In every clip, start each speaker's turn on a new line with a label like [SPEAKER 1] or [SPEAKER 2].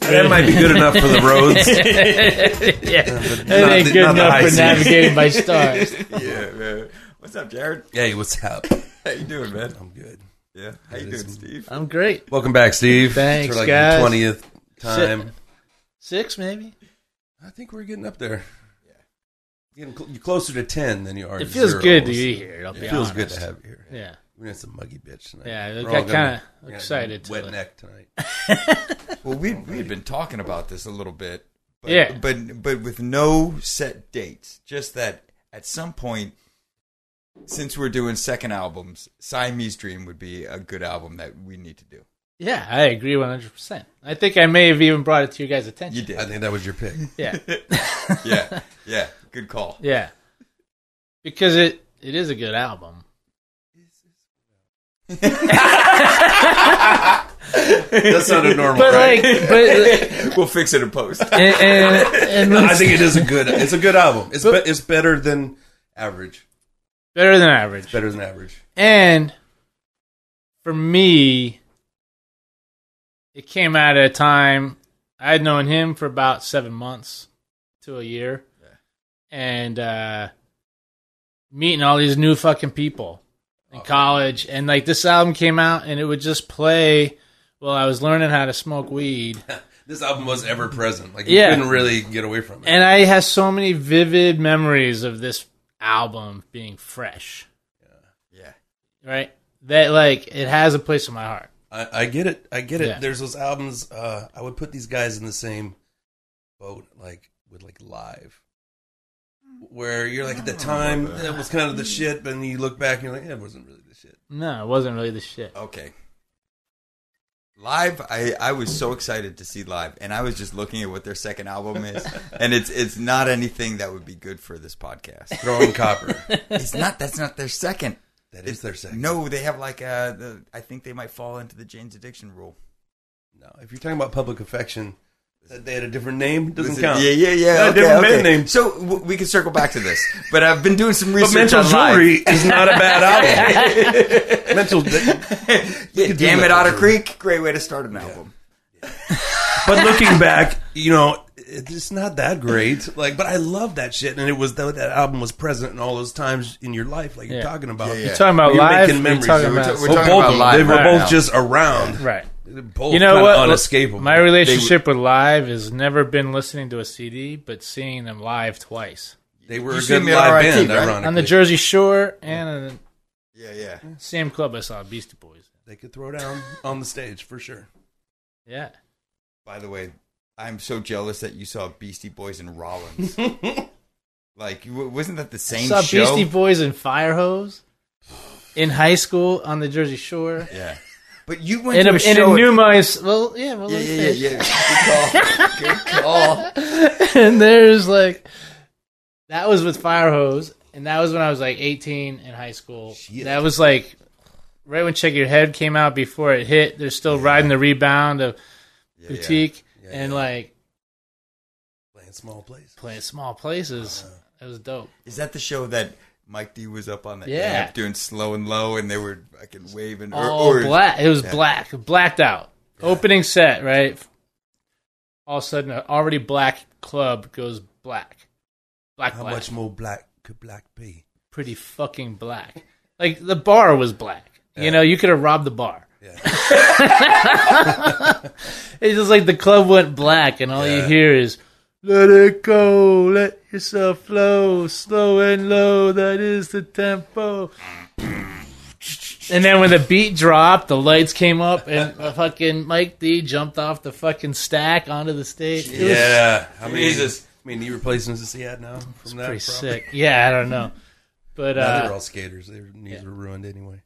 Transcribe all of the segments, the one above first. [SPEAKER 1] That might be good enough for the roads.
[SPEAKER 2] That ain't
[SPEAKER 1] the-
[SPEAKER 2] good
[SPEAKER 1] not the high
[SPEAKER 2] enough for
[SPEAKER 1] seas.
[SPEAKER 2] navigating by stars.
[SPEAKER 3] yeah, man. What's up, Jared?
[SPEAKER 1] hey, what's up?
[SPEAKER 3] How you doing, man?
[SPEAKER 1] I'm good.
[SPEAKER 3] Yeah. How you doing, Steve?
[SPEAKER 2] I'm great.
[SPEAKER 1] Welcome back, Steve.
[SPEAKER 2] Thanks,
[SPEAKER 1] for like
[SPEAKER 2] guys.
[SPEAKER 1] the twentieth time.
[SPEAKER 2] Six maybe.
[SPEAKER 1] I think we're getting up there. Yeah, getting cl- you're closer to ten than you are.
[SPEAKER 2] It
[SPEAKER 1] to
[SPEAKER 2] feels
[SPEAKER 1] zeros.
[SPEAKER 2] good to be here. I'll
[SPEAKER 1] It
[SPEAKER 2] be
[SPEAKER 1] feels
[SPEAKER 2] honest.
[SPEAKER 1] good to have you here.
[SPEAKER 2] Yeah.
[SPEAKER 1] We had some muggy bitch tonight.
[SPEAKER 2] Yeah, I
[SPEAKER 1] We're
[SPEAKER 2] got
[SPEAKER 1] all gonna-
[SPEAKER 2] kinda
[SPEAKER 1] we're gonna
[SPEAKER 2] excited to
[SPEAKER 1] Wet
[SPEAKER 2] it.
[SPEAKER 1] neck tonight.
[SPEAKER 3] Well, we we had been talking about this a little bit. But,
[SPEAKER 2] Yeah.
[SPEAKER 3] But but with no set dates, just that at some point, since we're doing second albums, Siamese Dream would be a good album that we need to do.
[SPEAKER 2] Yeah, I agree 100%. I think I may have even brought it to you guys' attention.
[SPEAKER 3] You
[SPEAKER 1] I
[SPEAKER 3] did.
[SPEAKER 1] think that was your pick.
[SPEAKER 2] Yeah.
[SPEAKER 3] yeah. Yeah. Good call.
[SPEAKER 2] Yeah. Because it it is a good album.
[SPEAKER 1] That's not a normal.
[SPEAKER 2] But
[SPEAKER 1] right?
[SPEAKER 2] like but
[SPEAKER 3] We'll fix it in post.
[SPEAKER 2] and, and, and
[SPEAKER 1] I think it is a good. It's a good album. It's be, it's better than average.
[SPEAKER 2] better than average.
[SPEAKER 1] Better than average.
[SPEAKER 2] And for me, it came out at a time I had known him for about seven months to a year. And uh, meeting all these new fucking people in college. And like this album came out and it would just play while I was learning how to smoke weed.
[SPEAKER 1] This album was ever present. Like you
[SPEAKER 2] Yeah.
[SPEAKER 1] couldn't really get away from it.
[SPEAKER 2] And I have so many vivid memories of this album being fresh,
[SPEAKER 3] yeah.
[SPEAKER 2] right? That like it has a place in my heart.
[SPEAKER 1] I, I get it. I get it.
[SPEAKER 2] Yeah.
[SPEAKER 1] There's those albums. Uh, I would put these guys in the same boat, like with like live, where you're like at the time that. was kind
[SPEAKER 2] Hmm.
[SPEAKER 1] of the shit, but then you look back and you're like, eh, it wasn't really the shit.
[SPEAKER 2] No, it wasn't really the shit.
[SPEAKER 3] Okay. Live, I, I was so excited to see live, and I was just looking at what their second album is, and it's it's not anything that would be good for this podcast.
[SPEAKER 1] Throwing copper.
[SPEAKER 3] It's not. That's not their second.
[SPEAKER 1] That is their second.
[SPEAKER 3] No, they have like uh, the, I think they might fall into the Jane's Addiction rule.
[SPEAKER 1] no. If you're talking about public affection, that they had a different name doesn't
[SPEAKER 3] Listen,
[SPEAKER 1] count.
[SPEAKER 3] Yeah, yeah, yeah.
[SPEAKER 1] Not a
[SPEAKER 3] okay,
[SPEAKER 1] different
[SPEAKER 3] okay.
[SPEAKER 1] band name.
[SPEAKER 3] So w- we can circle back to this, but I've been doing some
[SPEAKER 1] But
[SPEAKER 3] research
[SPEAKER 1] Mental
[SPEAKER 3] on Live.
[SPEAKER 1] Jewelry is not a bad album. Mental,
[SPEAKER 3] Yeah,
[SPEAKER 1] could do
[SPEAKER 3] damn it,
[SPEAKER 1] Mental
[SPEAKER 3] Otter
[SPEAKER 1] Jewelry.
[SPEAKER 3] Creek, great way to start an album.
[SPEAKER 1] but looking back, you know, it's not that great. Like, but I love that shit, and it was that that album was present in all those times in your life, like you're
[SPEAKER 2] Yeah.
[SPEAKER 1] talking about.
[SPEAKER 3] Yeah, yeah.
[SPEAKER 2] You're talking about
[SPEAKER 1] You're
[SPEAKER 2] live.
[SPEAKER 1] making
[SPEAKER 2] or
[SPEAKER 1] memories.
[SPEAKER 2] You're talking
[SPEAKER 1] We're
[SPEAKER 2] about
[SPEAKER 3] We're
[SPEAKER 1] Well,
[SPEAKER 3] talking
[SPEAKER 1] both
[SPEAKER 3] about
[SPEAKER 1] of them.
[SPEAKER 3] live
[SPEAKER 1] They were
[SPEAKER 3] right
[SPEAKER 1] both
[SPEAKER 3] now.
[SPEAKER 1] just around.
[SPEAKER 2] right.
[SPEAKER 1] They're Both
[SPEAKER 2] You know what?
[SPEAKER 1] Unescapable.
[SPEAKER 2] My relationship with live has never been listening to a CD, but seeing them live twice
[SPEAKER 1] they were
[SPEAKER 3] You
[SPEAKER 1] a
[SPEAKER 3] see
[SPEAKER 1] good
[SPEAKER 3] me
[SPEAKER 1] live
[SPEAKER 3] at RIT,
[SPEAKER 1] band,
[SPEAKER 3] right?
[SPEAKER 1] ironically.
[SPEAKER 2] on the Jersey Shore and in
[SPEAKER 3] Yeah, yeah.
[SPEAKER 2] the same club I saw Beastie Boys.
[SPEAKER 1] they could throw down on the stage for sure.
[SPEAKER 2] Yeah,
[SPEAKER 3] By the way, I'm so jealous that you saw Beastie Boys and Rollins. like, w- wasn't that the same
[SPEAKER 2] I saw
[SPEAKER 3] show?
[SPEAKER 2] Beastie Boys and Firehose in high school on the Jersey Shore.
[SPEAKER 3] yeah, but you went
[SPEAKER 2] In
[SPEAKER 3] to
[SPEAKER 2] a,
[SPEAKER 3] a,
[SPEAKER 2] in
[SPEAKER 3] show.
[SPEAKER 2] a new mice, well, yeah, well,
[SPEAKER 3] yeah,
[SPEAKER 2] let's
[SPEAKER 3] yeah,
[SPEAKER 2] finish.
[SPEAKER 3] yeah, yeah. Good call. Good call.
[SPEAKER 2] and there's like that was with Firehose, and that was when I was like 18 in high school. That was like right when Check Your Head came out before it hit. They're still riding the rebound of Boutique and like
[SPEAKER 1] Playing small plays.
[SPEAKER 2] playing small places. That was dope.
[SPEAKER 3] Is that the show that Mike D was up on the
[SPEAKER 2] Yeah.
[SPEAKER 3] amp doing slow and low, and they were fucking waving? Or,
[SPEAKER 2] All
[SPEAKER 3] or
[SPEAKER 2] black. It was black, blacked out. Opening set, right? All of a sudden, an already black club goes black. Black,
[SPEAKER 1] How
[SPEAKER 2] black.
[SPEAKER 1] much more black could black be?
[SPEAKER 2] pretty fucking black. Like the bar was black. You know, you could have robbed the bar. it's just like the club went black, and all you
[SPEAKER 1] Yeah.
[SPEAKER 2] hear is "Let it go, let yourself flow, slow and low. That is the tempo." And then when the beat dropped, the lights came up, and the fucking Mike D jumped off the fucking stack onto the stage. It was
[SPEAKER 1] Yeah, I mean, Jesus. I mean, knee replacements is he had now from that?
[SPEAKER 2] pretty
[SPEAKER 1] probably?
[SPEAKER 2] sick. Yeah, I don't know, but
[SPEAKER 1] Now
[SPEAKER 2] uh,
[SPEAKER 1] they're all skaters. Their knees were ruined anyway.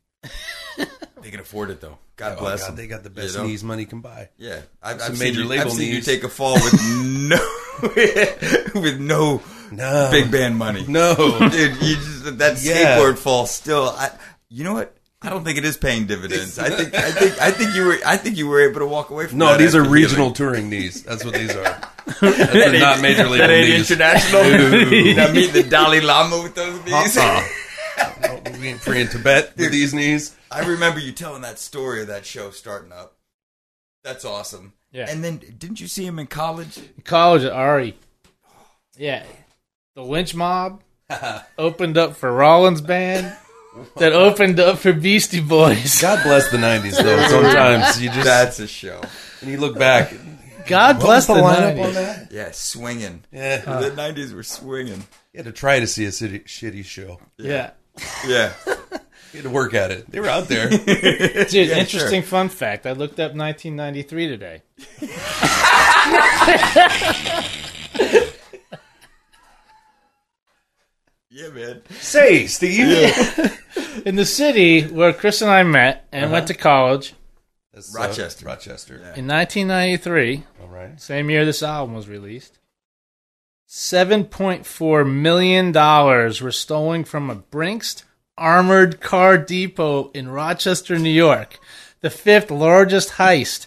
[SPEAKER 3] They can afford it though. God
[SPEAKER 1] Oh
[SPEAKER 3] bless
[SPEAKER 1] God,
[SPEAKER 3] them.
[SPEAKER 1] they got the
[SPEAKER 3] You
[SPEAKER 1] best
[SPEAKER 3] know?
[SPEAKER 1] knees money can buy.
[SPEAKER 3] Yeah, I've,
[SPEAKER 1] Some
[SPEAKER 3] I've
[SPEAKER 1] major
[SPEAKER 3] seen you,
[SPEAKER 1] label
[SPEAKER 3] I've seen you
[SPEAKER 1] needs.
[SPEAKER 3] take a fall with no, with no
[SPEAKER 1] No,
[SPEAKER 3] big band money.
[SPEAKER 1] no.
[SPEAKER 3] dude. You just that
[SPEAKER 1] Yeah.
[SPEAKER 3] skateboard fall still. I, you know what? I don't think it is paying dividends. I think I think I think you were I think you were able to walk away from.
[SPEAKER 1] No,
[SPEAKER 3] that
[SPEAKER 1] these
[SPEAKER 3] after
[SPEAKER 1] are
[SPEAKER 3] giving.
[SPEAKER 1] regional touring knees. That's what these are. That's not major label
[SPEAKER 3] That ain't
[SPEAKER 1] knees.
[SPEAKER 3] international. I meet the Dalai Lama with those knees.
[SPEAKER 1] Uh-uh. No, we ain't free in Tibet with these knees.
[SPEAKER 3] I remember you telling that story of that show starting up. That's awesome.
[SPEAKER 2] Yeah.
[SPEAKER 3] And then didn't you see him in college?
[SPEAKER 2] College at Ari. Yeah. The lynch mob opened up for Rollins band that opened up for Beastie Boys.
[SPEAKER 1] God bless the '90s, though. Sometimes you just
[SPEAKER 3] That's a show.
[SPEAKER 1] when you look back.
[SPEAKER 2] God bless the,
[SPEAKER 1] What was lineup
[SPEAKER 2] 90s.
[SPEAKER 1] on that?
[SPEAKER 3] Yeah, swinging.
[SPEAKER 1] Yeah,
[SPEAKER 3] the nineties were swinging.
[SPEAKER 1] you had to try to see a city, shitty show.
[SPEAKER 2] Yeah.
[SPEAKER 3] Yeah.
[SPEAKER 1] You had to work at it. They were out there.
[SPEAKER 2] Dude, interesting fun fact. I looked up 1993 today.
[SPEAKER 3] yeah, man.
[SPEAKER 1] Say, Steve.
[SPEAKER 2] In the city where Chris and I met and
[SPEAKER 3] Uh-huh.
[SPEAKER 2] went to college
[SPEAKER 1] That's, uh,
[SPEAKER 3] Rochester.
[SPEAKER 1] Rochester.
[SPEAKER 3] Yeah.
[SPEAKER 2] in 1993,
[SPEAKER 1] All right.
[SPEAKER 2] same year this album was released, $7.4 million were stolen from a Brinks armored car depot in Rochester, New York, the fifth largest heist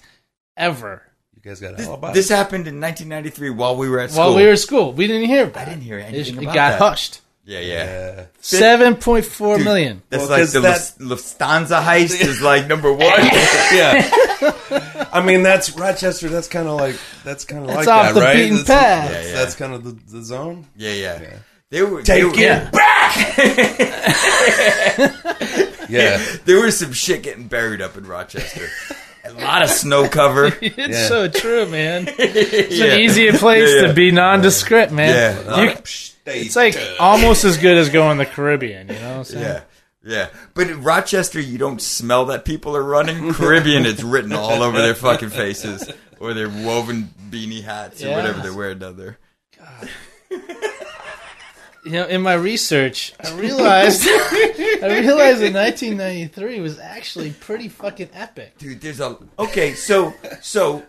[SPEAKER 2] ever.
[SPEAKER 1] You guys got
[SPEAKER 3] This,
[SPEAKER 1] alibis.
[SPEAKER 3] this happened in nineteen ninety three while we were at school.
[SPEAKER 2] While we were at school, we didn't hear about
[SPEAKER 3] I didn't hear
[SPEAKER 2] it.
[SPEAKER 3] anything
[SPEAKER 2] It,
[SPEAKER 3] about
[SPEAKER 2] got
[SPEAKER 3] that.
[SPEAKER 2] hushed.
[SPEAKER 3] Yeah,
[SPEAKER 1] yeah.
[SPEAKER 3] yeah.
[SPEAKER 2] Seven point four
[SPEAKER 3] Dude,
[SPEAKER 2] million.
[SPEAKER 3] That's
[SPEAKER 1] Well,
[SPEAKER 3] like
[SPEAKER 1] 'cause
[SPEAKER 3] the
[SPEAKER 1] that-
[SPEAKER 3] Luf- Lufthansa heist is like number one.
[SPEAKER 1] yeah. I mean, that's Rochester. That's kind of like that's kind of like
[SPEAKER 2] That's off
[SPEAKER 1] that,
[SPEAKER 2] the
[SPEAKER 1] right?
[SPEAKER 2] beaten
[SPEAKER 1] that's,
[SPEAKER 2] path.
[SPEAKER 1] That's,
[SPEAKER 3] Yeah, yeah.
[SPEAKER 1] that's kind of the, the zone.
[SPEAKER 3] Yeah, yeah. They were they
[SPEAKER 1] Take
[SPEAKER 3] were,
[SPEAKER 1] it back. yeah.
[SPEAKER 3] There was some shit getting buried up in Rochester. a lot of snow cover.
[SPEAKER 2] It's
[SPEAKER 1] Yeah.
[SPEAKER 2] so true, man. It's
[SPEAKER 3] Yeah.
[SPEAKER 2] an easier place
[SPEAKER 3] Yeah, yeah.
[SPEAKER 2] to be nondescript, man.
[SPEAKER 3] Yeah.
[SPEAKER 2] You-
[SPEAKER 1] It's
[SPEAKER 2] it's like almost as good as going to the Caribbean, you know what I'm saying?
[SPEAKER 3] Yeah. Yeah. But in Rochester, you don't smell that people are running. Caribbean, it's written all over their fucking faces or their woven beanie hats or
[SPEAKER 2] Yeah.
[SPEAKER 3] whatever they're wearing down there.
[SPEAKER 2] You know, in my research, I realized I realized that 1993 was actually pretty fucking epic.
[SPEAKER 3] Dude, there's a. Okay, so. So.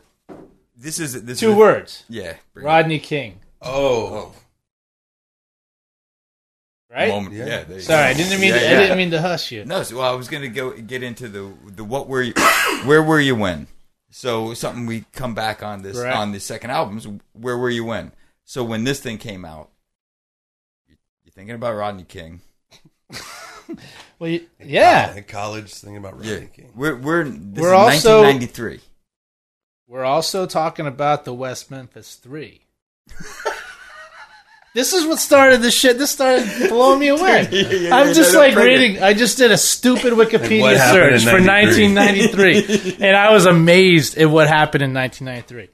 [SPEAKER 3] This is. This
[SPEAKER 2] Two
[SPEAKER 3] is,
[SPEAKER 2] words.
[SPEAKER 3] Yeah. bring it.
[SPEAKER 2] Rodney King,
[SPEAKER 1] oh,
[SPEAKER 2] right?
[SPEAKER 3] Moment. Yeah.
[SPEAKER 1] Yeah.
[SPEAKER 3] there you
[SPEAKER 2] Sorry, I
[SPEAKER 3] go.
[SPEAKER 2] didn't mean
[SPEAKER 3] Yeah,
[SPEAKER 2] to,
[SPEAKER 3] yeah.
[SPEAKER 2] I didn't mean to hush you.
[SPEAKER 3] No, so well, I was gonna go get into the the what were you, where were you when? So something we come back on this
[SPEAKER 2] Right.
[SPEAKER 3] on the second albums. Where were you when? So when this thing came out, you- you're thinking about Rodney King.
[SPEAKER 2] Well, you, yeah.
[SPEAKER 1] In college, thinking about Rodney
[SPEAKER 3] Yeah,
[SPEAKER 1] King.
[SPEAKER 3] we're we're this
[SPEAKER 2] We're
[SPEAKER 3] is
[SPEAKER 2] also-
[SPEAKER 3] 1993.
[SPEAKER 2] We're also talking about the West Memphis Three. this is what started this shit. This started blowing me away.
[SPEAKER 3] yeah,
[SPEAKER 2] I'm
[SPEAKER 3] yeah,
[SPEAKER 2] just
[SPEAKER 3] no,
[SPEAKER 2] like
[SPEAKER 3] bring it.
[SPEAKER 2] reading. I just did a stupid Wikipedia
[SPEAKER 1] what happened
[SPEAKER 2] search
[SPEAKER 1] in
[SPEAKER 2] for
[SPEAKER 1] 93?
[SPEAKER 2] 1993, and I was amazed at what happened in 1993.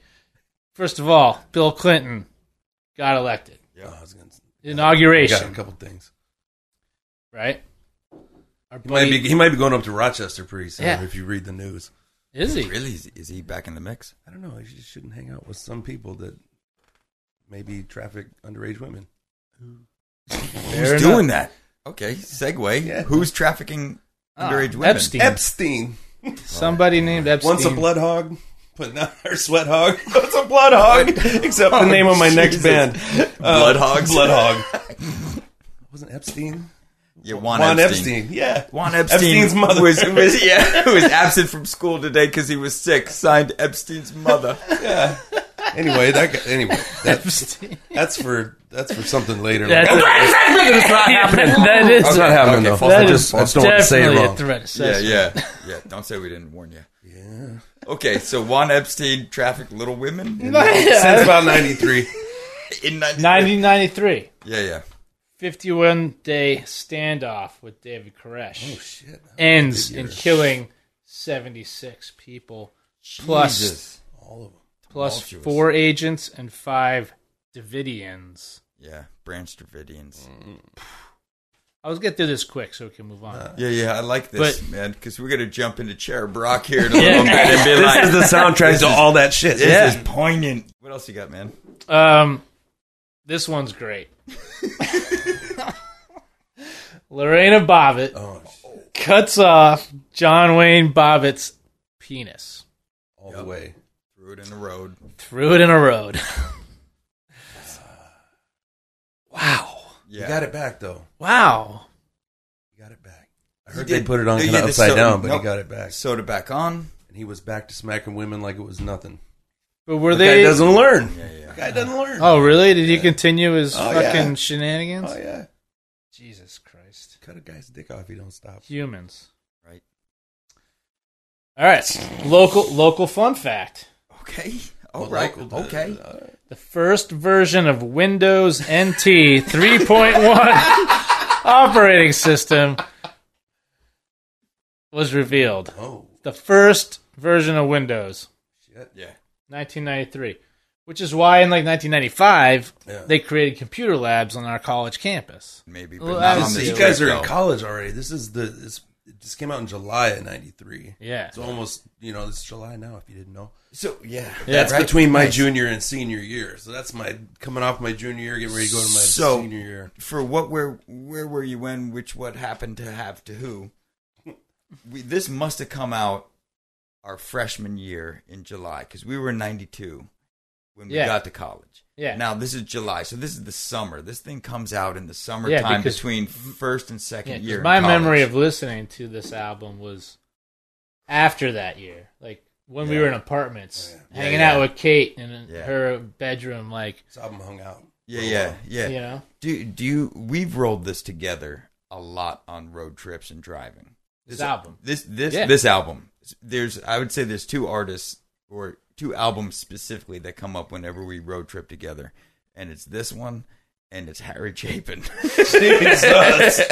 [SPEAKER 2] First of all, Bill Clinton got elected.
[SPEAKER 1] Oh, I was gonna. I got a
[SPEAKER 2] Inauguration,
[SPEAKER 1] couple things.
[SPEAKER 2] right? Our
[SPEAKER 1] He might
[SPEAKER 2] buddy-
[SPEAKER 1] be he might be going up to Rochester pretty soon
[SPEAKER 2] Yeah.
[SPEAKER 1] if you read the news.
[SPEAKER 2] is he?
[SPEAKER 3] Really, is, is he back in the mix?
[SPEAKER 1] I don't know. You just shouldn't hang out with some people that maybe traffic underage women.
[SPEAKER 2] Fair
[SPEAKER 3] Who's
[SPEAKER 2] enough.
[SPEAKER 3] doing that? Okay, segue.
[SPEAKER 1] Yeah.
[SPEAKER 3] Who's trafficking
[SPEAKER 2] Ah,
[SPEAKER 3] underage women?
[SPEAKER 2] Epstein.
[SPEAKER 1] Epstein.
[SPEAKER 2] Somebody named Epstein.
[SPEAKER 1] Once a blood hog, but not or sweat hog. Once a blood hog, except the name of my next
[SPEAKER 3] Jesus.
[SPEAKER 1] band,
[SPEAKER 3] Blood
[SPEAKER 2] Uh,
[SPEAKER 3] Hogs?
[SPEAKER 1] Blood hog. Wasn't Epstein?
[SPEAKER 3] Yeah, Juan,
[SPEAKER 1] Juan
[SPEAKER 3] Epstein.
[SPEAKER 1] Epstein. Yeah,
[SPEAKER 3] Juan Epstein
[SPEAKER 1] Epstein's mother.
[SPEAKER 3] was, was yeah was absent from school today because he was sick. Signed Epstein's mother.
[SPEAKER 1] anyway, that guy, anyway, that,
[SPEAKER 2] Epstein.
[SPEAKER 1] that's for that's for something later. Like,
[SPEAKER 2] That's not happening. That is
[SPEAKER 1] that's not happening though.
[SPEAKER 3] false
[SPEAKER 1] I
[SPEAKER 3] alarm,
[SPEAKER 1] just, I just
[SPEAKER 3] false
[SPEAKER 1] don't want to say it
[SPEAKER 2] definitely a
[SPEAKER 1] wrong.
[SPEAKER 2] threat assessment.
[SPEAKER 3] yeah, yeah, yeah. Don't say we didn't warn you. Yeah. Okay, so Juan Epstein trafficked little women in
[SPEAKER 1] Since about '93,
[SPEAKER 3] 1993.
[SPEAKER 2] 1993,
[SPEAKER 3] Yeah, yeah.
[SPEAKER 2] 51 day standoff with David Koresh
[SPEAKER 1] Oh, shit,
[SPEAKER 2] Oh, ends in killing 76 people, plus
[SPEAKER 3] Jesus.
[SPEAKER 1] all of them.
[SPEAKER 2] plus
[SPEAKER 3] Tumultuous.
[SPEAKER 2] four agents and five Davidians.
[SPEAKER 3] Yeah, Branch Davidians.
[SPEAKER 2] I was get through this quick so we can move on.
[SPEAKER 3] Yeah, yeah. I like this,
[SPEAKER 2] But-
[SPEAKER 3] man, because we're gonna jump into chair Brock here in a little bit and be
[SPEAKER 1] This
[SPEAKER 3] like,
[SPEAKER 1] is the soundtrack to all that shit.
[SPEAKER 3] "This
[SPEAKER 2] Yeah.
[SPEAKER 3] is poignant." What else you got, man?
[SPEAKER 2] Um, this one's great. Lorena Bobbitt
[SPEAKER 1] Oh, shit.
[SPEAKER 2] cuts off John Wayne Bobbitt's penis,
[SPEAKER 1] all the way.
[SPEAKER 3] Threw it in the road.
[SPEAKER 2] threw it in a road.
[SPEAKER 1] Wow,
[SPEAKER 3] Yeah,
[SPEAKER 1] you got it back though.
[SPEAKER 2] wow.
[SPEAKER 1] He got it back. I
[SPEAKER 3] He
[SPEAKER 1] heard
[SPEAKER 3] did.
[SPEAKER 1] they put it on
[SPEAKER 3] They
[SPEAKER 1] kind of
[SPEAKER 3] did the
[SPEAKER 1] upside
[SPEAKER 3] so-
[SPEAKER 1] down, but
[SPEAKER 3] nope.
[SPEAKER 1] he got it back.
[SPEAKER 3] Sewed it back on.
[SPEAKER 1] And he was back to smacking women like it was nothing.
[SPEAKER 2] But were
[SPEAKER 1] The guy
[SPEAKER 2] they?
[SPEAKER 1] doesn't learn.
[SPEAKER 3] Yeah, yeah.
[SPEAKER 1] The guy doesn't learn.
[SPEAKER 2] Oh, really? Did he continue his
[SPEAKER 1] Oh,
[SPEAKER 2] fucking
[SPEAKER 1] yeah.
[SPEAKER 2] shenanigans?
[SPEAKER 1] Oh, yeah.
[SPEAKER 2] Jesus Christ!
[SPEAKER 1] Cut a guy's dick off if you don't stop.
[SPEAKER 2] Humans.
[SPEAKER 3] Right.
[SPEAKER 2] All right. Local local fun fact.
[SPEAKER 3] Okay. All
[SPEAKER 1] Well,
[SPEAKER 3] right.
[SPEAKER 1] local-
[SPEAKER 3] Okay.
[SPEAKER 1] uh, all right.
[SPEAKER 2] The first version of Windows NT 3.1 operating system was revealed.
[SPEAKER 1] Oh
[SPEAKER 2] The first version of Windows,
[SPEAKER 1] shit.
[SPEAKER 3] Yeah.
[SPEAKER 2] 1993, which is why in like 1995
[SPEAKER 1] Yeah.
[SPEAKER 2] they created computer labs on our college campus.
[SPEAKER 3] Maybe, but
[SPEAKER 2] Well,
[SPEAKER 3] not on
[SPEAKER 1] This
[SPEAKER 2] obviously
[SPEAKER 3] the
[SPEAKER 1] is- you guys
[SPEAKER 3] trip,
[SPEAKER 1] are in
[SPEAKER 3] though.
[SPEAKER 1] college already. This is the this it just came out in July of '93.
[SPEAKER 2] Yeah.
[SPEAKER 1] It's almost you know it's July now. If you didn't know,
[SPEAKER 3] So yeah,
[SPEAKER 1] that's
[SPEAKER 3] right.
[SPEAKER 1] between my
[SPEAKER 3] Nice.
[SPEAKER 1] junior and senior year. So that's my coming off my junior year, getting ready to go to my
[SPEAKER 3] So-
[SPEAKER 1] senior year.
[SPEAKER 3] for what where where were you when which what happened to have to who we, this must have come out our freshman year in july because we were in 92 when we
[SPEAKER 2] Yeah.
[SPEAKER 3] got to college
[SPEAKER 2] Yeah.
[SPEAKER 3] now this is july so this is the summer this thing comes out in the summertime
[SPEAKER 2] because-
[SPEAKER 3] between first and second
[SPEAKER 2] Yeah, 'cause
[SPEAKER 3] year in
[SPEAKER 2] my
[SPEAKER 3] college.
[SPEAKER 2] memory of listening to this album was after that year, like when we
[SPEAKER 3] Yeah.
[SPEAKER 2] were in apartments,
[SPEAKER 1] Oh,
[SPEAKER 3] yeah.
[SPEAKER 2] hanging
[SPEAKER 3] Yeah,
[SPEAKER 2] out
[SPEAKER 3] yeah.
[SPEAKER 2] with Kate in
[SPEAKER 3] Yeah.
[SPEAKER 2] her bedroom, like
[SPEAKER 1] This album hung out.
[SPEAKER 3] yeah yeah yeah
[SPEAKER 2] you know,
[SPEAKER 3] do, do you we've rolled this together a lot on road trips and driving
[SPEAKER 2] this album.
[SPEAKER 3] This this
[SPEAKER 2] Yeah.
[SPEAKER 3] this album. There's I would say there's two artists or two albums specifically that come up whenever we road trip together, and it's this one and it's Harry Chapin.
[SPEAKER 1] Jesus.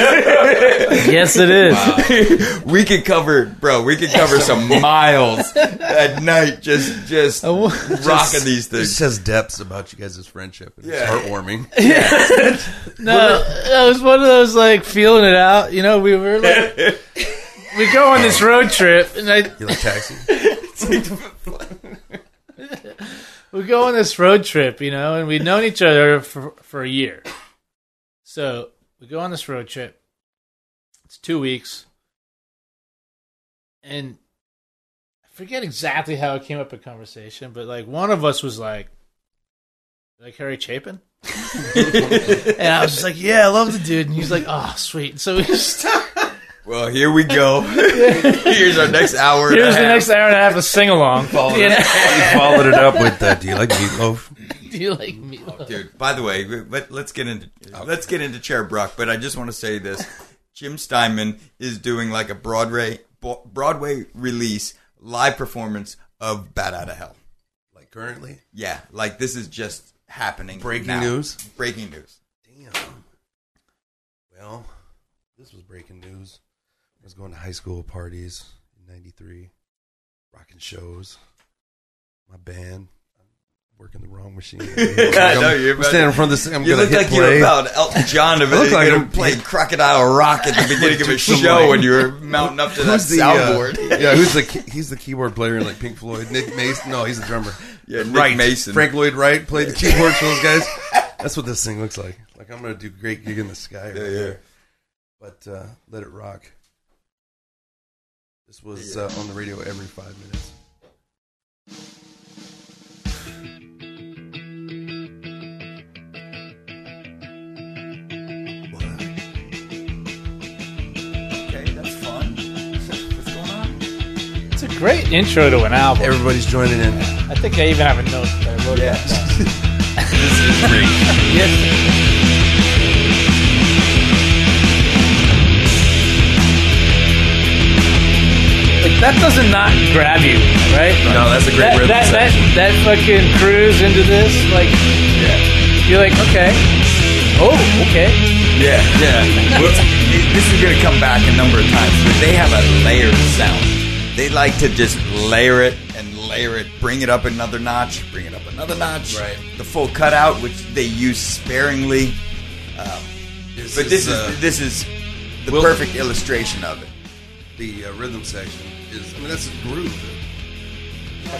[SPEAKER 2] yes, it is.
[SPEAKER 3] we could cover, bro. We could cover some miles at night, just just
[SPEAKER 2] Oh,
[SPEAKER 3] rocking
[SPEAKER 1] This
[SPEAKER 3] these things.
[SPEAKER 1] says depths about you guys' friendship. And
[SPEAKER 3] Yeah.
[SPEAKER 1] It's heartwarming.
[SPEAKER 2] No, it was one of those like feeling it out. You know, we were like, we go on this road trip, and I
[SPEAKER 1] You like taxi?
[SPEAKER 2] we go on this road trip, you know, and we'd known each other for, for a year. So we go on this road trip. It's two weeks. And I forget exactly how it came up in conversation, but like one of us was like, like Harry Chapin? and I was just like, yeah, I love the dude. And he's like, oh, sweet. So we just,
[SPEAKER 3] Well, here we go. Here's our next hour. and a
[SPEAKER 2] here's the
[SPEAKER 3] half.
[SPEAKER 2] next hour and a half of sing along. You know?
[SPEAKER 1] you followed it up with uh, Do you like meatloaf?
[SPEAKER 2] Do you like me?
[SPEAKER 3] dude. By the way, we- let, let's get into let's get into Chair Brock. But I just want to say this: Jim Steinman is doing like a Broadway Bo- Broadway release live performance of "Bat Out of Hell."
[SPEAKER 1] Like currently?
[SPEAKER 3] Yeah, like this is just happening.
[SPEAKER 1] Breaking
[SPEAKER 3] now.
[SPEAKER 1] news?
[SPEAKER 3] Breaking news.
[SPEAKER 1] Damn. Well, this was breaking news. I was going to high school parties in 93, rocking shows. My band. I'm working the wrong machine.
[SPEAKER 3] I know, you're
[SPEAKER 1] I'm
[SPEAKER 3] about-
[SPEAKER 1] standing in front of this. I'm
[SPEAKER 3] you
[SPEAKER 1] going
[SPEAKER 3] look
[SPEAKER 1] to hit
[SPEAKER 3] like
[SPEAKER 1] play.
[SPEAKER 3] you're about Elton John of
[SPEAKER 1] I look
[SPEAKER 3] it.
[SPEAKER 1] like
[SPEAKER 3] You're
[SPEAKER 1] I'm-
[SPEAKER 3] playing Crocodile Rock at the beginning of a
[SPEAKER 1] Somebody.
[SPEAKER 3] show, and you're mounting up to that
[SPEAKER 1] Who's the, uh,
[SPEAKER 3] soundboard.
[SPEAKER 1] yeah, who's the key- he's the keyboard player in like Pink Floyd? Nick Mason? No, he's a drummer.
[SPEAKER 3] Yeah, Nick
[SPEAKER 1] Wright.
[SPEAKER 3] Mason.
[SPEAKER 1] Frank Lloyd Wright played the keyboard for those guys. That's what this thing looks like. Like I'm gonna do great gig in the sky. right
[SPEAKER 3] Yeah, yeah.
[SPEAKER 1] there. But uh, let it rock. This was
[SPEAKER 3] Yeah.
[SPEAKER 1] uh, on the radio every five minutes.
[SPEAKER 3] Okay, that's fun. What's going on?
[SPEAKER 2] It's a great intro to an album.
[SPEAKER 1] Everybody's joining in.
[SPEAKER 2] I think I even have a note that I wrote.
[SPEAKER 3] Yeah.
[SPEAKER 2] down.
[SPEAKER 3] This is great.
[SPEAKER 2] Like that doesn't not grab you, right?
[SPEAKER 3] No, that's a great
[SPEAKER 2] That
[SPEAKER 3] rhythm
[SPEAKER 2] that, that that fucking cruise into this, like
[SPEAKER 3] Yeah.
[SPEAKER 2] you're like, okay, oh, okay,
[SPEAKER 3] Yeah, yeah. Well, this is going to come back a number of times, but they have a layered sound. They like to just layer it and layer it, bring it up another notch, bring it up another notch.
[SPEAKER 1] Right.
[SPEAKER 3] The full cutout, which they use sparingly. Um, but this is,
[SPEAKER 1] uh,
[SPEAKER 3] this is the
[SPEAKER 1] Will-
[SPEAKER 3] perfect illustration of it.
[SPEAKER 1] the uh, rhythm section. Is I mean that's a groove.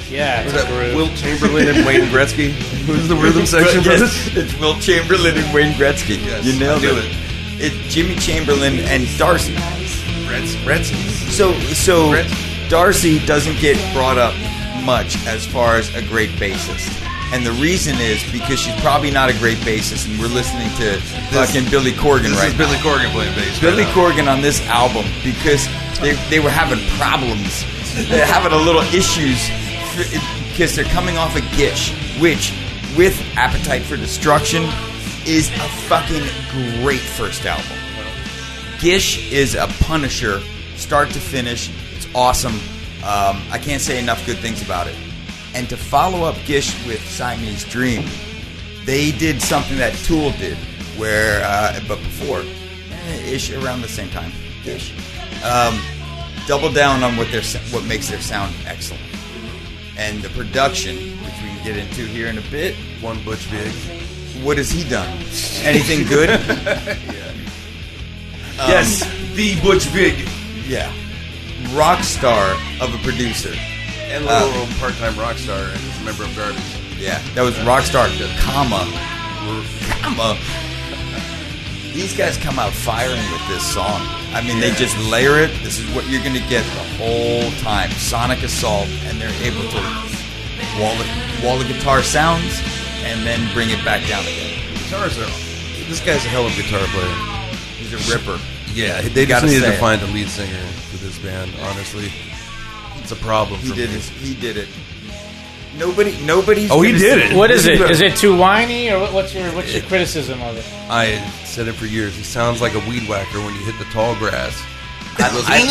[SPEAKER 2] yeah,
[SPEAKER 1] Is
[SPEAKER 2] it's a
[SPEAKER 1] that
[SPEAKER 2] groove.
[SPEAKER 1] Will Chamberlain and Wayne Gretzky? Who's the rhythm section for
[SPEAKER 3] Yes,
[SPEAKER 1] this?
[SPEAKER 3] It's Will Chamberlain and Wayne Gretzky.
[SPEAKER 1] Yes,
[SPEAKER 3] you nailed
[SPEAKER 1] I knew
[SPEAKER 3] it.
[SPEAKER 1] it.
[SPEAKER 3] It's Jimmy Chamberlain and Darcy.
[SPEAKER 1] Gretz, Gretzky's.
[SPEAKER 3] So, so
[SPEAKER 1] Brett?
[SPEAKER 3] Darcy doesn't get brought up much as far as a great bassist. And the reason is because she's probably not a great bassist, and we're listening to fucking Billy Corgan
[SPEAKER 1] This
[SPEAKER 3] right
[SPEAKER 1] is
[SPEAKER 3] now.
[SPEAKER 1] Billy Corgan playing bass.
[SPEAKER 3] Billy
[SPEAKER 1] right now.
[SPEAKER 3] Corgan on this album because they, they were having problems. They're having a little issues f- because they're coming off a Gish, which, with Appetite for Destruction, is a fucking great first album. Gish is a punisher, start to finish. It's awesome. Um, I can't say enough good things about it. And to follow up Gish with Siamese Dream, they did something that Tool did, where uh, but before, eh, ish around the same time, ish. Um, double down on what their s- what makes their sound excellent, and the production, which we can get into here in a bit.
[SPEAKER 1] One Butch Vig.
[SPEAKER 3] What has he done? Anything good?
[SPEAKER 1] yes, Um, the Butch Vig.
[SPEAKER 3] yeah, rock star of a producer.
[SPEAKER 1] And little old part-time rock star and he's a member of Garbage.
[SPEAKER 3] Yeah, that was Rockstar, comma, comma. These guys come out firing with this song. I mean, they just layer it. This is what you're going to get the whole time. Sonic Assault, and they're able to wall the, wall the guitar sounds and then bring it back down again.
[SPEAKER 1] Guitars are. This guy's a hell of a guitar player.
[SPEAKER 3] He's a ripper.
[SPEAKER 1] Yeah, they just
[SPEAKER 3] Gotta
[SPEAKER 1] needed
[SPEAKER 3] say
[SPEAKER 1] to
[SPEAKER 3] it.
[SPEAKER 1] find a lead singer for this band. Honestly, it's a problem.
[SPEAKER 3] He
[SPEAKER 1] for
[SPEAKER 3] did
[SPEAKER 1] me.
[SPEAKER 3] it. He did it. Nobody, nobody's.
[SPEAKER 1] Oh, he
[SPEAKER 3] gonna
[SPEAKER 1] did
[SPEAKER 3] say-
[SPEAKER 1] it.
[SPEAKER 2] What is it? Is it too whiny, or what- what's your what's your criticism of it?
[SPEAKER 1] I said it for years. He sounds like a weed whacker when you hit the tall grass.
[SPEAKER 3] I, I,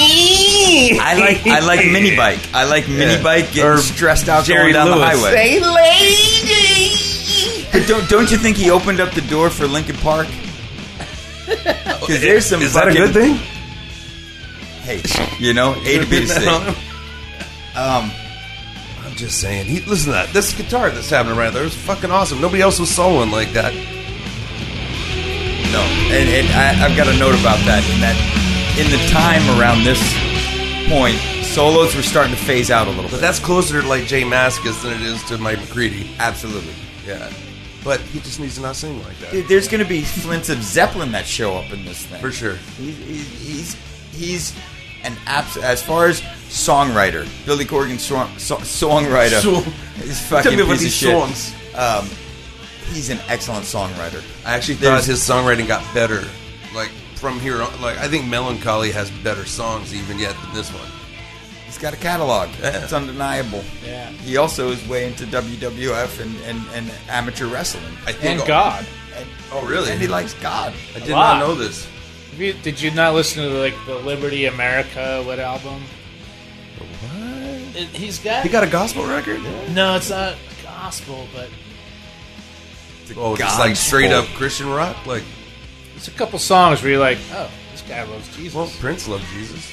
[SPEAKER 3] I like I like mini bike. I like mini bike getting
[SPEAKER 1] Or
[SPEAKER 3] stressed out
[SPEAKER 1] Jerry
[SPEAKER 3] going down
[SPEAKER 1] Lewis.
[SPEAKER 3] the highway. But don't don't you think he opened up the door for Lincoln Park? Because there's some.
[SPEAKER 1] Is that a
[SPEAKER 3] fucking-
[SPEAKER 1] good thing?
[SPEAKER 3] Hey, you know, A to B to C. Um,
[SPEAKER 1] I'm just saying. He, listen to that. This guitar that's happening right there is fucking awesome. Nobody else was soloing like that.
[SPEAKER 3] no, and, and I, I've got a note about that. And that in the time around this point, solos were starting to phase out a little
[SPEAKER 1] But
[SPEAKER 3] bit.
[SPEAKER 1] that's closer to like Jay Maskus than it is to Mike McCready.
[SPEAKER 3] Absolutely.
[SPEAKER 1] Yeah. But he just needs to not sing like that.
[SPEAKER 3] Dude, there's going to be flints of Zeppelin that show up in this thing
[SPEAKER 1] For sure.
[SPEAKER 3] He's he's, he's an abs- as far as songwriter, Billy Corgan song, so- songwriter.
[SPEAKER 1] So-
[SPEAKER 3] He's
[SPEAKER 1] Tell
[SPEAKER 3] fucking
[SPEAKER 1] me about
[SPEAKER 3] piece of
[SPEAKER 1] these
[SPEAKER 3] shit.
[SPEAKER 1] songs.
[SPEAKER 3] Um, he's an excellent songwriter.
[SPEAKER 1] I actually
[SPEAKER 3] There's-
[SPEAKER 1] thought his songwriting got better. Like from here on like I think Melancholy has better songs even yet than this one.
[SPEAKER 3] He's got a catalog. It's undeniable.
[SPEAKER 2] Yeah.
[SPEAKER 3] He also is way into WWF and, and, and amateur wrestling.
[SPEAKER 1] I think
[SPEAKER 2] And God,
[SPEAKER 3] And,
[SPEAKER 1] Oh really?
[SPEAKER 3] and he likes God.
[SPEAKER 1] I did
[SPEAKER 2] lot.
[SPEAKER 1] not know this.
[SPEAKER 2] Have you- did you not listen to like the Liberty America what album?
[SPEAKER 1] What?
[SPEAKER 2] It- He's got,
[SPEAKER 1] He got a gospel record?
[SPEAKER 2] no, it's not gospel, but
[SPEAKER 1] Oh, just
[SPEAKER 3] God
[SPEAKER 1] like straight
[SPEAKER 3] soul.
[SPEAKER 1] up Christian rock? Like
[SPEAKER 2] it's a couple songs where you're like, oh, this guy loves Jesus.
[SPEAKER 1] well, Prince loved Jesus.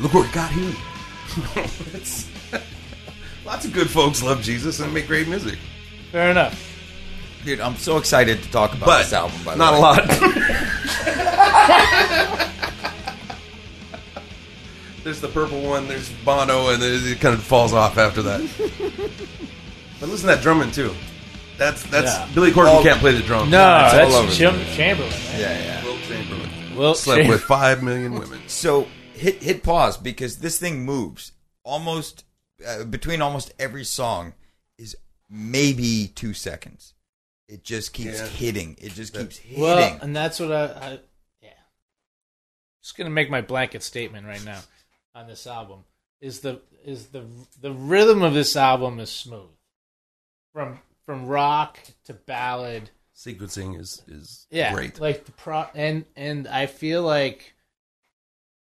[SPEAKER 1] Look what got him. It's- Lots of good folks love Jesus and make great music.
[SPEAKER 2] Fair enough.
[SPEAKER 3] Dude, I'm so excited to talk about
[SPEAKER 1] But
[SPEAKER 3] this album. By the
[SPEAKER 1] not
[SPEAKER 3] way.
[SPEAKER 1] a lot. there's the purple one. There's Bono, and it it kind of falls off after that. but listen to that drumming too. That's that's
[SPEAKER 2] Yeah.
[SPEAKER 1] Billy Corgan
[SPEAKER 3] Well,
[SPEAKER 1] can't play the drums.
[SPEAKER 2] No,
[SPEAKER 3] it's all over
[SPEAKER 2] that's
[SPEAKER 3] the
[SPEAKER 2] Jim
[SPEAKER 3] place.
[SPEAKER 2] Chamberlain. Man.
[SPEAKER 3] Yeah, yeah.
[SPEAKER 1] Will Chamberlain
[SPEAKER 2] Well,
[SPEAKER 1] slept
[SPEAKER 2] Chamber-
[SPEAKER 1] with five million women.
[SPEAKER 3] So hit hit pause because this thing moves almost uh, between almost every song is maybe two seconds. It just keeps
[SPEAKER 1] Yeah.
[SPEAKER 3] hitting. It just keeps hitting.
[SPEAKER 2] Well, and that's what I, I yeah. Just gonna make my blanket statement right now on this album is the is the the rhythm of this album is smooth from from rock to ballad.
[SPEAKER 1] Sequencing is is
[SPEAKER 2] Yeah,
[SPEAKER 1] great.
[SPEAKER 2] Like the pro and and I feel like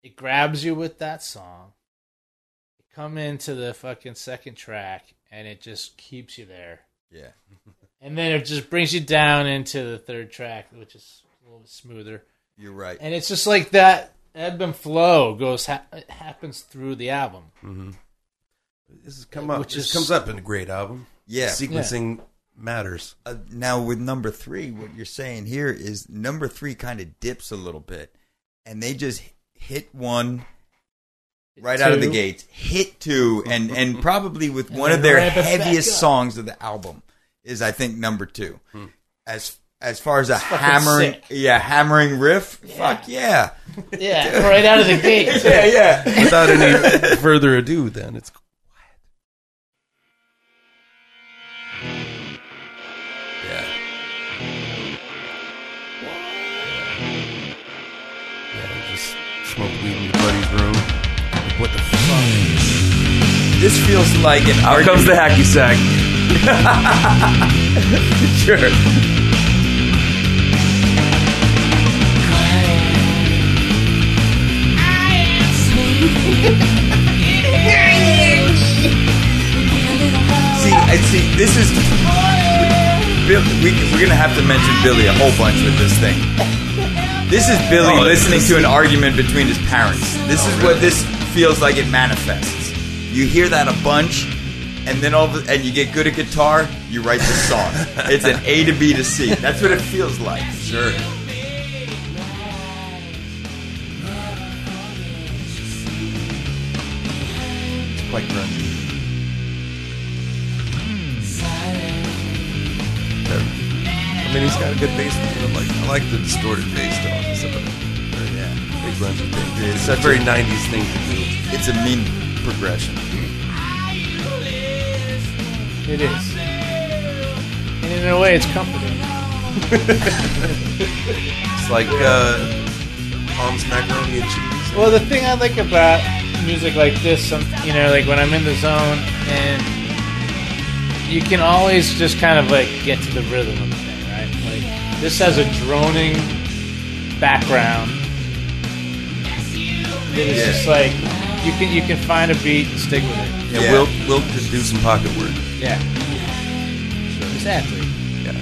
[SPEAKER 2] it grabs you with that song. You come into the fucking second track and it just keeps you there.
[SPEAKER 3] yeah,
[SPEAKER 2] And then it just brings you down into the third track, which is a little bit smoother.
[SPEAKER 3] you're right.
[SPEAKER 2] And it's just like that ebb and flow goes ha- it happens through the album.
[SPEAKER 1] Mm-hmm. this has come up.
[SPEAKER 2] Which
[SPEAKER 1] This
[SPEAKER 2] is-
[SPEAKER 1] comes up in a great album.
[SPEAKER 3] Yeah.
[SPEAKER 1] sequencing matters.
[SPEAKER 3] Uh, now with number three, what you're saying here is number three kind of dips a little bit, and they just hit one right out of the
[SPEAKER 2] Two.
[SPEAKER 3] gates, hit two, and and probably with
[SPEAKER 2] And
[SPEAKER 3] one
[SPEAKER 2] then
[SPEAKER 3] of their
[SPEAKER 2] ramp it back
[SPEAKER 3] heaviest
[SPEAKER 2] up.
[SPEAKER 3] songs of the album is I think number two. As as far as a
[SPEAKER 2] fucking
[SPEAKER 3] hammering,
[SPEAKER 2] sick.
[SPEAKER 3] yeah, hammering riff, fuck yeah,
[SPEAKER 2] Yeah, right out of the gate.
[SPEAKER 3] yeah, yeah.
[SPEAKER 1] Without any further ado, then it's quiet. Yeah. Yeah, I just smoked weed in your buddy's room. Like, What the fuck?
[SPEAKER 3] This feels like an
[SPEAKER 1] Here
[SPEAKER 3] argument.
[SPEAKER 1] comes the hacky sack. sure.
[SPEAKER 4] I am sweet. It
[SPEAKER 3] this is Bill, we, we're gonna have to mention Billy a whole bunch with this thing. This is Billy
[SPEAKER 1] Oh, this
[SPEAKER 3] listening
[SPEAKER 1] is-
[SPEAKER 3] to an argument between his parents. This is what this feels like. It manifests. You hear that a bunch, and then all of, a- and you get good at guitar. You write the song. it's an A to B to C. That's what it feels like.
[SPEAKER 1] Sure.
[SPEAKER 3] It's quite grungy.
[SPEAKER 1] I mean, he's got a good bass. but I'm like, I like the distorted bass though on this episode.
[SPEAKER 3] Yeah,
[SPEAKER 1] Big grungy thing.
[SPEAKER 3] It's
[SPEAKER 1] It's
[SPEAKER 3] such
[SPEAKER 1] such a
[SPEAKER 3] a-
[SPEAKER 1] very '90s thing to do.
[SPEAKER 3] it's a mean progression.
[SPEAKER 2] It is. And in a way, it's comforting.
[SPEAKER 1] It's like uh, Tom's macaroni and cheese.
[SPEAKER 2] Well, the thing I like about music like this, some, you know, like when I'm in the zone and you can always just kind of like get to the rhythm of the thing, right? Like this has a droning background. It is
[SPEAKER 3] Yeah.
[SPEAKER 2] just like you can you can find a beat and stick with it.
[SPEAKER 1] Yeah,
[SPEAKER 3] Yeah.
[SPEAKER 1] Will Will could do some pocket work.
[SPEAKER 2] Yeah. Exactly.
[SPEAKER 1] Yeah.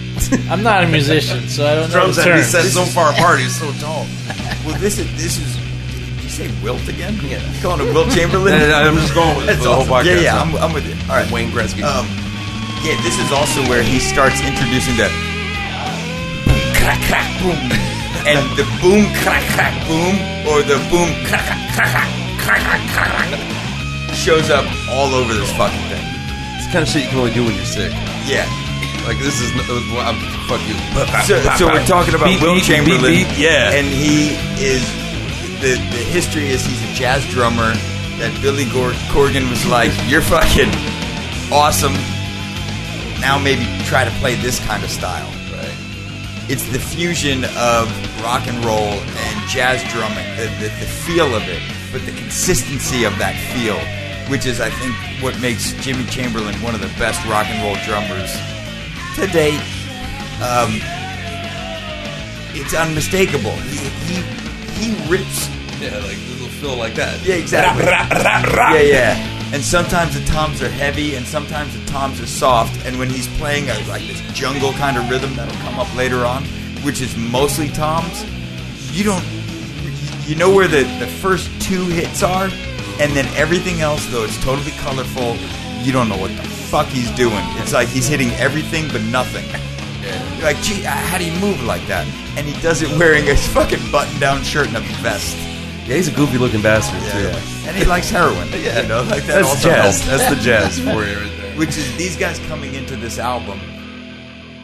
[SPEAKER 2] I'm not a musician, so I don't
[SPEAKER 1] Drums
[SPEAKER 2] know
[SPEAKER 1] had to
[SPEAKER 2] the
[SPEAKER 1] be
[SPEAKER 2] terms.
[SPEAKER 1] set so far apart. He's so tall.
[SPEAKER 3] Well, this is this is. Did you say Wilt again?
[SPEAKER 1] Yeah.
[SPEAKER 3] You calling it Wilt Chamberlain?
[SPEAKER 1] No, no, no, I'm just going with it
[SPEAKER 3] That's
[SPEAKER 1] for the whole
[SPEAKER 3] awesome. Yeah,
[SPEAKER 1] podcast.
[SPEAKER 3] yeah, I'm, I'm with you. All right.
[SPEAKER 1] Wayne Gretzky.
[SPEAKER 3] Um, yeah, this is also where he starts introducing the boom, crack, crack, boom, and the boom, crack, crack, boom, or the boom, crack, crack, crack, crack, crack, crack, crack, shows up all over this fucking thing.
[SPEAKER 1] it's the kind of shit you can only do when you're sick.
[SPEAKER 3] Yeah.
[SPEAKER 1] Like this is. n- uh, I'm, fuck you.
[SPEAKER 3] So, so we're talking about
[SPEAKER 1] Beep,
[SPEAKER 3] Will
[SPEAKER 1] beep, beep,
[SPEAKER 3] Chamberlain.
[SPEAKER 1] beep, yeah.
[SPEAKER 3] And he is the the history is he's a jazz drummer that Billy Gor- Corgan was like, "You're fucking awesome. Now maybe try to play this kind of style."
[SPEAKER 1] Right.
[SPEAKER 3] It's the fusion of rock and roll and jazz drumming, the, the, the feel of it, but the consistency of that feel, which is, I think, what makes Jimmy Chamberlain one of the best rock and roll drummers to date. Um, it's unmistakable. He, he, he rips.
[SPEAKER 1] Yeah, like little Phil like that.
[SPEAKER 3] Yeah, exactly. Yeah, yeah. And sometimes the toms are heavy, and sometimes the toms are soft. And when he's playing a, like this jungle kind of rhythm that'll come up later on, which is mostly toms, you don't. You know where the the first two hits are, and then everything else, though it's totally colorful. You don't know what the fuck he's doing. It's like he's hitting everything but nothing. You're like, gee, uh, how do you move like that? And he does it wearing a fucking button-down shirt and a vest.
[SPEAKER 1] Yeah, he's a goofy looking bastard
[SPEAKER 3] Yeah,
[SPEAKER 1] too.
[SPEAKER 3] yeah. And he likes heroin.
[SPEAKER 1] Yeah.
[SPEAKER 3] You know, like that
[SPEAKER 1] That's
[SPEAKER 3] also
[SPEAKER 1] jazz.
[SPEAKER 3] helps.
[SPEAKER 1] That's the jazz for you right there.
[SPEAKER 3] Which is these guys coming into this album.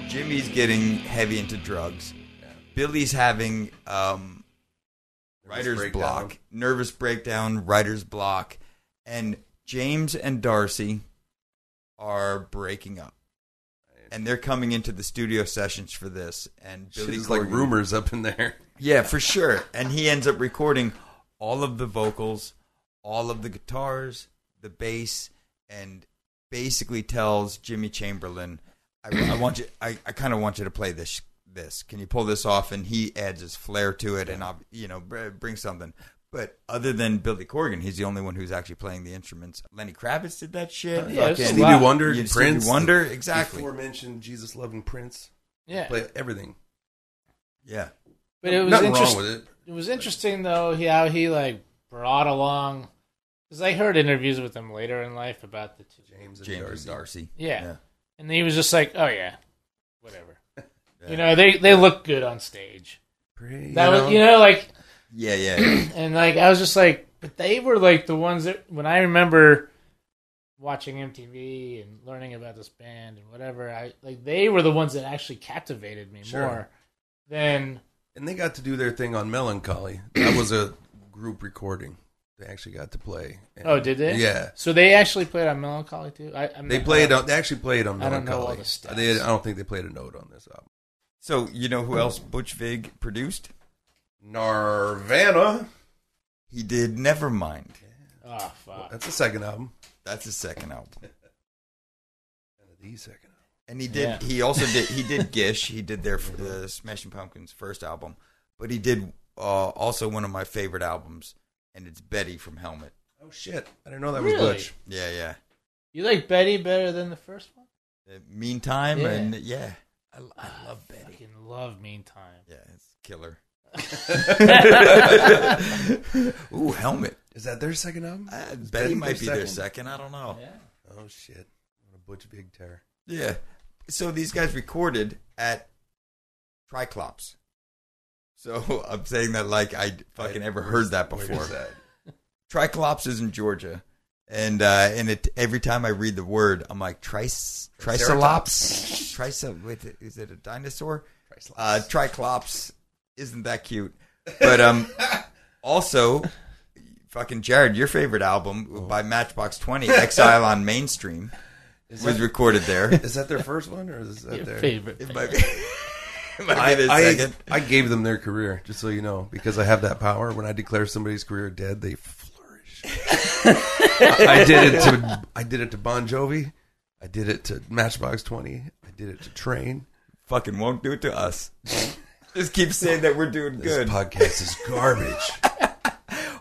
[SPEAKER 3] Jimmy's getting heavy into drugs. Billy's having um, writer's
[SPEAKER 1] breakdown.
[SPEAKER 3] block, nervous breakdown, writer's block, and James and Darcy are breaking up. And they're coming into the studio sessions for this. And
[SPEAKER 1] Shit
[SPEAKER 3] Billy
[SPEAKER 1] is like
[SPEAKER 3] Corgan-
[SPEAKER 1] rumors up in there.
[SPEAKER 3] yeah, for sure. And he ends up recording all of the vocals, all of the guitars, the bass, and basically tells Jimmy Chamberlain, "I, I want you. I, I kind of want you to play this. This can you pull this off?" And he adds his flair to it, and I'll, you know, br- bring something. But other than Billy Corgan, he's the only one who's actually playing the instruments. Lenny Kravitz did that shit.
[SPEAKER 2] yeah, it's
[SPEAKER 3] Fucking-
[SPEAKER 2] a
[SPEAKER 1] Stevie
[SPEAKER 2] Wow.
[SPEAKER 1] Wonder,
[SPEAKER 3] Yeah,
[SPEAKER 1] Prince,
[SPEAKER 3] Stevie Wonder,
[SPEAKER 1] the
[SPEAKER 3] exactly.
[SPEAKER 1] Aforementioned Jesus loving Prince.
[SPEAKER 2] Yeah,
[SPEAKER 1] Play everything.
[SPEAKER 3] Yeah,
[SPEAKER 2] but it was
[SPEAKER 1] Nothing
[SPEAKER 2] interesting.
[SPEAKER 1] wrong with it.
[SPEAKER 2] it was interesting though he- how he like brought along because I heard interviews with him later in life about the two,
[SPEAKER 1] James and
[SPEAKER 3] James Darcy.
[SPEAKER 1] Darcy.
[SPEAKER 3] Darcy.
[SPEAKER 2] Yeah. and he was just like, oh yeah, whatever.
[SPEAKER 3] Yeah.
[SPEAKER 2] You know they they look good on stage.
[SPEAKER 1] Pray-
[SPEAKER 2] That
[SPEAKER 1] you
[SPEAKER 2] was
[SPEAKER 1] know?
[SPEAKER 2] you know like
[SPEAKER 3] yeah, yeah, yeah.
[SPEAKER 2] and like I was just like, but they were like the ones that when I remember watching MTV and learning about this band and whatever, I like they were the ones that actually captivated me
[SPEAKER 1] Sure.
[SPEAKER 2] more than
[SPEAKER 1] And they got to do their thing on Melancholy. That was a group recording. They actually got to play. And-
[SPEAKER 2] oh did they
[SPEAKER 1] Yeah.
[SPEAKER 2] so they actually played on Melancholy too. I, I'm
[SPEAKER 1] They
[SPEAKER 2] not-
[SPEAKER 1] played on. They actually played on
[SPEAKER 2] I don't know all
[SPEAKER 1] Melancholy.
[SPEAKER 2] the stats.
[SPEAKER 1] They- I don't think they played a note on this album.
[SPEAKER 3] So you know who else Butch Vig produced?
[SPEAKER 1] Nirvana.
[SPEAKER 3] He did Nevermind.
[SPEAKER 2] Oh fuck.
[SPEAKER 1] That's the second album.
[SPEAKER 3] That's his second album.
[SPEAKER 1] The second. album.
[SPEAKER 3] And he did.
[SPEAKER 2] Yeah.
[SPEAKER 3] He also did. He did Gish. He did their uh, Smashing Pumpkins first album, but he did uh, also one of my favorite albums, and it's Betty from Helmet.
[SPEAKER 1] Oh shit! I didn't know that
[SPEAKER 2] Really?
[SPEAKER 1] was Butch.
[SPEAKER 3] Yeah, yeah.
[SPEAKER 2] You like Betty better than the first one?
[SPEAKER 3] The meantime,
[SPEAKER 2] Yeah.
[SPEAKER 3] and yeah, I, I love Betty.
[SPEAKER 2] Fucking love Meantime.
[SPEAKER 3] Yeah, it's killer. Ooh, helmet.
[SPEAKER 1] Is that their second album?
[SPEAKER 3] Uh, Betty,
[SPEAKER 1] Betty
[SPEAKER 3] might be
[SPEAKER 1] their
[SPEAKER 3] their
[SPEAKER 1] second?
[SPEAKER 3] second. I don't know.
[SPEAKER 2] Yeah.
[SPEAKER 1] Oh shit! What a butch big terror.
[SPEAKER 3] Yeah. So these guys recorded at Triclops. So I'm saying that like I fucking
[SPEAKER 1] I-
[SPEAKER 3] ever heard that
[SPEAKER 1] Where is
[SPEAKER 3] before.
[SPEAKER 1] that?
[SPEAKER 3] Triclops is in Georgia. And uh, and it every time I read the word, I'm like trice tricelops, tricelops. Wait, is it a dinosaur?
[SPEAKER 1] Christ,
[SPEAKER 3] Uh, Triclops isn't that cute, but um, also, fucking Jared, your favorite album
[SPEAKER 1] Oh.
[SPEAKER 3] by Matchbox Twenty, Exile on Mainstream,
[SPEAKER 1] is,
[SPEAKER 3] was
[SPEAKER 1] that,
[SPEAKER 3] recorded there.
[SPEAKER 1] is that their first one or is that
[SPEAKER 2] Your
[SPEAKER 1] their?
[SPEAKER 2] favorite.
[SPEAKER 3] It
[SPEAKER 2] band.
[SPEAKER 3] might be, it might be
[SPEAKER 1] I,
[SPEAKER 3] the
[SPEAKER 1] I,
[SPEAKER 3] second.
[SPEAKER 1] I gave them their career, just so you know, because I have that power. When I declare somebody's career dead, they flourish. I, I did it to I did it to Bon Jovi. I did it to Matchbox Twenty. I did it to Train.
[SPEAKER 3] Fucking won't do it to us. Just keep saying that we're doing
[SPEAKER 1] This
[SPEAKER 3] good.
[SPEAKER 1] podcast is garbage.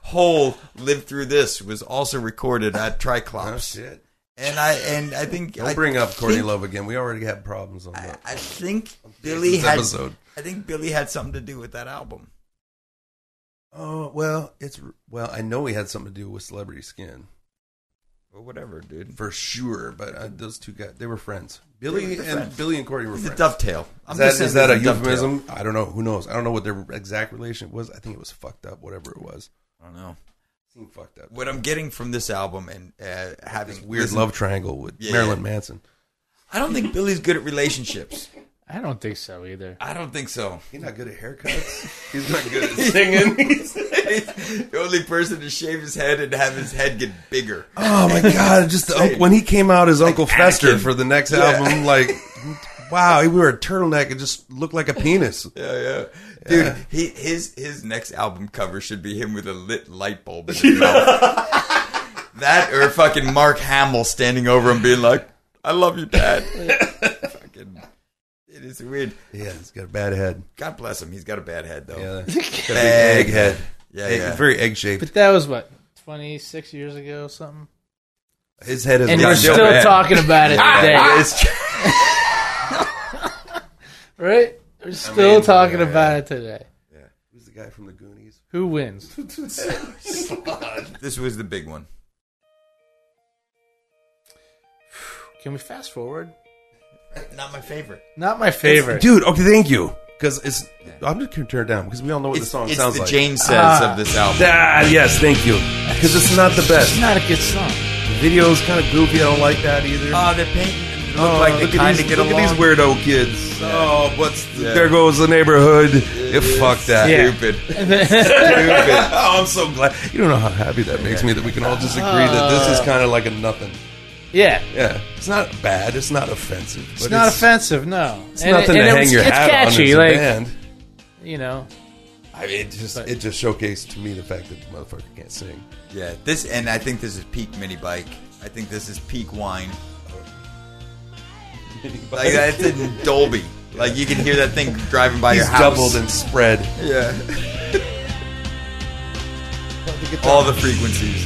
[SPEAKER 3] Whole live through this was also recorded at
[SPEAKER 1] oh
[SPEAKER 3] Triclops,
[SPEAKER 1] shit!
[SPEAKER 3] and I and I think
[SPEAKER 1] Don't
[SPEAKER 3] I
[SPEAKER 1] bring up Courtney
[SPEAKER 3] think-
[SPEAKER 1] Love again. We already had problems on
[SPEAKER 3] I,
[SPEAKER 1] that.
[SPEAKER 3] I think Billy
[SPEAKER 1] This
[SPEAKER 3] had.
[SPEAKER 1] episode.
[SPEAKER 3] I think Billy had something to do with that album.
[SPEAKER 1] Oh well, it's well. I know he had something to do with Celebrity Skin
[SPEAKER 3] Well, whatever, dude.
[SPEAKER 1] for sure, but uh, those two guys they were friends. Billy
[SPEAKER 3] They
[SPEAKER 1] and
[SPEAKER 3] were friends.
[SPEAKER 1] Billy and Courtney were
[SPEAKER 3] It's a
[SPEAKER 1] friends.
[SPEAKER 3] dovetail. I'm
[SPEAKER 1] Is that,
[SPEAKER 3] just saying
[SPEAKER 1] is that a
[SPEAKER 3] it's dovetail.
[SPEAKER 1] euphemism? I don't know. Who knows? I don't know what their exact relation was. I think it was fucked up. Whatever it was,
[SPEAKER 3] I don't know.
[SPEAKER 1] seemed fucked up.
[SPEAKER 3] What I'm getting from this album and uh, having
[SPEAKER 1] This weird
[SPEAKER 3] listened-
[SPEAKER 1] love triangle with
[SPEAKER 3] Yeah,
[SPEAKER 1] Marilyn
[SPEAKER 3] yeah.
[SPEAKER 1] Manson.
[SPEAKER 3] I don't think Billy's good at relationships.
[SPEAKER 2] I don't think so either.
[SPEAKER 3] I don't think so.
[SPEAKER 1] He's not good at haircuts. He's not good at singing.
[SPEAKER 3] the only person to shave his head and have his head get bigger.
[SPEAKER 1] oh my god! Just the, unc- when he came out as Uncle Fester
[SPEAKER 3] Anakin.
[SPEAKER 1] for the next
[SPEAKER 3] Yeah.
[SPEAKER 1] album, like wow, he wore a turtleneck and just looked like a penis.
[SPEAKER 3] Yeah, yeah, dude. He his his next album cover should be him with a lit light bulb in his mouth. that or fucking Mark Hamill standing over him being like, "I love you, Dad." fucking, it is weird.
[SPEAKER 1] Yeah, he's got a bad head.
[SPEAKER 3] God bless him. He's got a bad head though.
[SPEAKER 1] Yeah, got a big
[SPEAKER 3] Bag.
[SPEAKER 1] egg head.
[SPEAKER 3] Yeah,
[SPEAKER 1] Egg-
[SPEAKER 3] yeah.
[SPEAKER 1] Very egg shaped.
[SPEAKER 2] But that was what twenty six years ago, or something.
[SPEAKER 1] His head is
[SPEAKER 2] And
[SPEAKER 1] not
[SPEAKER 2] we're
[SPEAKER 1] that
[SPEAKER 2] still
[SPEAKER 1] bad.
[SPEAKER 2] talking about it today,
[SPEAKER 3] It's-
[SPEAKER 2] right? We're still
[SPEAKER 1] mean,
[SPEAKER 2] talking
[SPEAKER 1] yeah.
[SPEAKER 2] about it today.
[SPEAKER 1] Who's the guy from the Goonies?
[SPEAKER 2] Who wins?
[SPEAKER 3] this was the big one.
[SPEAKER 2] Can we fast forward?
[SPEAKER 3] Not my favorite.
[SPEAKER 2] Not my favorite.
[SPEAKER 1] Dude, okay, thank you. Because it's. I'm just going to turn it down because we all know what
[SPEAKER 3] It's,
[SPEAKER 1] the song
[SPEAKER 3] it's
[SPEAKER 1] sounds
[SPEAKER 3] the
[SPEAKER 1] like.
[SPEAKER 3] Jane says of this album.
[SPEAKER 1] Ah, yes, thank you. Because it's not the
[SPEAKER 2] It's
[SPEAKER 1] best.
[SPEAKER 2] not a good song.
[SPEAKER 1] The video's kind of goofy. I don't like that either.
[SPEAKER 3] Oh, they're painting. Look
[SPEAKER 1] Oh,
[SPEAKER 3] like they
[SPEAKER 1] look at
[SPEAKER 3] kind
[SPEAKER 1] these-
[SPEAKER 3] of get
[SPEAKER 1] look
[SPEAKER 3] along.
[SPEAKER 1] at these weirdo kids. Oh, what's the,
[SPEAKER 3] Yeah.
[SPEAKER 1] there goes the neighborhood. It, fuck that.
[SPEAKER 2] Yeah.
[SPEAKER 3] Stupid.
[SPEAKER 1] Stupid. oh, I'm so glad. You don't know how happy that makes me that we can all just agree that this is kind of like a nothing.
[SPEAKER 2] Yeah.
[SPEAKER 1] Yeah, it's not bad. It's not offensive. but
[SPEAKER 2] It's not offensive, no.
[SPEAKER 1] It's nothing to hang your
[SPEAKER 2] it's
[SPEAKER 1] hat on
[SPEAKER 2] catchy,
[SPEAKER 1] as a
[SPEAKER 2] like
[SPEAKER 1] band.
[SPEAKER 2] you know.
[SPEAKER 1] I mean, it just
[SPEAKER 2] But-
[SPEAKER 1] it just showcased to me the fact that the motherfucker can't sing.
[SPEAKER 3] Yeah, this and I think this is peak mini bike. I think this is peak wine. Like that's in Dolby. Like you can hear that thing driving by
[SPEAKER 1] He's
[SPEAKER 3] your house.
[SPEAKER 1] doubled and spread.
[SPEAKER 3] yeah, all the frequencies.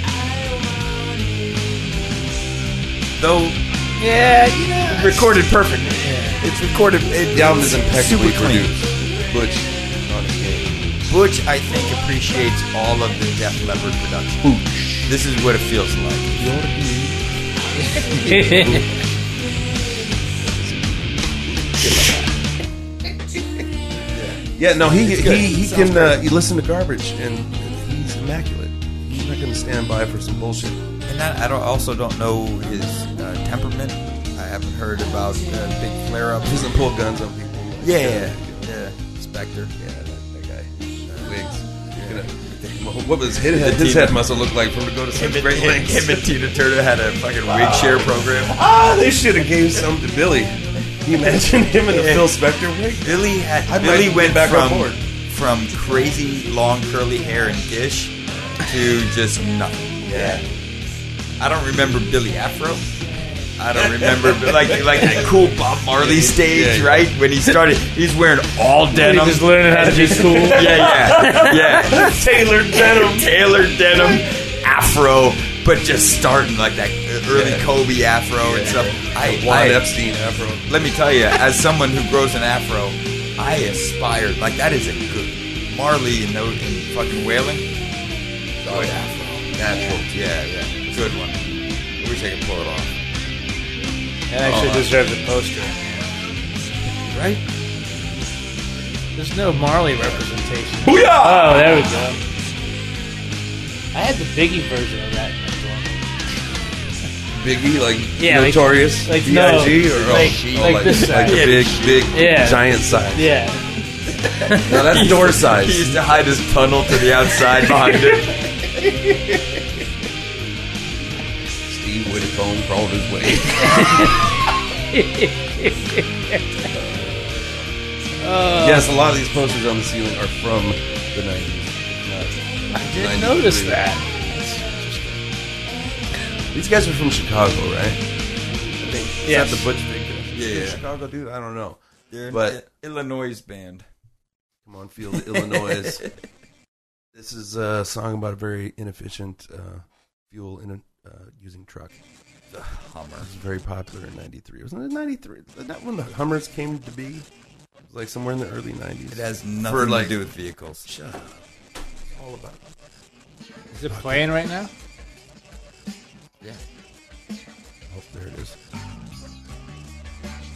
[SPEAKER 3] Though
[SPEAKER 2] Yeah, you know.
[SPEAKER 3] recorded perfectly. It's recorded. It,
[SPEAKER 1] The album is impeccably
[SPEAKER 3] super clean.
[SPEAKER 1] produced. Butch on his game.
[SPEAKER 3] Butch, I think, appreciates all of the Def Leppard production. This is what it feels like.
[SPEAKER 1] Yeah, no, he
[SPEAKER 3] good.
[SPEAKER 1] he, he
[SPEAKER 3] Sounds
[SPEAKER 1] can uh, you listen to garbage and he's immaculate. He's not gonna stand by for some bullshit.
[SPEAKER 3] And that, I don't, also don't know his uh, temperament. I haven't heard about uh, big flare-ups.
[SPEAKER 1] He doesn't pull guns on people.
[SPEAKER 3] Yeah, yeah, yeah. Spectre.
[SPEAKER 1] yeah, that, that guy. Wigs. You're gonna- What was his head? His head must have looked like for him to go to some
[SPEAKER 3] Him and,
[SPEAKER 1] great
[SPEAKER 3] him,
[SPEAKER 1] lengths.
[SPEAKER 3] him and Tina Turner had a fucking wig share program.
[SPEAKER 1] Ah, they should have gave some to Billy. Can you imagine him in the
[SPEAKER 3] Yeah.
[SPEAKER 1] Phil Spector wig?
[SPEAKER 3] Billy had
[SPEAKER 1] I might
[SPEAKER 3] Billy
[SPEAKER 1] get
[SPEAKER 3] went
[SPEAKER 1] back on
[SPEAKER 3] from
[SPEAKER 1] board.
[SPEAKER 3] from crazy long curly hair and gish to just nothing.
[SPEAKER 1] Yeah.
[SPEAKER 3] I don't remember Billy Afro. I don't remember like like that cool Bob Marley stage,
[SPEAKER 1] Yeah, yeah.
[SPEAKER 3] right? When he started, he's wearing all
[SPEAKER 2] He
[SPEAKER 3] denim.
[SPEAKER 2] just learning how to be cool.
[SPEAKER 3] yeah, yeah, yeah. Tailored denim, tailored denim, afro, but just starting like that early
[SPEAKER 1] Yeah.
[SPEAKER 3] Kobe afro and
[SPEAKER 1] Yeah.
[SPEAKER 3] stuff. I,
[SPEAKER 1] Juan
[SPEAKER 3] I-
[SPEAKER 1] Epstein afro.
[SPEAKER 3] let me tell you, as someone who grows an afro, I aspire. Like that is a good Marley and, those, and fucking Whalen. Good afro, natural. Yeah, yeah, good one. I wish I could pull it off.
[SPEAKER 2] That actually
[SPEAKER 3] Oh.
[SPEAKER 2] deserves a poster.
[SPEAKER 3] Right?
[SPEAKER 2] There's no Marley representation.
[SPEAKER 3] Booyah!
[SPEAKER 2] Oh, there we go. I had the Biggie version of that.
[SPEAKER 1] Biggie, like
[SPEAKER 2] Yeah, like-
[SPEAKER 1] notorious,
[SPEAKER 2] like,
[SPEAKER 1] B.I.G.
[SPEAKER 2] no,
[SPEAKER 1] or oh,
[SPEAKER 2] like-
[SPEAKER 1] oh,
[SPEAKER 2] like this
[SPEAKER 1] like
[SPEAKER 2] size.
[SPEAKER 1] the
[SPEAKER 3] Yeah,
[SPEAKER 1] big, big,
[SPEAKER 2] Yeah.
[SPEAKER 1] giant size.
[SPEAKER 2] Yeah.
[SPEAKER 1] Now that's door
[SPEAKER 3] He
[SPEAKER 1] size.
[SPEAKER 3] used to hide his tunnel to the outside behind it.
[SPEAKER 1] Steve Whitcomb crawled his way. yes, a lot of these posters on the ceiling are from the nineties.
[SPEAKER 2] I
[SPEAKER 1] 93.
[SPEAKER 2] did notice that.
[SPEAKER 1] These guys are from Chicago, right? I think. Is that
[SPEAKER 2] Yes.
[SPEAKER 1] the Butch Big guys?
[SPEAKER 3] Yeah,
[SPEAKER 1] Is it
[SPEAKER 3] yeah.
[SPEAKER 1] Chicago dude. I don't know.
[SPEAKER 3] They're an
[SPEAKER 1] But-
[SPEAKER 3] I- Illinois band.
[SPEAKER 1] Come on, Field, Illinois. This is a song about a very inefficient uh, fuel in a, uh, using truck.
[SPEAKER 3] The Hummer.
[SPEAKER 1] It was very popular in '93. Wasn't it '93? That when the Hummers came to be, it was like somewhere in the early '90s.
[SPEAKER 3] It has nothing
[SPEAKER 1] like-
[SPEAKER 3] to do with vehicles.
[SPEAKER 1] Shut up. All about
[SPEAKER 2] Is it playing right now?
[SPEAKER 1] oh, there it is.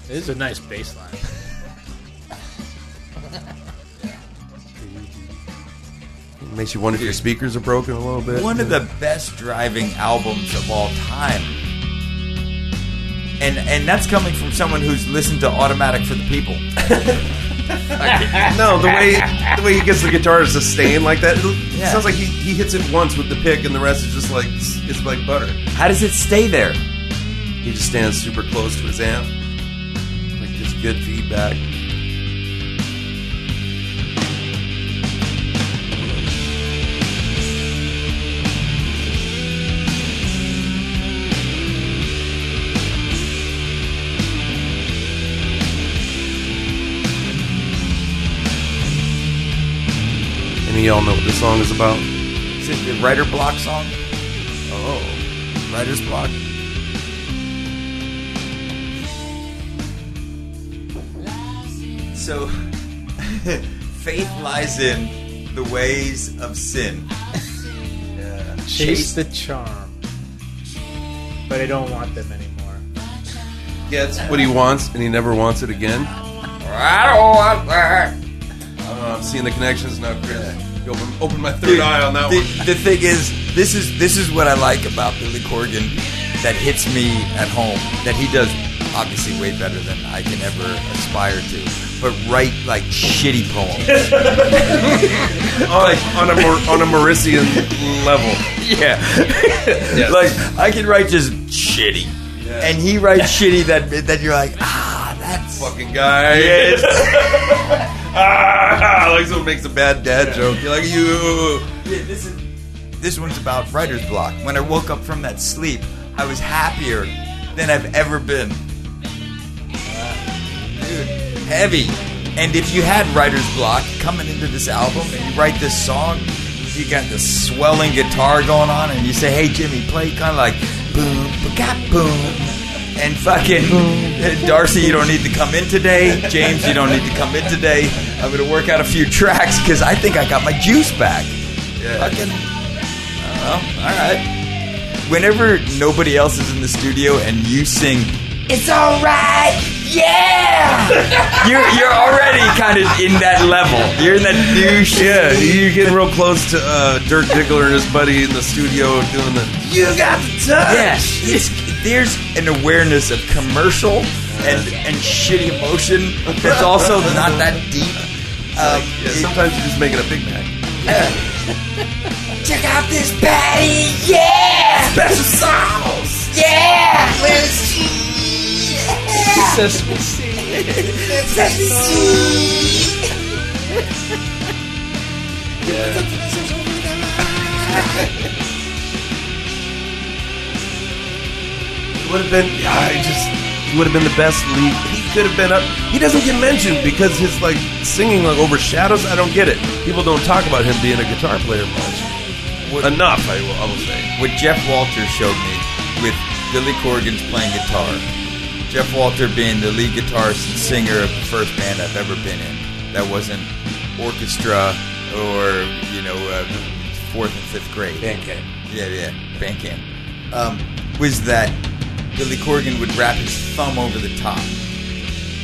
[SPEAKER 2] It is a nice bass line.
[SPEAKER 1] It makes you wonder if your speakers are broken a little bit.
[SPEAKER 3] One of the best driving albums of all time. And and that's coming from someone who's listened to Automatic for the People.
[SPEAKER 1] no, the way the way he gets the guitar is sustained like that. It
[SPEAKER 3] Yeah.
[SPEAKER 1] sounds like he, he hits it once with the pick, and the rest is just like it's, it's like butter.
[SPEAKER 3] How does it stay there?
[SPEAKER 1] He just stands super close to his amp, like just good feedback. And y'all know what this song is about?
[SPEAKER 3] Is it the writer block song?
[SPEAKER 1] Oh, writer's block.
[SPEAKER 3] So faith lies in the ways of sin.
[SPEAKER 1] Yeah.
[SPEAKER 2] Chase the charm. But I don't want them anymore.
[SPEAKER 1] Gets what he wants, and he never wants it again.
[SPEAKER 3] I don't want that.
[SPEAKER 1] Uh, I'm seeing the connections now, Chris. You open, open my third eye on that
[SPEAKER 3] the,
[SPEAKER 1] one.
[SPEAKER 3] The thing is, this is this is what I like about Billy Corgan that hits me at home. That he does obviously way better than I can ever aspire to. But write like shitty poems.
[SPEAKER 1] Like, on a Mar- on a Mauritian level.
[SPEAKER 3] yeah. like I can write just shitty.
[SPEAKER 1] Yeah.
[SPEAKER 3] And he writes shitty that that you're like, ah, that's
[SPEAKER 1] Fucking guy. ah, like someone makes a bad dad joke. You're like, you.
[SPEAKER 3] Yeah, this is this one's about writer's block. When I woke up from that sleep, I was happier than I've ever been. Dude, heavy. And if you had writer's block coming into this album and you write this song, you got the swelling guitar going on, and you say, "Hey Jimmy, play kind of like boom, ba boom." And fucking Darcy, you don't need to come in today. James, you don't need to come in today. I'm gonna work out a few tracks because I think I got my juice back. Fucking, oh, all right. Whenever nobody else is in the studio and you sing, it's all right, yeah. you're you're already kind of in that level. You're in that new
[SPEAKER 1] Yeah,
[SPEAKER 3] shit.
[SPEAKER 1] you're getting real close to uh, Dirk Diggler and his buddy in the studio doing the. You got the touch.
[SPEAKER 3] Yeah, it's, there's an awareness of commercial and, and shitty emotion that's also not that deep. Um,
[SPEAKER 1] Yeah, sometimes you're just making a Big Mac.
[SPEAKER 3] Check out this patty, yeah! Special sauce, yeah! Let's
[SPEAKER 1] would have been I just would have been the best lead. He could have been up. He doesn't get mentioned because his like singing like overshadows. I don't get it. People don't talk about him being a guitar player much.
[SPEAKER 3] What-
[SPEAKER 1] Enough, I will, I will say.
[SPEAKER 3] What Jeff Walter showed me with Billy Corgan's playing guitar. Jeff Walter being the lead guitarist and singer of the first band I've ever been in. That wasn't orchestra or, you know, uh, fourth and fifth grade.
[SPEAKER 1] Bandcamp.
[SPEAKER 3] Yeah, yeah, Bandcamp. Um, was that Billy Corgan would wrap his thumb over the top.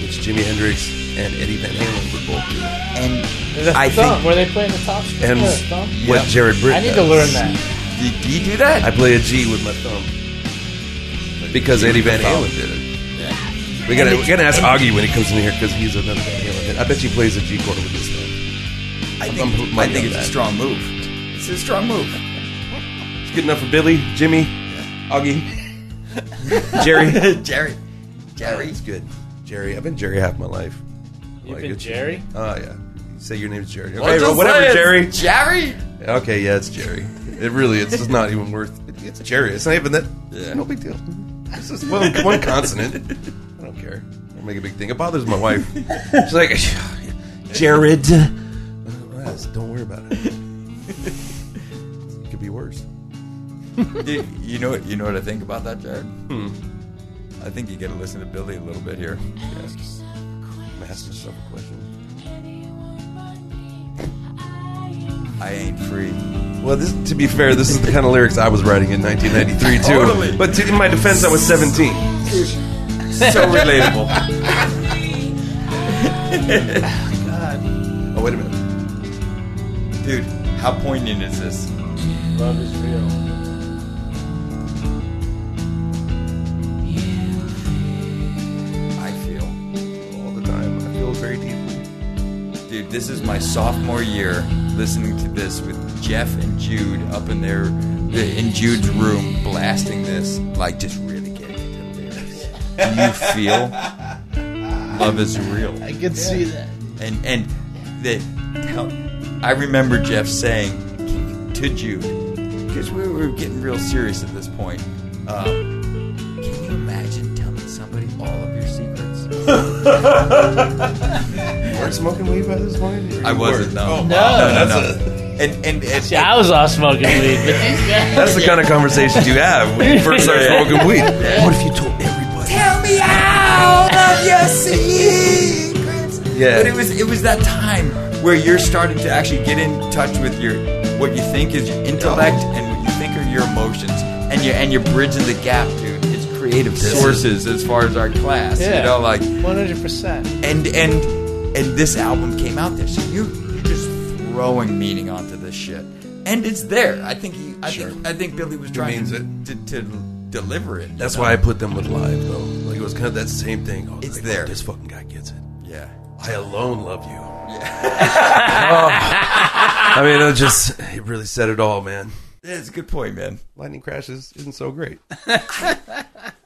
[SPEAKER 1] Which Jimi Hendrix and Eddie Van Halen would both do.
[SPEAKER 3] And
[SPEAKER 2] The
[SPEAKER 3] I
[SPEAKER 2] thumb.
[SPEAKER 3] think...
[SPEAKER 2] Were they playing the top string?
[SPEAKER 1] And
[SPEAKER 2] or the thumb?
[SPEAKER 1] what
[SPEAKER 3] Yep.
[SPEAKER 1] Jared Britt
[SPEAKER 2] I need to
[SPEAKER 1] does.
[SPEAKER 2] learn
[SPEAKER 3] Oh
[SPEAKER 2] that.
[SPEAKER 3] Did he do that?
[SPEAKER 1] I play a G with my thumb. Because Eddie Van Halen did it. We gotta, we gotta ask Augie when he comes in here because he's another Van Halen. hit. I bet he plays a G chord with his thumb.
[SPEAKER 3] I
[SPEAKER 1] I'm
[SPEAKER 3] think,
[SPEAKER 1] putting
[SPEAKER 3] I
[SPEAKER 1] money
[SPEAKER 3] think
[SPEAKER 1] on
[SPEAKER 3] it's a
[SPEAKER 1] that.
[SPEAKER 3] strong move. It's a strong move.
[SPEAKER 1] It's good enough for Billy, Jimmy, Augie, Jerry.
[SPEAKER 3] Jerry. Jerry.
[SPEAKER 1] It's good. Jerry. I've been Jerry half my life.
[SPEAKER 2] You've
[SPEAKER 1] Like,
[SPEAKER 2] been
[SPEAKER 1] it's-
[SPEAKER 2] Jerry?
[SPEAKER 1] Oh, yeah. You say your name's Jerry. Okay,
[SPEAKER 3] I'm
[SPEAKER 1] well,
[SPEAKER 3] just
[SPEAKER 1] whatever,
[SPEAKER 3] saying,
[SPEAKER 1] Jerry.
[SPEAKER 3] Jerry.
[SPEAKER 1] Okay, yeah, it's Jerry. It really, it's just not even worth. It, it's Jerry. It's not even that.
[SPEAKER 3] Yeah.
[SPEAKER 1] No big deal. It's just one, one consonant. I don't care. I don't make a big thing. It bothers my wife. She's like, Jared. Yes, don't worry about it. It could be worse.
[SPEAKER 3] Dude, you know what? You know what I think about that, Jared. I think you got to listen to Billy a little bit here.
[SPEAKER 1] I'm gonna ask myself a question.
[SPEAKER 3] I ain't free.
[SPEAKER 1] Well, this, to be fair, this is the kind of lyrics I was writing in 1993 too.
[SPEAKER 3] Totally.
[SPEAKER 1] But to, in my defense, I was 17.
[SPEAKER 3] So relatable.
[SPEAKER 1] Oh wait a minute.
[SPEAKER 3] Dude, how poignant is this?
[SPEAKER 2] Love is real.
[SPEAKER 3] I feel.
[SPEAKER 1] All the time, I feel very deeply.
[SPEAKER 3] Dude, this is my sophomore year listening to this with Jeff and Jude up in their in Jude's room blasting this, like just really getting into the lyrics. Do you feel love is real?
[SPEAKER 2] I can see that.
[SPEAKER 3] And and the how, I remember Jeff saying to Jude because we were getting real serious at this point. Um, can you imagine telling somebody all of your secrets?
[SPEAKER 1] You weren't smoking weed by this point? or you
[SPEAKER 3] I wasn't
[SPEAKER 1] were?
[SPEAKER 3] no.
[SPEAKER 1] Oh,
[SPEAKER 2] No.
[SPEAKER 3] no, no,
[SPEAKER 1] that's
[SPEAKER 3] no. And and, and
[SPEAKER 2] See, I was all smoking weed, but these guys.
[SPEAKER 1] That's the kind of conversations you have when you first start
[SPEAKER 3] Yeah.
[SPEAKER 1] smoking weed. What if you told everybody?
[SPEAKER 3] Tell me all of your secrets.
[SPEAKER 1] Yeah.
[SPEAKER 3] But it was it was that time where you're starting to actually get in touch with your what you think is your intellect and what you think are your emotions, and you and you're bridging the gap, dude. It's creative sources as far as our class. You know, like
[SPEAKER 2] 100%.
[SPEAKER 3] and and and this album came out there, so you you're just throwing meaning onto this shit, and it's there. I think he, I
[SPEAKER 1] Sure.
[SPEAKER 3] think I think Billy was trying
[SPEAKER 1] means
[SPEAKER 3] to,
[SPEAKER 1] it.
[SPEAKER 3] to to deliver it. you
[SPEAKER 1] That's
[SPEAKER 3] know?
[SPEAKER 1] why I put them with live though. Like it was kind of that same thing. Oh,
[SPEAKER 3] It's
[SPEAKER 1] like,
[SPEAKER 3] there.
[SPEAKER 1] This fucking guy gets it.
[SPEAKER 3] yeah.
[SPEAKER 1] I alone love you. Oh, I mean, it just it really said it all, man.
[SPEAKER 3] Yeah, it's a good point, man.
[SPEAKER 1] Lightning crashes isn't so great.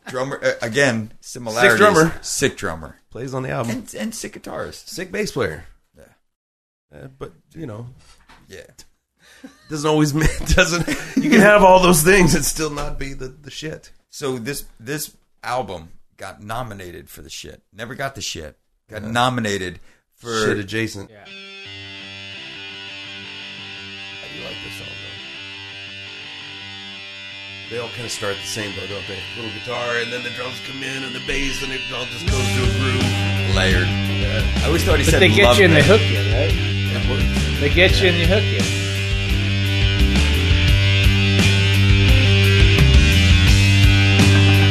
[SPEAKER 3] Drummer uh, again, similarities.
[SPEAKER 1] drummer.
[SPEAKER 3] sick drummer,
[SPEAKER 1] Plays on the album.
[SPEAKER 3] and and sick guitarist.
[SPEAKER 1] Sick bass player.
[SPEAKER 3] Yeah,
[SPEAKER 1] Uh, but you know,
[SPEAKER 3] yeah.
[SPEAKER 1] doesn't always mean doesn't. You can have all those things and still not be the the shit.
[SPEAKER 3] So this this album got nominated for the shit. Never got the shit. Got nominated for.
[SPEAKER 1] Shit adjacent.
[SPEAKER 2] Yeah.
[SPEAKER 1] How do you like this song though? They all kind of start the same though, don't they? Little guitar, and then the drums come in, and the bass, and it all just goes to a groove.
[SPEAKER 3] layered. I always thought he
[SPEAKER 2] But
[SPEAKER 3] said
[SPEAKER 2] they get
[SPEAKER 3] love
[SPEAKER 2] you and they
[SPEAKER 3] it.
[SPEAKER 2] hook you, right?
[SPEAKER 1] It works.
[SPEAKER 2] They get you and they hook you.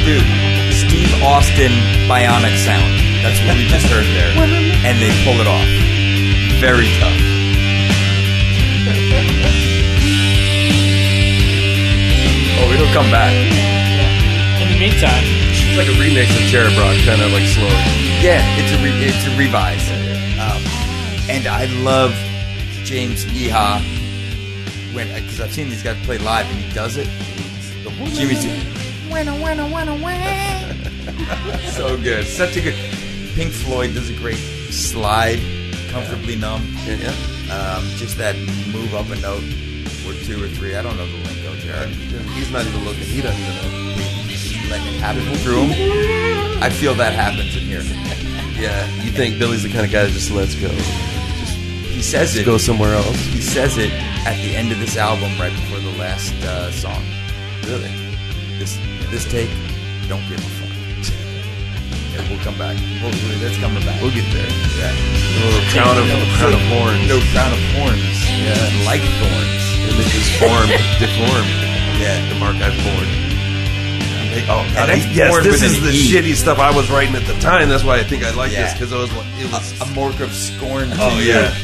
[SPEAKER 3] Dude, Steve Austin bionic sound. That's what we just heard there. And they pull it off. Very tough. Oh, it'll come back.
[SPEAKER 2] In the meantime,
[SPEAKER 1] It's like a remix of Cherry Brock, kind of like slow.
[SPEAKER 3] Yeah, it's a re- it's a revise. Um, and I love James Yeehaw when because I've seen these guys play live and he does it. Jimmy's so good, such a good. Pink Floyd does a great slide, comfortably numb.
[SPEAKER 1] Yeah,
[SPEAKER 3] Um, just that move up a note or two or three. I don't know the lingo, Jared.
[SPEAKER 1] yeah. He's not even looking. He doesn't even know.
[SPEAKER 3] Just letting it happen through him. I feel that happens in here. Yeah,
[SPEAKER 1] You think Billy's the kind of guy that just lets go,
[SPEAKER 3] he says it.
[SPEAKER 1] go somewhere else?
[SPEAKER 3] He says it at the end of this album, right before the last uh, song.
[SPEAKER 1] Really?
[SPEAKER 3] This this take, Don't give a fuck. and we'll come back. We'll, we that's coming back.
[SPEAKER 4] We'll get there.
[SPEAKER 3] yeah.
[SPEAKER 4] A little crown of crown of horns.
[SPEAKER 3] No crown of horns.
[SPEAKER 4] Yeah.
[SPEAKER 3] Like thorns.
[SPEAKER 4] Images form, deform.
[SPEAKER 3] Yeah.
[SPEAKER 4] The mark I've borne.
[SPEAKER 1] Oh,
[SPEAKER 3] And
[SPEAKER 1] God, I-
[SPEAKER 3] that's
[SPEAKER 1] yes,
[SPEAKER 3] born
[SPEAKER 1] this
[SPEAKER 3] with
[SPEAKER 1] is
[SPEAKER 3] an
[SPEAKER 1] the
[SPEAKER 3] E.
[SPEAKER 1] shitty stuff I was writing at the time. That's why I think I like this
[SPEAKER 3] Yeah.
[SPEAKER 1] because I was like, it
[SPEAKER 3] A,
[SPEAKER 1] was.
[SPEAKER 3] a mark of scorn. To
[SPEAKER 1] oh
[SPEAKER 3] you.
[SPEAKER 1] yeah,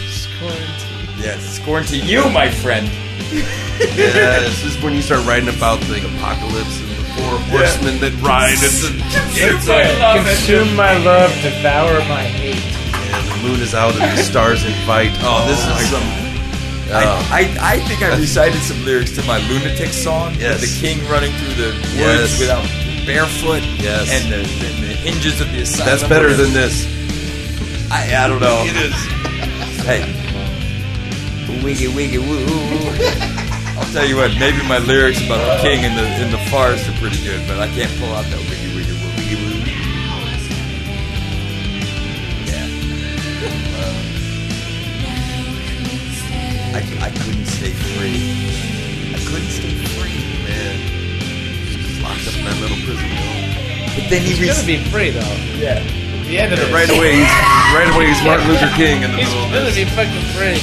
[SPEAKER 3] Yeah. Scorn to you, my friend.
[SPEAKER 1] yeah. This is when you start writing about the apocalypse and the four horsemen that ride and the,
[SPEAKER 2] It's like, consume my love, devour my hate.
[SPEAKER 1] and the moon is out and the stars invite. Oh, this is some. Oh.
[SPEAKER 3] I, I, I think I recited some lyrics to my lunatic song.
[SPEAKER 1] Yes.
[SPEAKER 3] With the king running through the woods
[SPEAKER 1] Yes.
[SPEAKER 3] without barefoot.
[SPEAKER 1] Yes.
[SPEAKER 3] And the, the, the hinges of the asylum.
[SPEAKER 1] That's better than this.
[SPEAKER 3] I, I don't know.
[SPEAKER 1] It is.
[SPEAKER 3] Hey. Wiggy wiggy woo. I'll tell you what, maybe my lyrics about the king in the in the forest are pretty good, but I can't pull out that wiggy wiggy woo wiggy woo. Yeah. Uh, I, cou- I couldn't stay free. I couldn't stay free, man.
[SPEAKER 1] Locked up in that little prison. cell.
[SPEAKER 3] But then he
[SPEAKER 2] He's
[SPEAKER 3] was
[SPEAKER 2] gonna be free though.
[SPEAKER 3] yeah.
[SPEAKER 2] At the end of it,
[SPEAKER 1] Right away, he's right away. He's Martin Luther King in the
[SPEAKER 2] He's
[SPEAKER 1] middle of
[SPEAKER 2] gonna
[SPEAKER 1] this.
[SPEAKER 2] be fucking free.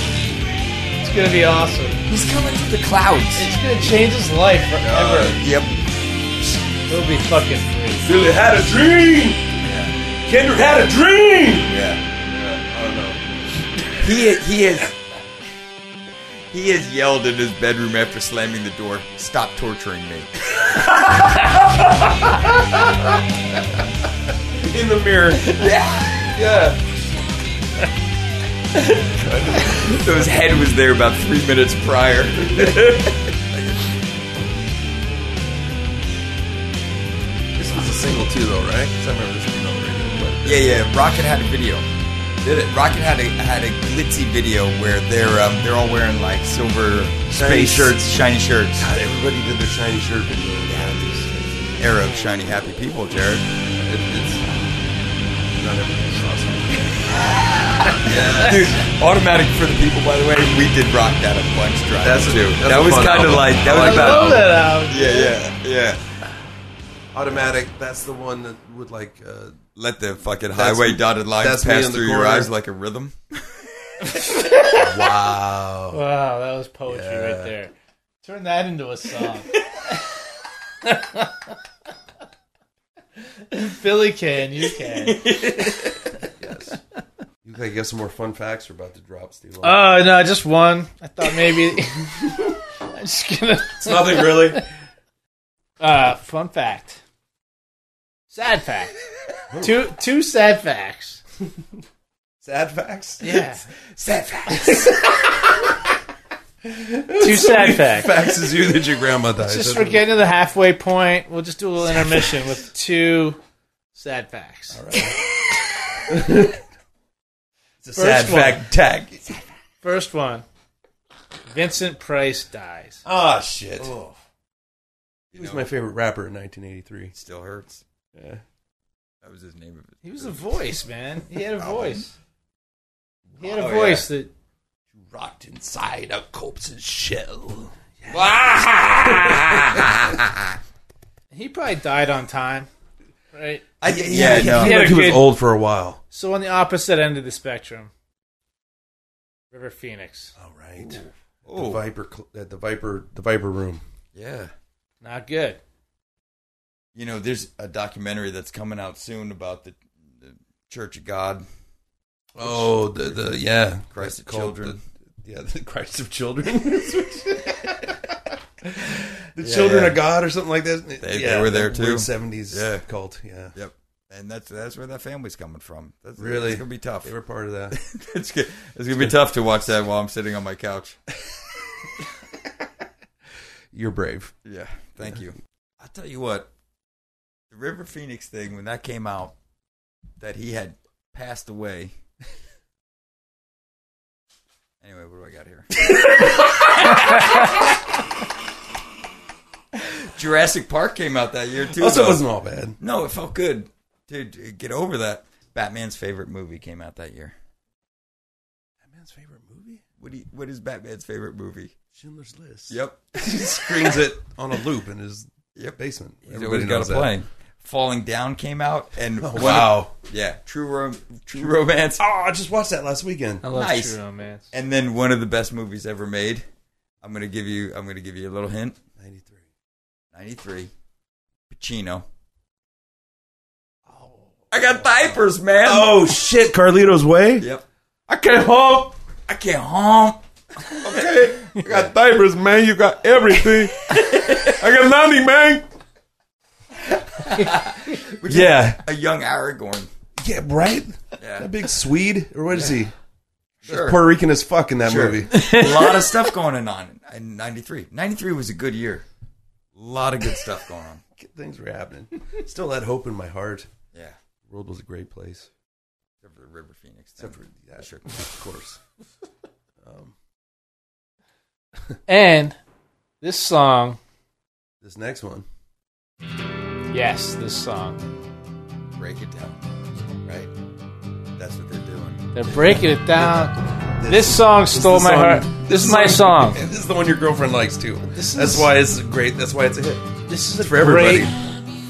[SPEAKER 2] It's gonna be awesome.
[SPEAKER 3] He's coming through the clouds.
[SPEAKER 2] It's gonna change his life forever.
[SPEAKER 1] Uh,
[SPEAKER 3] Yep.
[SPEAKER 2] He'll be fucking free.
[SPEAKER 1] Billy had a dream.
[SPEAKER 3] Yeah.
[SPEAKER 1] Kendrick had a dream.
[SPEAKER 3] Yeah.
[SPEAKER 1] I don't know.
[SPEAKER 3] He he has he has yelled in his bedroom after slamming the door. Stop torturing me.
[SPEAKER 1] in the mirror.
[SPEAKER 3] Yeah. so his head was there about three minutes prior.
[SPEAKER 1] This was a single too, though, right? 'Cause I remember this being on the radio.
[SPEAKER 3] yeah, yeah. Rocket had a video. Did it? Rocket had a had a glitzy video where they're um, they're all wearing like silver
[SPEAKER 1] Shiny
[SPEAKER 3] space shirts, shiny shirts.
[SPEAKER 1] God, everybody did their shiny shirt video. Yeah,
[SPEAKER 3] Era of shiny happy people, Jared.
[SPEAKER 1] it, it's not everybody's awesome.
[SPEAKER 3] Dude, automatic for the people. By the way, we did rock that a bunch, drive.
[SPEAKER 1] That's a-
[SPEAKER 3] too.
[SPEAKER 1] that's
[SPEAKER 3] that
[SPEAKER 1] a
[SPEAKER 3] was
[SPEAKER 1] fun
[SPEAKER 3] kind of
[SPEAKER 1] album.
[SPEAKER 3] like that
[SPEAKER 1] I
[SPEAKER 3] was
[SPEAKER 1] like
[SPEAKER 2] I
[SPEAKER 3] about.
[SPEAKER 2] love that album.
[SPEAKER 3] Yeah, yeah, yeah.
[SPEAKER 1] Automatic. That's the one that would like. Uh,
[SPEAKER 3] Let the fucking
[SPEAKER 1] That's-
[SPEAKER 3] highway dotted lines
[SPEAKER 1] that's me
[SPEAKER 3] pass
[SPEAKER 1] in the
[SPEAKER 3] through your
[SPEAKER 1] corner.
[SPEAKER 3] eyes like a rhythm.
[SPEAKER 1] wow.
[SPEAKER 2] Wow, that was poetry
[SPEAKER 1] Yeah.
[SPEAKER 2] right there. Turn that into a song. Billy can, you can.
[SPEAKER 1] yes. You think I got some more fun facts are about to drop, Steve?
[SPEAKER 2] Oh no, just one. I thought maybe I'm just gonna
[SPEAKER 1] nothing really.
[SPEAKER 2] uh fun fact. Sad fact. two two sad facts.
[SPEAKER 1] Sad facts.
[SPEAKER 2] Yeah.
[SPEAKER 3] Sad facts.
[SPEAKER 2] two sad facts.
[SPEAKER 1] Facts is you that your grandma died.
[SPEAKER 2] Just we're getting to the halfway point. We'll just do a little intermission with two sad facts.
[SPEAKER 1] It's a
[SPEAKER 2] First
[SPEAKER 1] sad
[SPEAKER 2] one.
[SPEAKER 1] fact tag.
[SPEAKER 2] First one. Vincent Price dies.
[SPEAKER 1] Ah, shit.
[SPEAKER 2] Oh.
[SPEAKER 1] He was my favorite rapper in 1983.
[SPEAKER 3] Still hurts.
[SPEAKER 1] Yeah.
[SPEAKER 3] That was his name of it.
[SPEAKER 2] He was a voice, man. He had a voice. He had a
[SPEAKER 3] Oh, yeah.
[SPEAKER 2] voice that
[SPEAKER 1] Rocked inside a corpse's shell.
[SPEAKER 2] he probably died on time. Right?
[SPEAKER 3] I, yeah,
[SPEAKER 1] he,
[SPEAKER 3] no.
[SPEAKER 2] had a
[SPEAKER 1] was
[SPEAKER 2] good-
[SPEAKER 1] old for a while.
[SPEAKER 2] So on the opposite end of the spectrum. River Phoenix.
[SPEAKER 1] All right. The
[SPEAKER 3] Oh,
[SPEAKER 1] Viper, cl- uh, the Viper, the Viper room.
[SPEAKER 3] yeah.
[SPEAKER 2] Not good.
[SPEAKER 3] You know, there's a documentary that's coming out soon about the, the Church of God.
[SPEAKER 1] Oh, the the yeah,
[SPEAKER 3] Christ of
[SPEAKER 1] Called
[SPEAKER 3] Children.
[SPEAKER 1] the- yeah, the Christ of Children. the
[SPEAKER 3] Yeah,
[SPEAKER 1] Children
[SPEAKER 3] yeah.
[SPEAKER 1] of God, or something like that.
[SPEAKER 3] They- they were there, too.
[SPEAKER 1] Seventies
[SPEAKER 3] Yeah.
[SPEAKER 1] cult. Yeah,
[SPEAKER 3] Yep. And that's that's where that family's coming from. That's,
[SPEAKER 1] Really?
[SPEAKER 3] it's gonna be tough.
[SPEAKER 1] they were part of that.
[SPEAKER 3] it's, gonna, it's gonna be tough to watch that while I'm sitting on my couch.
[SPEAKER 1] You're brave.
[SPEAKER 3] Yeah, thank you. I tell you what, the River Phoenix thing when that came out, that he had passed away. anyway, what do I got here? Jurassic Park came out that year too.
[SPEAKER 1] Also, it
[SPEAKER 3] though.
[SPEAKER 1] wasn't all bad.
[SPEAKER 3] no, it felt good. Dude, get over that. Batman's favorite movie came out that year.
[SPEAKER 1] Batman's favorite movie,
[SPEAKER 3] What do you, What is Batman's favorite movie?
[SPEAKER 1] Schindler's List.
[SPEAKER 3] Yep,
[SPEAKER 1] he screams it on a loop in his
[SPEAKER 3] yep.
[SPEAKER 1] basement.
[SPEAKER 3] He's always got
[SPEAKER 1] knows
[SPEAKER 3] a
[SPEAKER 1] that.
[SPEAKER 3] plane. Falling Down came out, and
[SPEAKER 1] Oh,
[SPEAKER 3] one of-
[SPEAKER 1] wow.
[SPEAKER 3] yeah, True Rom- True Romance,
[SPEAKER 1] Oh, I just watched that last weekend.
[SPEAKER 2] I love
[SPEAKER 3] Nice.
[SPEAKER 2] True Romance.
[SPEAKER 3] and then one of the best movies ever made. I'm gonna give you. I'm gonna give you a little hint.
[SPEAKER 1] 93.
[SPEAKER 3] '93, Pacino.
[SPEAKER 1] Oh.
[SPEAKER 3] I got diapers, man.
[SPEAKER 1] Oh, shit. Carlito's Way?
[SPEAKER 3] Yep. I can't hump. I can't hump. Okay. You got diapers, man. You got everything.
[SPEAKER 1] I got 90, man. yeah.
[SPEAKER 3] A young Aragorn.
[SPEAKER 1] Yeah, right?
[SPEAKER 3] Yeah.
[SPEAKER 1] That big Swede? Or what is he?
[SPEAKER 3] Sure.
[SPEAKER 1] Puerto Rican as fuck in that
[SPEAKER 3] Sure.
[SPEAKER 1] movie.
[SPEAKER 3] a lot of stuff going on in 93. 93 was a good year. A lot of good stuff going on.
[SPEAKER 1] Good Things were happening. Still had hope in my heart.
[SPEAKER 3] Yeah.
[SPEAKER 1] The world was a great place.
[SPEAKER 3] Except for uh, the River Phoenix. thing.
[SPEAKER 1] Except for that,
[SPEAKER 3] Sure.
[SPEAKER 1] of course. Um,
[SPEAKER 2] And this song,
[SPEAKER 1] this next one,
[SPEAKER 2] yes, this song.
[SPEAKER 3] Break it down. Right? That's what they're doing.
[SPEAKER 2] They're breaking it down. This song
[SPEAKER 1] is the
[SPEAKER 2] stole my heart. This is my song.
[SPEAKER 1] This is the one your girlfriend likes too.
[SPEAKER 2] This
[SPEAKER 1] That's
[SPEAKER 2] is-
[SPEAKER 1] why it's great. That's why it's a hit.
[SPEAKER 2] This is a
[SPEAKER 1] for everybody.
[SPEAKER 2] great,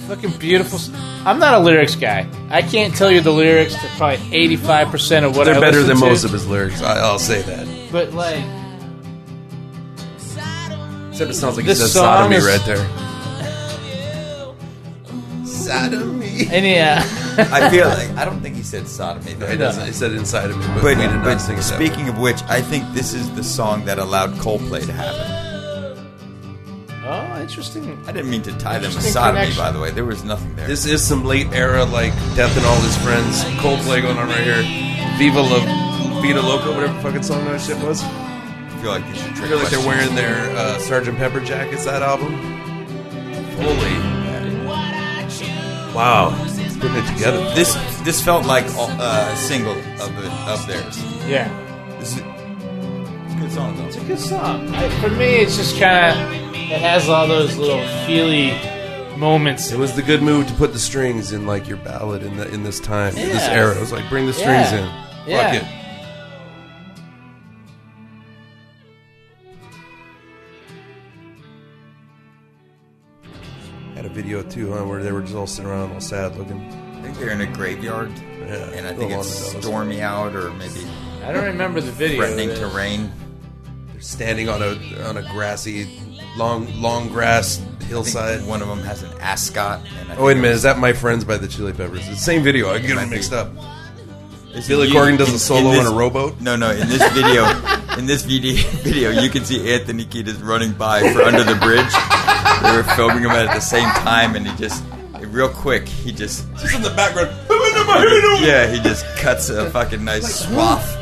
[SPEAKER 2] fucking beautiful. s- I'm not a lyrics guy. I can't tell you the lyrics to probably 85% of what
[SPEAKER 1] They're
[SPEAKER 2] I
[SPEAKER 1] better
[SPEAKER 2] listen
[SPEAKER 1] than
[SPEAKER 2] to,
[SPEAKER 1] most of his lyrics. I, I'll say that.
[SPEAKER 2] But like,
[SPEAKER 1] Except it sounds like
[SPEAKER 2] This
[SPEAKER 1] it's a
[SPEAKER 2] song
[SPEAKER 1] sodomy
[SPEAKER 2] is-
[SPEAKER 1] right there. Sodomy.
[SPEAKER 2] and yeah,
[SPEAKER 3] I feel like, I don't think he said sodomy.
[SPEAKER 1] No, he
[SPEAKER 3] Though.
[SPEAKER 1] doesn't. He said inside of me, but,
[SPEAKER 3] But,
[SPEAKER 1] we did not
[SPEAKER 3] but
[SPEAKER 1] sing it that way.
[SPEAKER 3] speaking of which, I think this is the song that allowed Coldplay to happen.
[SPEAKER 2] oh, interesting.
[SPEAKER 3] I didn't mean to tie them to
[SPEAKER 2] Interesting
[SPEAKER 3] sodomy,
[SPEAKER 2] connection.
[SPEAKER 3] by the way. There was nothing there.
[SPEAKER 1] This is some late era, like Death and All His Friends, Coldplay going on right here. Viva La Vida Loca, whatever fucking song that shit was. I
[SPEAKER 3] I feel like you should trick
[SPEAKER 1] feel like they're wearing
[SPEAKER 3] question.
[SPEAKER 1] their uh, Sgt. Pepper jackets, that album. Holy. Wow. It's putting it together.
[SPEAKER 3] This this felt like uh, a single of the, of theirs.
[SPEAKER 2] Yeah,
[SPEAKER 3] This is it's a good song
[SPEAKER 2] it's
[SPEAKER 3] though.
[SPEAKER 2] a good song. I, for me, it's just kind of it has all those little feely moments.
[SPEAKER 1] It was the good move to put the strings in like your ballad in the in this time, in this
[SPEAKER 2] Yeah.
[SPEAKER 1] era. It was like bring the strings
[SPEAKER 2] Yeah.
[SPEAKER 1] in.
[SPEAKER 2] Yeah.
[SPEAKER 1] Fuck it. Had a video too, huh, where they were just all sitting around all sad looking.
[SPEAKER 3] I think they're in a graveyard,
[SPEAKER 1] Yeah,
[SPEAKER 3] and I
[SPEAKER 1] go
[SPEAKER 3] think
[SPEAKER 1] on
[SPEAKER 3] it's
[SPEAKER 1] with those.
[SPEAKER 3] stormy out or maybe
[SPEAKER 2] I don't remember the video.
[SPEAKER 3] threatening
[SPEAKER 2] of
[SPEAKER 3] to
[SPEAKER 2] it.
[SPEAKER 3] rain.
[SPEAKER 1] They're standing on a on a grassy long long grass
[SPEAKER 3] I think
[SPEAKER 1] hillside.
[SPEAKER 3] one of them has an ascot. And I
[SPEAKER 1] Oh wait a
[SPEAKER 3] think
[SPEAKER 1] minute, is that my friends by the Chili Peppers? It's the same video, I get
[SPEAKER 3] Might
[SPEAKER 1] them
[SPEAKER 3] be.
[SPEAKER 1] mixed up.
[SPEAKER 3] it's-
[SPEAKER 1] Billy
[SPEAKER 3] you-
[SPEAKER 1] Corgan does
[SPEAKER 3] in-
[SPEAKER 1] a solo
[SPEAKER 3] in
[SPEAKER 1] on a rowboat.
[SPEAKER 3] No, no. In this video, in this VD video, you can see Anthony Kiedis running by for under the bridge. they were filming him at the same time, and he just real quick he just
[SPEAKER 1] Just in the background.
[SPEAKER 3] yeah, he just cuts a fucking nice swath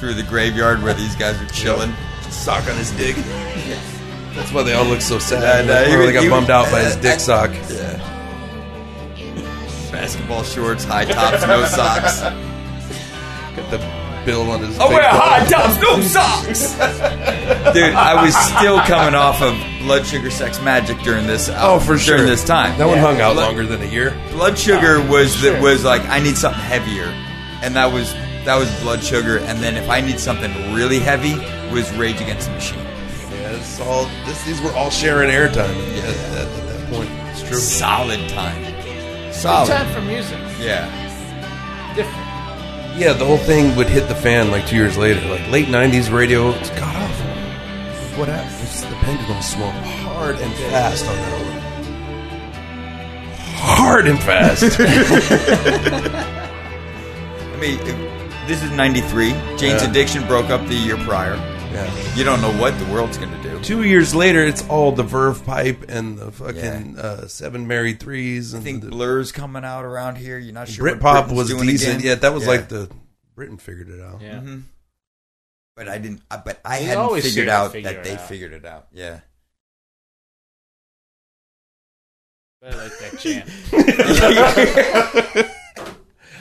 [SPEAKER 3] through the graveyard where these guys are chilling.
[SPEAKER 1] sock on his dick. That's why they all look so sad.
[SPEAKER 3] Yeah, no,
[SPEAKER 1] Like,
[SPEAKER 3] he
[SPEAKER 1] They
[SPEAKER 3] was-
[SPEAKER 1] got
[SPEAKER 3] he was-
[SPEAKER 1] bummed out by his dick
[SPEAKER 3] uh,
[SPEAKER 1] sock.
[SPEAKER 3] Yeah. Basketball shorts, high tops, no socks.
[SPEAKER 1] Got the bill on his.
[SPEAKER 3] I wear
[SPEAKER 1] big butt.
[SPEAKER 3] high tops, no socks. Dude, I was still coming off of Blood Sugar Sex Magic during this. uh,
[SPEAKER 1] Oh, for sure.
[SPEAKER 3] During this time,
[SPEAKER 1] That one
[SPEAKER 2] Yeah.
[SPEAKER 1] hung out longer than a year.
[SPEAKER 3] Blood Sugar was
[SPEAKER 2] sure.
[SPEAKER 3] that was like I need something heavier, and that was that was Blood Sugar. And then if I need something really heavy, was Rage Against the Machine.
[SPEAKER 1] Yeah, it's all. This, these were all sharing airtime at, at, at that point. It's true.
[SPEAKER 3] Solid time.
[SPEAKER 2] Good
[SPEAKER 3] Solid.
[SPEAKER 2] time for music.
[SPEAKER 3] Yeah.
[SPEAKER 2] Different.
[SPEAKER 1] Yeah, the whole thing would hit the fan like two years later. Like late '90s radio, it's god awful. What happened? It's the pendulum swung hard and fast on that one. Hard and fast.
[SPEAKER 3] I mean, it- this is 93. Jane's
[SPEAKER 1] Yeah.
[SPEAKER 3] Addiction broke up the year prior.
[SPEAKER 1] yeah.
[SPEAKER 3] You don't know what the world's going to do.
[SPEAKER 1] Two years later, it's all the Verve pipe and the fucking uh, Seven Married Threes and
[SPEAKER 3] I think
[SPEAKER 1] the
[SPEAKER 3] Blur's coming out around here. You're not sure. what
[SPEAKER 1] Britpop
[SPEAKER 3] Britain's
[SPEAKER 1] was
[SPEAKER 3] doing
[SPEAKER 1] decent.
[SPEAKER 3] again.
[SPEAKER 1] Yeah, that was like the Britain figured it out.
[SPEAKER 2] Yeah.
[SPEAKER 3] Mhm. But I didn't. I, but I
[SPEAKER 2] They
[SPEAKER 3] hadn't
[SPEAKER 2] always
[SPEAKER 3] figured
[SPEAKER 2] seem to
[SPEAKER 3] out
[SPEAKER 2] figure
[SPEAKER 3] that
[SPEAKER 2] it
[SPEAKER 3] they
[SPEAKER 2] out.
[SPEAKER 3] figured it out. Yeah.
[SPEAKER 1] Mm-hmm.
[SPEAKER 2] I like that jam.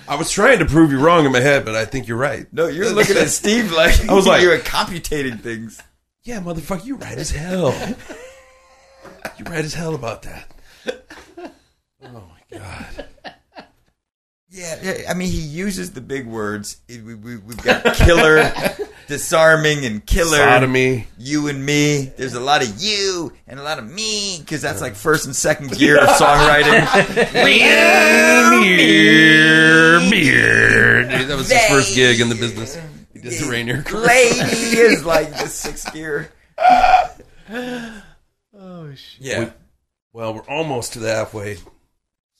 [SPEAKER 1] I was trying to prove you wrong in my head, but I think you're right.
[SPEAKER 3] no, you're looking at Steve like
[SPEAKER 1] I was like-
[SPEAKER 3] you were computating things.
[SPEAKER 1] Yeah, motherfucker, you're right as hell. you're right as hell about that. Oh my god.
[SPEAKER 3] Yeah, yeah, I mean, he uses the big words. It- We, we, we've got killer. disarming and killer.
[SPEAKER 1] Sodomy.
[SPEAKER 3] You and me. There's a lot of you and a lot of me because that's like first and second gear of songwriting.
[SPEAKER 1] Beard, beard. That was his
[SPEAKER 3] They-
[SPEAKER 1] first gig in the business. He did the Rainier. commercial.
[SPEAKER 3] Lady is like the sixth gear.
[SPEAKER 2] Oh shit!
[SPEAKER 3] Yeah.
[SPEAKER 1] We- Well, we're almost to the halfway.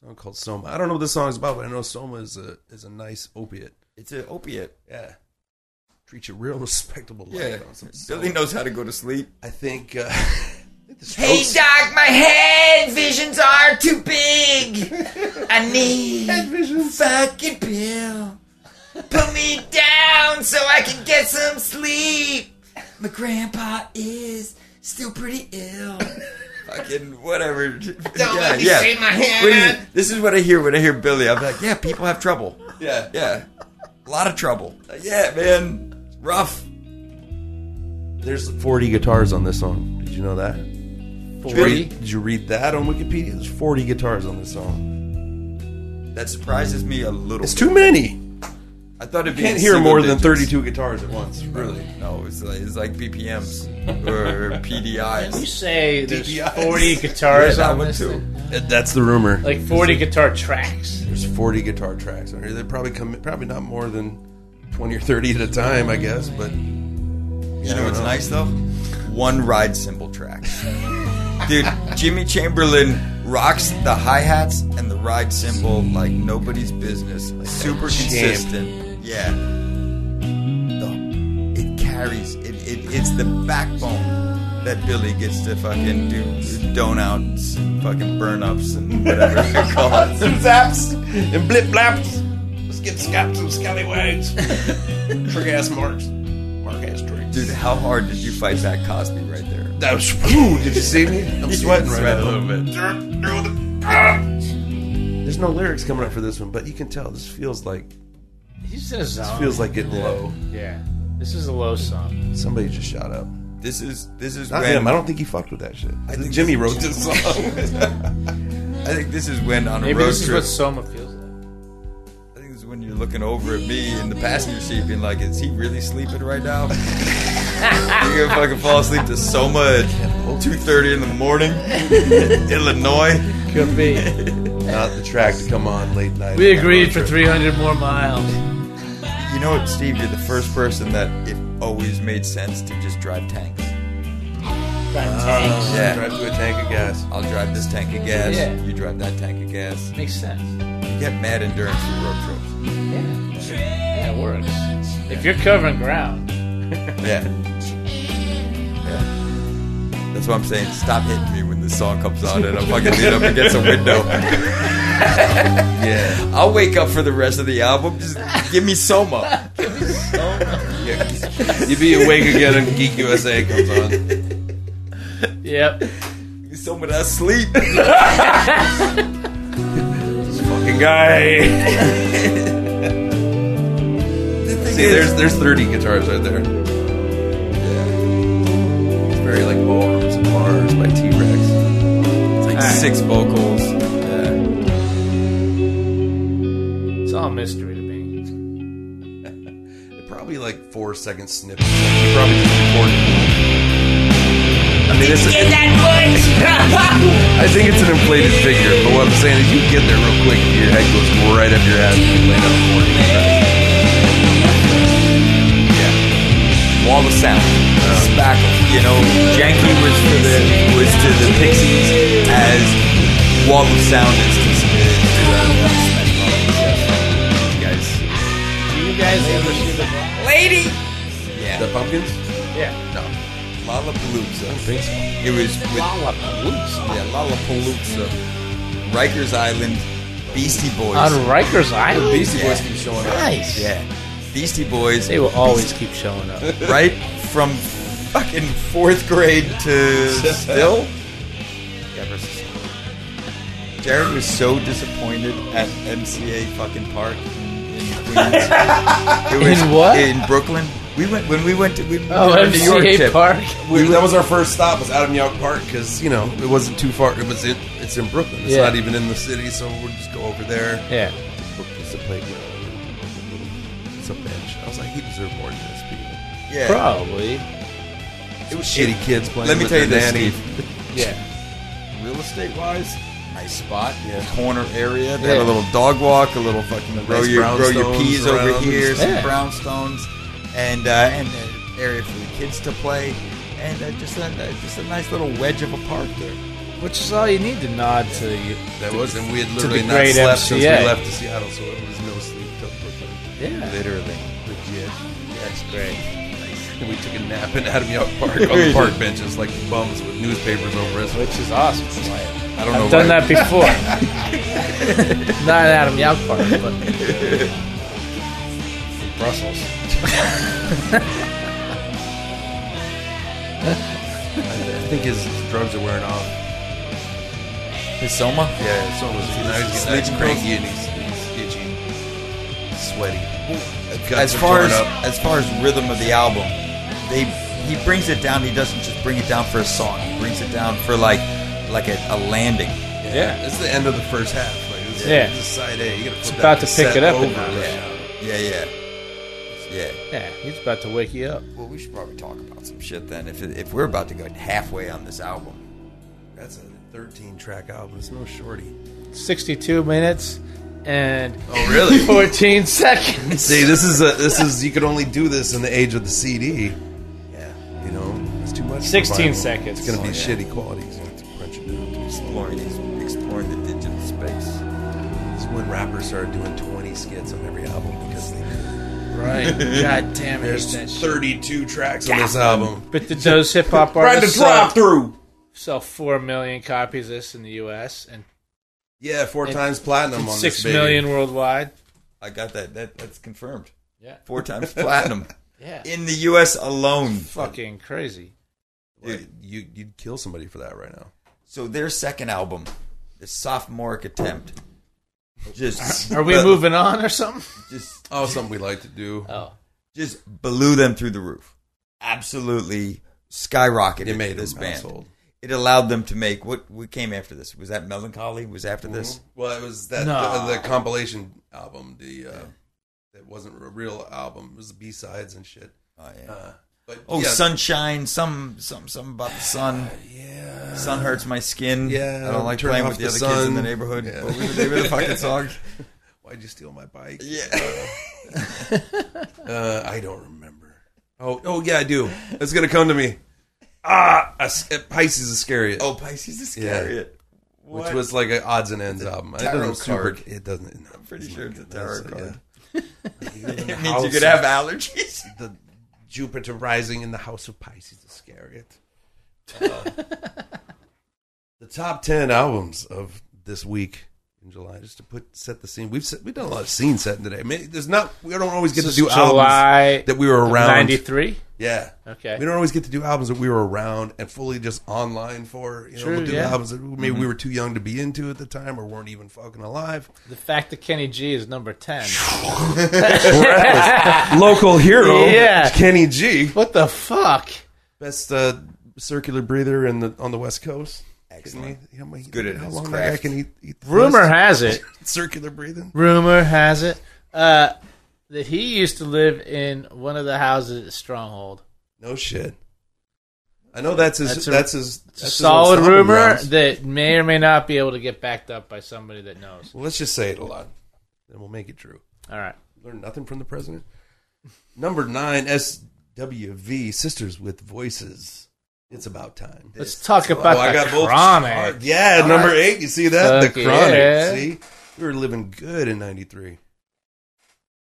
[SPEAKER 1] Song called Soma. I don't know what this song is about, but I know Soma is a is a nice opiate.
[SPEAKER 3] it's an opiate.
[SPEAKER 1] Yeah, treat you real respectable life.
[SPEAKER 3] Yeah.
[SPEAKER 1] On some Soma.
[SPEAKER 3] Billy knows how to go to sleep.
[SPEAKER 1] I think. Uh,
[SPEAKER 3] Hey, Doc, my head visions are too big. I need fucking pill. Put me down so I can get some sleep. My grandpa is still pretty ill. Fucking whatever. Don't
[SPEAKER 5] let me see my hand.
[SPEAKER 3] This is what I hear when I hear Billy. I'm like, yeah, people have trouble.
[SPEAKER 1] yeah,
[SPEAKER 3] Yeah, a lot of trouble. Like, yeah, man, it's rough.
[SPEAKER 1] There's 40 guitars on this song. Did you know that?
[SPEAKER 2] Forty.
[SPEAKER 1] Did you read that on Wikipedia? There's 40 guitars on this song.
[SPEAKER 3] That surprises me a little.
[SPEAKER 1] It's
[SPEAKER 3] bit.
[SPEAKER 1] too many.
[SPEAKER 3] I thought it'd
[SPEAKER 1] You
[SPEAKER 3] be
[SPEAKER 1] can't
[SPEAKER 3] in
[SPEAKER 1] hear
[SPEAKER 3] single
[SPEAKER 1] more than
[SPEAKER 3] digits.
[SPEAKER 1] 32 guitars at once. Really.
[SPEAKER 3] No, it's like, it's like BPMs or
[SPEAKER 2] You
[SPEAKER 3] PDIs.
[SPEAKER 2] say there's
[SPEAKER 1] DPIs.
[SPEAKER 2] forty
[SPEAKER 3] Yeah,
[SPEAKER 2] guitars
[SPEAKER 3] that
[SPEAKER 2] on
[SPEAKER 3] one
[SPEAKER 2] this,
[SPEAKER 3] too.
[SPEAKER 2] thing?
[SPEAKER 1] Uh, That's the rumor.
[SPEAKER 2] like forty guitar tracks.
[SPEAKER 1] There's 40 guitar tracks on here. They probably come, probably not more than 20 or 30 at a time, I guess. But
[SPEAKER 3] You know what's nice though? One ride cymbal track. Dude, Jimmy Chamberlain rocks the hi hats and the ride cymbal like nobody's business. Super
[SPEAKER 1] champ.
[SPEAKER 3] consistent. Yeah. The, it carries. It, it it's the backbone that Billy gets to fucking do donouts and fucking burn ups and whatever you call it.
[SPEAKER 1] some zaps and blip blaps. Let's get scaps and scallywags. Trick ass marks. Mark ass tricks.
[SPEAKER 3] Dude, how hard did you fight that Cosby right there?
[SPEAKER 1] That was, whew, did you see me? I'm sweating right now.
[SPEAKER 3] bit.
[SPEAKER 1] ah. There's no lyrics coming up for this one, but you can tell this feels like
[SPEAKER 2] He's in a zone.
[SPEAKER 1] this feels like getting low.
[SPEAKER 2] yeah. This is a low song.
[SPEAKER 1] Somebody just shot up.
[SPEAKER 3] This is this is
[SPEAKER 1] Not
[SPEAKER 3] when
[SPEAKER 1] him. I don't think he fucked with that shit. I
[SPEAKER 3] think
[SPEAKER 1] think Jimmy
[SPEAKER 3] this-
[SPEAKER 1] wrote this song.
[SPEAKER 3] I think this is when on a
[SPEAKER 2] Maybe
[SPEAKER 3] road
[SPEAKER 2] this is
[SPEAKER 3] trip.
[SPEAKER 2] what Soma feels like.
[SPEAKER 3] I think this is when you're looking over at me in the passenger seat, being like, "Is he really sleeping right now? you're gonna fucking fall asleep to Soma at two thirty in the morning, Illinois."
[SPEAKER 2] Could be.
[SPEAKER 1] Not the track to come on late night.
[SPEAKER 2] We
[SPEAKER 1] on a
[SPEAKER 2] agreed
[SPEAKER 1] road
[SPEAKER 2] for
[SPEAKER 1] trip.
[SPEAKER 2] 300 more miles.
[SPEAKER 3] You know what, Steve? You're the first person that it always made sense to just drive tanks.
[SPEAKER 2] Tanks.
[SPEAKER 3] Yeah.
[SPEAKER 1] Drive to a tank of gas.
[SPEAKER 3] I'll drive this tank of gas.
[SPEAKER 2] Yeah.
[SPEAKER 3] You drive that tank of gas.
[SPEAKER 2] Makes sense.
[SPEAKER 3] You get mad endurance for road trips.
[SPEAKER 2] Yeah. Yeah, it works. If you're covering ground,
[SPEAKER 3] Yeah. Yeah. That's what I'm saying. Stop hitting me when this song comes on and I'm fucking lean up against a window.
[SPEAKER 1] Yeah.
[SPEAKER 3] I'll wake up for the rest of the album. Just give me Soma.
[SPEAKER 1] You'd be awake again and Geek USA comes on.
[SPEAKER 2] yep.
[SPEAKER 3] Give me Soma that sleep.
[SPEAKER 1] Fucking guy.
[SPEAKER 3] The thing
[SPEAKER 1] See, there's
[SPEAKER 3] is-
[SPEAKER 1] there's 30 guitars right there. Yeah. It's very like ballrooms and bars by T Rex.
[SPEAKER 3] it's like six vocals. Yeah.
[SPEAKER 2] It's all mystery to me.
[SPEAKER 1] Probably like four second snippets. You probably just recorded. I mean, it's a, I think it's an inflated figure, but what I'm saying is you get there real quick and your head goes right up your ass and you lay down 40 guitars.
[SPEAKER 3] Wall of sound. Spackle. You know, Janky was for the was to the Pixies as Wall of Sound is to, to, uh, guys.
[SPEAKER 2] Do you guys ever see the
[SPEAKER 3] Lady. Yeah.
[SPEAKER 1] The pumpkins?
[SPEAKER 2] Yeah.
[SPEAKER 3] No. Lollapalooza. It was with
[SPEAKER 2] Lollapalooza.
[SPEAKER 3] yeah, Lollapalooza. Rikers Island, Beastie Boys.
[SPEAKER 2] On Rikers Island.
[SPEAKER 1] Beastie
[SPEAKER 3] Boys
[SPEAKER 1] Boys
[SPEAKER 3] keep
[SPEAKER 1] keep showing up.
[SPEAKER 2] Nice.
[SPEAKER 3] yeah. Beastie Boys.
[SPEAKER 2] They will always keep showing up.
[SPEAKER 3] right from fucking fourth grade to still. Yeah, versus- Jared was so disappointed at MCA fucking Park in Queens. It
[SPEAKER 2] In what?
[SPEAKER 3] In Brooklyn. We went when we went to we
[SPEAKER 2] Oh,
[SPEAKER 3] our New York
[SPEAKER 2] MCA
[SPEAKER 3] trip.
[SPEAKER 2] Park.
[SPEAKER 1] We, that was our first stop was out in York Park because you know it wasn't too far. It was in, it's in Brooklyn. It's
[SPEAKER 2] Yeah.
[SPEAKER 1] not even in the city, so we'll just go over there.
[SPEAKER 2] Yeah.
[SPEAKER 1] It's a playground. It's a bench. I was like, he deserved more than this. People.
[SPEAKER 3] Yeah.
[SPEAKER 2] Probably.
[SPEAKER 1] Some shitty kids playing.
[SPEAKER 3] Let me
[SPEAKER 1] with
[SPEAKER 3] tell you
[SPEAKER 1] their nanny.
[SPEAKER 3] this, Steve.
[SPEAKER 2] Yeah.
[SPEAKER 3] Real estate wise, nice spot.
[SPEAKER 1] Yeah.
[SPEAKER 3] Corner area. They have
[SPEAKER 2] Yeah.
[SPEAKER 3] a little dog walk, a little fucking
[SPEAKER 1] Nice
[SPEAKER 3] grow your grow your
[SPEAKER 1] brownstones
[SPEAKER 3] peas over
[SPEAKER 1] around.
[SPEAKER 3] here, some
[SPEAKER 2] Yeah.
[SPEAKER 3] brownstones, and uh, and uh, area for the kids to play, and uh, just a uh, just a nice little wedge of a park there.
[SPEAKER 2] Which is all you need to nod to you.
[SPEAKER 1] That was, and we had literally not
[SPEAKER 2] great
[SPEAKER 1] slept since we
[SPEAKER 2] MCA.
[SPEAKER 1] left to Seattle, so it was no sleep till Brooklyn.
[SPEAKER 2] Yeah.
[SPEAKER 3] Literally,
[SPEAKER 1] Legit.
[SPEAKER 3] that's great.
[SPEAKER 1] And we took a nap in Adam York Park on the park benches like bums with newspapers over us.
[SPEAKER 2] Which is awesome.
[SPEAKER 1] I don't know
[SPEAKER 2] I've done
[SPEAKER 1] why.
[SPEAKER 2] that before. Not at Adam Yauch Park, but
[SPEAKER 1] Brussels. I think his drugs are wearing off.
[SPEAKER 3] His Soma.
[SPEAKER 1] Yeah, it's almost now he's getting
[SPEAKER 3] Sleeping
[SPEAKER 1] nice cranky and he's, he's itchy, sweaty. His guts
[SPEAKER 3] as
[SPEAKER 1] are
[SPEAKER 3] far
[SPEAKER 1] torn
[SPEAKER 3] as
[SPEAKER 1] up.
[SPEAKER 3] as far as rhythm of the album, they he brings it down. He doesn't just bring it down for a song. He brings it down for like like a, a landing.
[SPEAKER 2] yeah.
[SPEAKER 1] this is the end of the first half. Like this, is-
[SPEAKER 2] Yeah.
[SPEAKER 1] this is side A. You gotta flip
[SPEAKER 2] about
[SPEAKER 1] that
[SPEAKER 2] to pick
[SPEAKER 1] set
[SPEAKER 2] it up a
[SPEAKER 1] over.
[SPEAKER 2] notch.
[SPEAKER 3] Yeah, yeah, yeah.
[SPEAKER 2] Yeah, he's about to wake you up.
[SPEAKER 3] Well, we should probably talk about some shit then. If if we're about to go halfway on this album,
[SPEAKER 1] That's a 13 track album. It's no shorty.
[SPEAKER 2] 62 minutes and
[SPEAKER 1] Oh really?
[SPEAKER 2] 14 seconds.
[SPEAKER 1] See, this is a this is you could only do this in the age of the CD.
[SPEAKER 3] yeah,
[SPEAKER 1] You know, it's too much. for
[SPEAKER 2] 16
[SPEAKER 1] vinyl.
[SPEAKER 2] seconds.
[SPEAKER 1] It's gonna be
[SPEAKER 3] Oh, yeah.
[SPEAKER 1] shitty quality. He's gonna have to crunch it down.
[SPEAKER 3] exploring these, exploring the digital space.
[SPEAKER 1] This is when rappers started doing 20 skits on every album because they,
[SPEAKER 2] Right. God damn it.
[SPEAKER 1] there's
[SPEAKER 2] that shit.
[SPEAKER 1] 32 tracks on this album.
[SPEAKER 2] But did those hip hop
[SPEAKER 1] Right to
[SPEAKER 2] artists
[SPEAKER 1] drive
[SPEAKER 2] sell,
[SPEAKER 1] through.
[SPEAKER 2] sell 4 million copies of this in the US and
[SPEAKER 1] Yeah, four
[SPEAKER 2] And-
[SPEAKER 1] times platinum on this
[SPEAKER 2] 6
[SPEAKER 1] baby.
[SPEAKER 2] million worldwide?
[SPEAKER 3] I got that. That that's confirmed.
[SPEAKER 2] Yeah.
[SPEAKER 3] Four times platinum
[SPEAKER 2] Yeah.
[SPEAKER 3] in the U.S. alone.
[SPEAKER 2] Fucking crazy.
[SPEAKER 1] Like, you you'd kill somebody for that right now.
[SPEAKER 3] So their second album, the sophomoric attempt. Just
[SPEAKER 2] Are we
[SPEAKER 3] but-
[SPEAKER 2] moving on or something?
[SPEAKER 3] Just
[SPEAKER 1] Oh, something we like to do.
[SPEAKER 2] Oh.
[SPEAKER 3] just blew them through the roof. Absolutely skyrocketed.
[SPEAKER 1] it made this
[SPEAKER 3] this band.
[SPEAKER 1] household.
[SPEAKER 3] It allowed them to make what what came after this. Was that Melancholy? Was after this?
[SPEAKER 1] Well, it was that
[SPEAKER 2] No.
[SPEAKER 1] the, the compilation album. The uh, that wasn't a real album. It was B sides and shit.
[SPEAKER 2] Mm-hmm.
[SPEAKER 3] Oh yeah.
[SPEAKER 1] Uh, but
[SPEAKER 3] oh,
[SPEAKER 1] yeah,
[SPEAKER 3] sunshine. Some some some about the sun.
[SPEAKER 1] Yeah.
[SPEAKER 3] Sun hurts my skin.
[SPEAKER 1] Yeah,
[SPEAKER 3] I don't like
[SPEAKER 1] turn
[SPEAKER 3] playing
[SPEAKER 1] off
[SPEAKER 3] with the,
[SPEAKER 1] the
[SPEAKER 3] other kids in the
[SPEAKER 1] sun.
[SPEAKER 3] neighborhood.
[SPEAKER 1] Yeah.
[SPEAKER 3] What was the name of the fucking song?
[SPEAKER 1] Why'd you steal my bike?
[SPEAKER 3] Yeah.
[SPEAKER 1] Uh, I don't remember. Oh, oh yeah, I do. It's gonna come to me. Ah, I s- uh, Pisces Iscariot,
[SPEAKER 3] Oh, Pisces Iscariot.
[SPEAKER 1] which
[SPEAKER 3] What?
[SPEAKER 1] was like an odds and ends album. It
[SPEAKER 3] tarot
[SPEAKER 1] doesn't super.
[SPEAKER 3] card.
[SPEAKER 1] It doesn't. No, I'm
[SPEAKER 3] pretty sure it's a tarot card.
[SPEAKER 1] it
[SPEAKER 3] it means you could have allergies.
[SPEAKER 1] the Jupiter rising in the house of Pisces Iscariot. uh, the top ten albums of this week in July, just to put set the scene. We've set, we've done a lot of scene setting today. I mean, there's not we don't always get to do albums
[SPEAKER 2] July
[SPEAKER 1] that we were around.
[SPEAKER 2] 93?
[SPEAKER 1] Yeah,
[SPEAKER 2] Okay.
[SPEAKER 1] we don't always get to do albums that we were around and fully just online for. You know,
[SPEAKER 2] True,
[SPEAKER 1] we'll do
[SPEAKER 2] yeah. Mm-hmm.
[SPEAKER 1] albums that maybe we were too young to be into at the time or weren't even fucking alive.
[SPEAKER 2] The fact that Kenny G is number 10.
[SPEAKER 1] Local hero,
[SPEAKER 2] Yeah.
[SPEAKER 1] Kenny G.
[SPEAKER 2] what the fuck?
[SPEAKER 1] best uh, circular breather in the on the West Coast.
[SPEAKER 3] Excellent.
[SPEAKER 1] Can he- how many-
[SPEAKER 3] good at
[SPEAKER 1] how
[SPEAKER 3] his
[SPEAKER 1] long that
[SPEAKER 3] craft.
[SPEAKER 1] guy can eat, eat the
[SPEAKER 2] Rumor
[SPEAKER 1] dust?
[SPEAKER 2] has it.
[SPEAKER 1] circular breathing.
[SPEAKER 2] Rumor has it uh, that he used to live in one of the houses at Stronghold.
[SPEAKER 1] No shit. I know that's his.
[SPEAKER 2] That's
[SPEAKER 1] That's,
[SPEAKER 2] a-
[SPEAKER 1] his.
[SPEAKER 2] It's a
[SPEAKER 1] that's his
[SPEAKER 2] solid
[SPEAKER 1] ensemble
[SPEAKER 2] rumor
[SPEAKER 1] grounds.
[SPEAKER 2] that may or may not be able to get backed up by somebody that knows.
[SPEAKER 1] Well, let's just say it a lot, then we'll make it true.
[SPEAKER 2] All right.
[SPEAKER 1] Learn nothing from the president. Number nine, SWV, Sisters with Voices. It's about time.
[SPEAKER 2] Let's talk about
[SPEAKER 1] Oh, I
[SPEAKER 2] the
[SPEAKER 1] got both
[SPEAKER 2] chronic.
[SPEAKER 1] Oh, yeah, number
[SPEAKER 2] right.
[SPEAKER 1] eight. You see that?
[SPEAKER 2] Fuck
[SPEAKER 1] the chronic.
[SPEAKER 2] yeah.
[SPEAKER 1] See, we were living good in '93.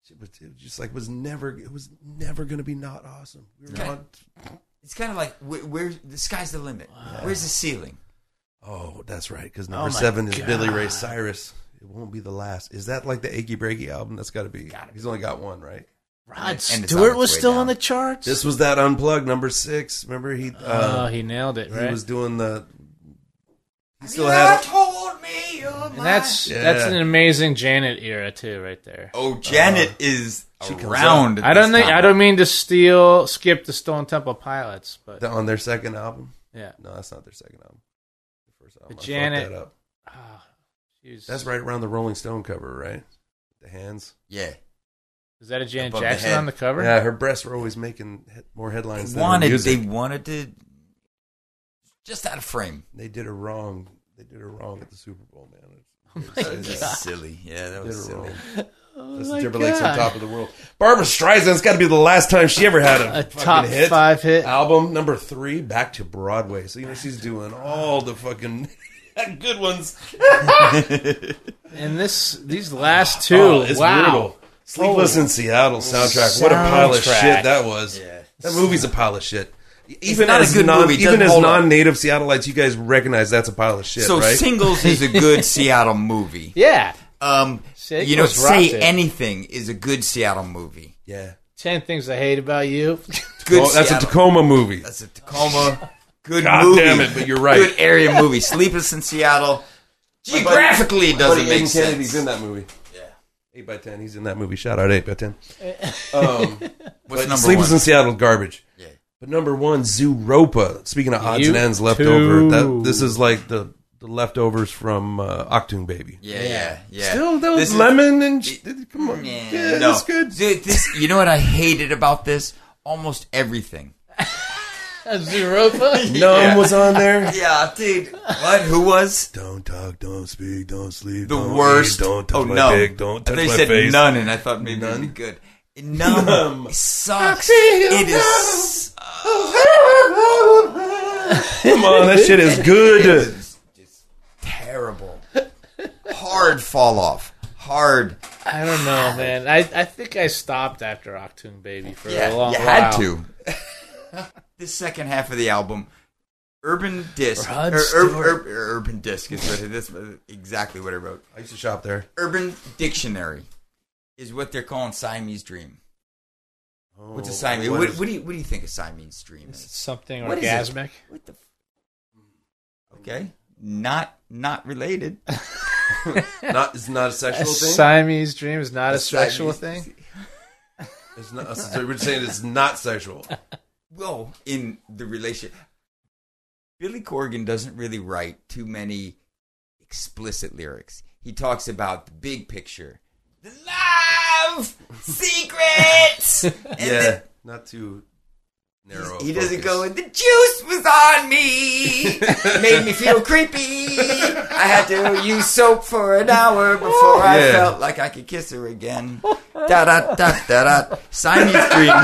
[SPEAKER 1] Shit, but it was just like was never. It was never going to be not awesome. We were
[SPEAKER 3] Yeah.
[SPEAKER 1] on.
[SPEAKER 3] It's kind of like where, where the sky's the limit. Where's the ceiling?
[SPEAKER 1] Oh, that's right. Because number
[SPEAKER 2] my
[SPEAKER 1] seven is Billy Ray
[SPEAKER 2] God.
[SPEAKER 1] Cyrus. It won't be the last. Is that like the Achy Breaky album? That's got to be. He's only got one, right?
[SPEAKER 2] Rod
[SPEAKER 3] it's on
[SPEAKER 2] Stewart
[SPEAKER 3] its
[SPEAKER 2] was
[SPEAKER 3] way
[SPEAKER 2] still
[SPEAKER 3] down.
[SPEAKER 2] on the charts.
[SPEAKER 1] This was that unplugged number six. Remember he.
[SPEAKER 2] oh,
[SPEAKER 1] Uh,
[SPEAKER 2] he nailed it, right?
[SPEAKER 1] He was doing the. He still had. it.
[SPEAKER 3] told me you're
[SPEAKER 2] and that's
[SPEAKER 1] Yeah.
[SPEAKER 2] that's an amazing Janet era too, right there.
[SPEAKER 3] Oh, Janet is
[SPEAKER 1] Uh, she comes
[SPEAKER 3] around. at
[SPEAKER 2] I don't
[SPEAKER 3] this
[SPEAKER 2] think I
[SPEAKER 3] time.
[SPEAKER 2] don't mean to steal skip the Stone Temple Pilots, but
[SPEAKER 1] On their second album.
[SPEAKER 2] yeah,
[SPEAKER 1] No, that's not their second album. Their first album. I fucked
[SPEAKER 2] Janet-
[SPEAKER 1] that up.
[SPEAKER 2] Ah, she was-
[SPEAKER 1] That's right around the Rolling Stone cover, right? The hands.
[SPEAKER 3] Yeah,
[SPEAKER 2] Is that a Janet
[SPEAKER 3] Above the
[SPEAKER 2] Jackson
[SPEAKER 3] head.
[SPEAKER 2] on the cover?
[SPEAKER 1] Yeah, her breasts were always making he- more
[SPEAKER 3] They
[SPEAKER 1] headlines than her
[SPEAKER 3] wanted. They
[SPEAKER 1] music.
[SPEAKER 3] wanted to. Just out of frame.
[SPEAKER 1] They did her wrong. They did her wrong at the Super Bowl, man.
[SPEAKER 3] That was silly. Yeah, that
[SPEAKER 1] They did
[SPEAKER 3] was
[SPEAKER 1] her
[SPEAKER 3] silly.
[SPEAKER 1] wrong.
[SPEAKER 2] Oh
[SPEAKER 1] Justin
[SPEAKER 2] my
[SPEAKER 1] Timberlake's
[SPEAKER 2] God.
[SPEAKER 1] on top of the world. Barbara Streisand's got to be the last time she ever had a,
[SPEAKER 2] A
[SPEAKER 1] fucking
[SPEAKER 2] top
[SPEAKER 1] hit.
[SPEAKER 2] five hit.
[SPEAKER 1] album number three, Back to Broadway. So you know she's doing all the fucking good ones.
[SPEAKER 2] And this, these last two,
[SPEAKER 1] Oh, it's
[SPEAKER 2] wow.
[SPEAKER 1] brutal. Sleepless in Seattle soundtrack. What a pile of shit that was. That movie's a pile of shit. Even
[SPEAKER 3] not a
[SPEAKER 1] as
[SPEAKER 3] good
[SPEAKER 1] non,
[SPEAKER 3] movie. It
[SPEAKER 1] even
[SPEAKER 3] doesn't
[SPEAKER 1] as
[SPEAKER 3] hold up.
[SPEAKER 1] non-native Seattleites, you guys recognize that's a pile of shit,
[SPEAKER 3] So
[SPEAKER 1] right?
[SPEAKER 3] singles is a good Seattle movie.
[SPEAKER 2] Yeah.
[SPEAKER 3] Um,
[SPEAKER 2] Sick
[SPEAKER 3] you know,
[SPEAKER 2] was
[SPEAKER 3] say
[SPEAKER 2] rotten.
[SPEAKER 3] anything is a good Seattle movie.
[SPEAKER 1] yeah,
[SPEAKER 2] 10 Things I Hate About You.
[SPEAKER 3] Good.
[SPEAKER 1] Oh, that's a
[SPEAKER 3] Seattle-
[SPEAKER 1] Tacoma movie.
[SPEAKER 3] That's a Tacoma. Good
[SPEAKER 1] God
[SPEAKER 3] movie.
[SPEAKER 1] damn it, but you're right.
[SPEAKER 3] Good area movie. Sleepless in Seattle. Geographically, it doesn't make sense.
[SPEAKER 1] Kennedy's in that movie. Yeah, eight by ten. He's in that movie. Shout out eight by ten. Um,
[SPEAKER 3] What's
[SPEAKER 1] but
[SPEAKER 3] number
[SPEAKER 1] Sleepless
[SPEAKER 3] one?
[SPEAKER 1] in Seattle, garbage.
[SPEAKER 3] Yeah.
[SPEAKER 1] But number one, Zooropa. Speaking of odds
[SPEAKER 2] You
[SPEAKER 1] and ends left over, that
[SPEAKER 2] too.
[SPEAKER 1] this is like the, the leftovers from uh, Octoon Baby.
[SPEAKER 3] yeah, yeah, yeah.
[SPEAKER 1] Still, that was
[SPEAKER 3] This is-
[SPEAKER 1] lemon and sh- come on, yeah,
[SPEAKER 3] Yeah, no.
[SPEAKER 1] that's good.
[SPEAKER 3] Th- This, you know what I hated about this? Almost everything.
[SPEAKER 2] Zeropa.
[SPEAKER 1] Numb was on there.
[SPEAKER 3] Yeah, dude. What? Who was?
[SPEAKER 1] Don't talk, don't speak, don't sleep.
[SPEAKER 3] The
[SPEAKER 1] don't
[SPEAKER 3] worst.
[SPEAKER 1] Eat, don't touch
[SPEAKER 3] oh,
[SPEAKER 1] my
[SPEAKER 3] no.
[SPEAKER 1] dick. Don't touch
[SPEAKER 3] I thought you
[SPEAKER 1] my
[SPEAKER 3] said
[SPEAKER 1] face.
[SPEAKER 3] none, and I thought maybe it'd be
[SPEAKER 1] None?
[SPEAKER 3] good. Numb.
[SPEAKER 1] Numb.
[SPEAKER 3] It sucks.
[SPEAKER 1] I feel
[SPEAKER 3] It is.
[SPEAKER 1] Come on, that shit is good.
[SPEAKER 3] It's just terrible. Hard fall off. Hard.
[SPEAKER 2] I don't know, man. I, I think I stopped after Octoon Baby for
[SPEAKER 3] Yeah,
[SPEAKER 2] a long
[SPEAKER 3] you
[SPEAKER 2] while.
[SPEAKER 3] had to. the second half of the album, Urban Disc. er,
[SPEAKER 2] Rod
[SPEAKER 3] or- ur-
[SPEAKER 2] Stewart.
[SPEAKER 3] ur- ur- urban Disc is what it is, exactly what I wrote.
[SPEAKER 1] I used to shop there.
[SPEAKER 3] Urban Dictionary is what they're calling Siamese Dream. What's a Siamese? What,
[SPEAKER 1] Oh, What is-
[SPEAKER 3] what do you what do you think a Siamese Dream
[SPEAKER 2] It's
[SPEAKER 3] is?
[SPEAKER 2] something
[SPEAKER 3] What is it?
[SPEAKER 2] orgasmic.
[SPEAKER 3] What the? f- Hmm. Okay, not not related.
[SPEAKER 1] Not, it's not a
[SPEAKER 2] A
[SPEAKER 1] sexual thing.
[SPEAKER 2] Siamese dream is not a,
[SPEAKER 3] A
[SPEAKER 2] sexual
[SPEAKER 3] Siamese-
[SPEAKER 2] thing.
[SPEAKER 1] It's not. So we're saying it's not sexual.
[SPEAKER 3] well, in the relation, Billy Corgan doesn't really write too many explicit lyrics. He talks about the big picture, the love secrets. and
[SPEAKER 1] Yeah, not too narrow.
[SPEAKER 3] the- he doesn't
[SPEAKER 1] focus.
[SPEAKER 3] go. And the juice was on me, made me feel creepy. I had to use soap for an hour before I
[SPEAKER 1] Yeah.
[SPEAKER 3] felt like I could kiss her again. Da da da da da. Siamese dream.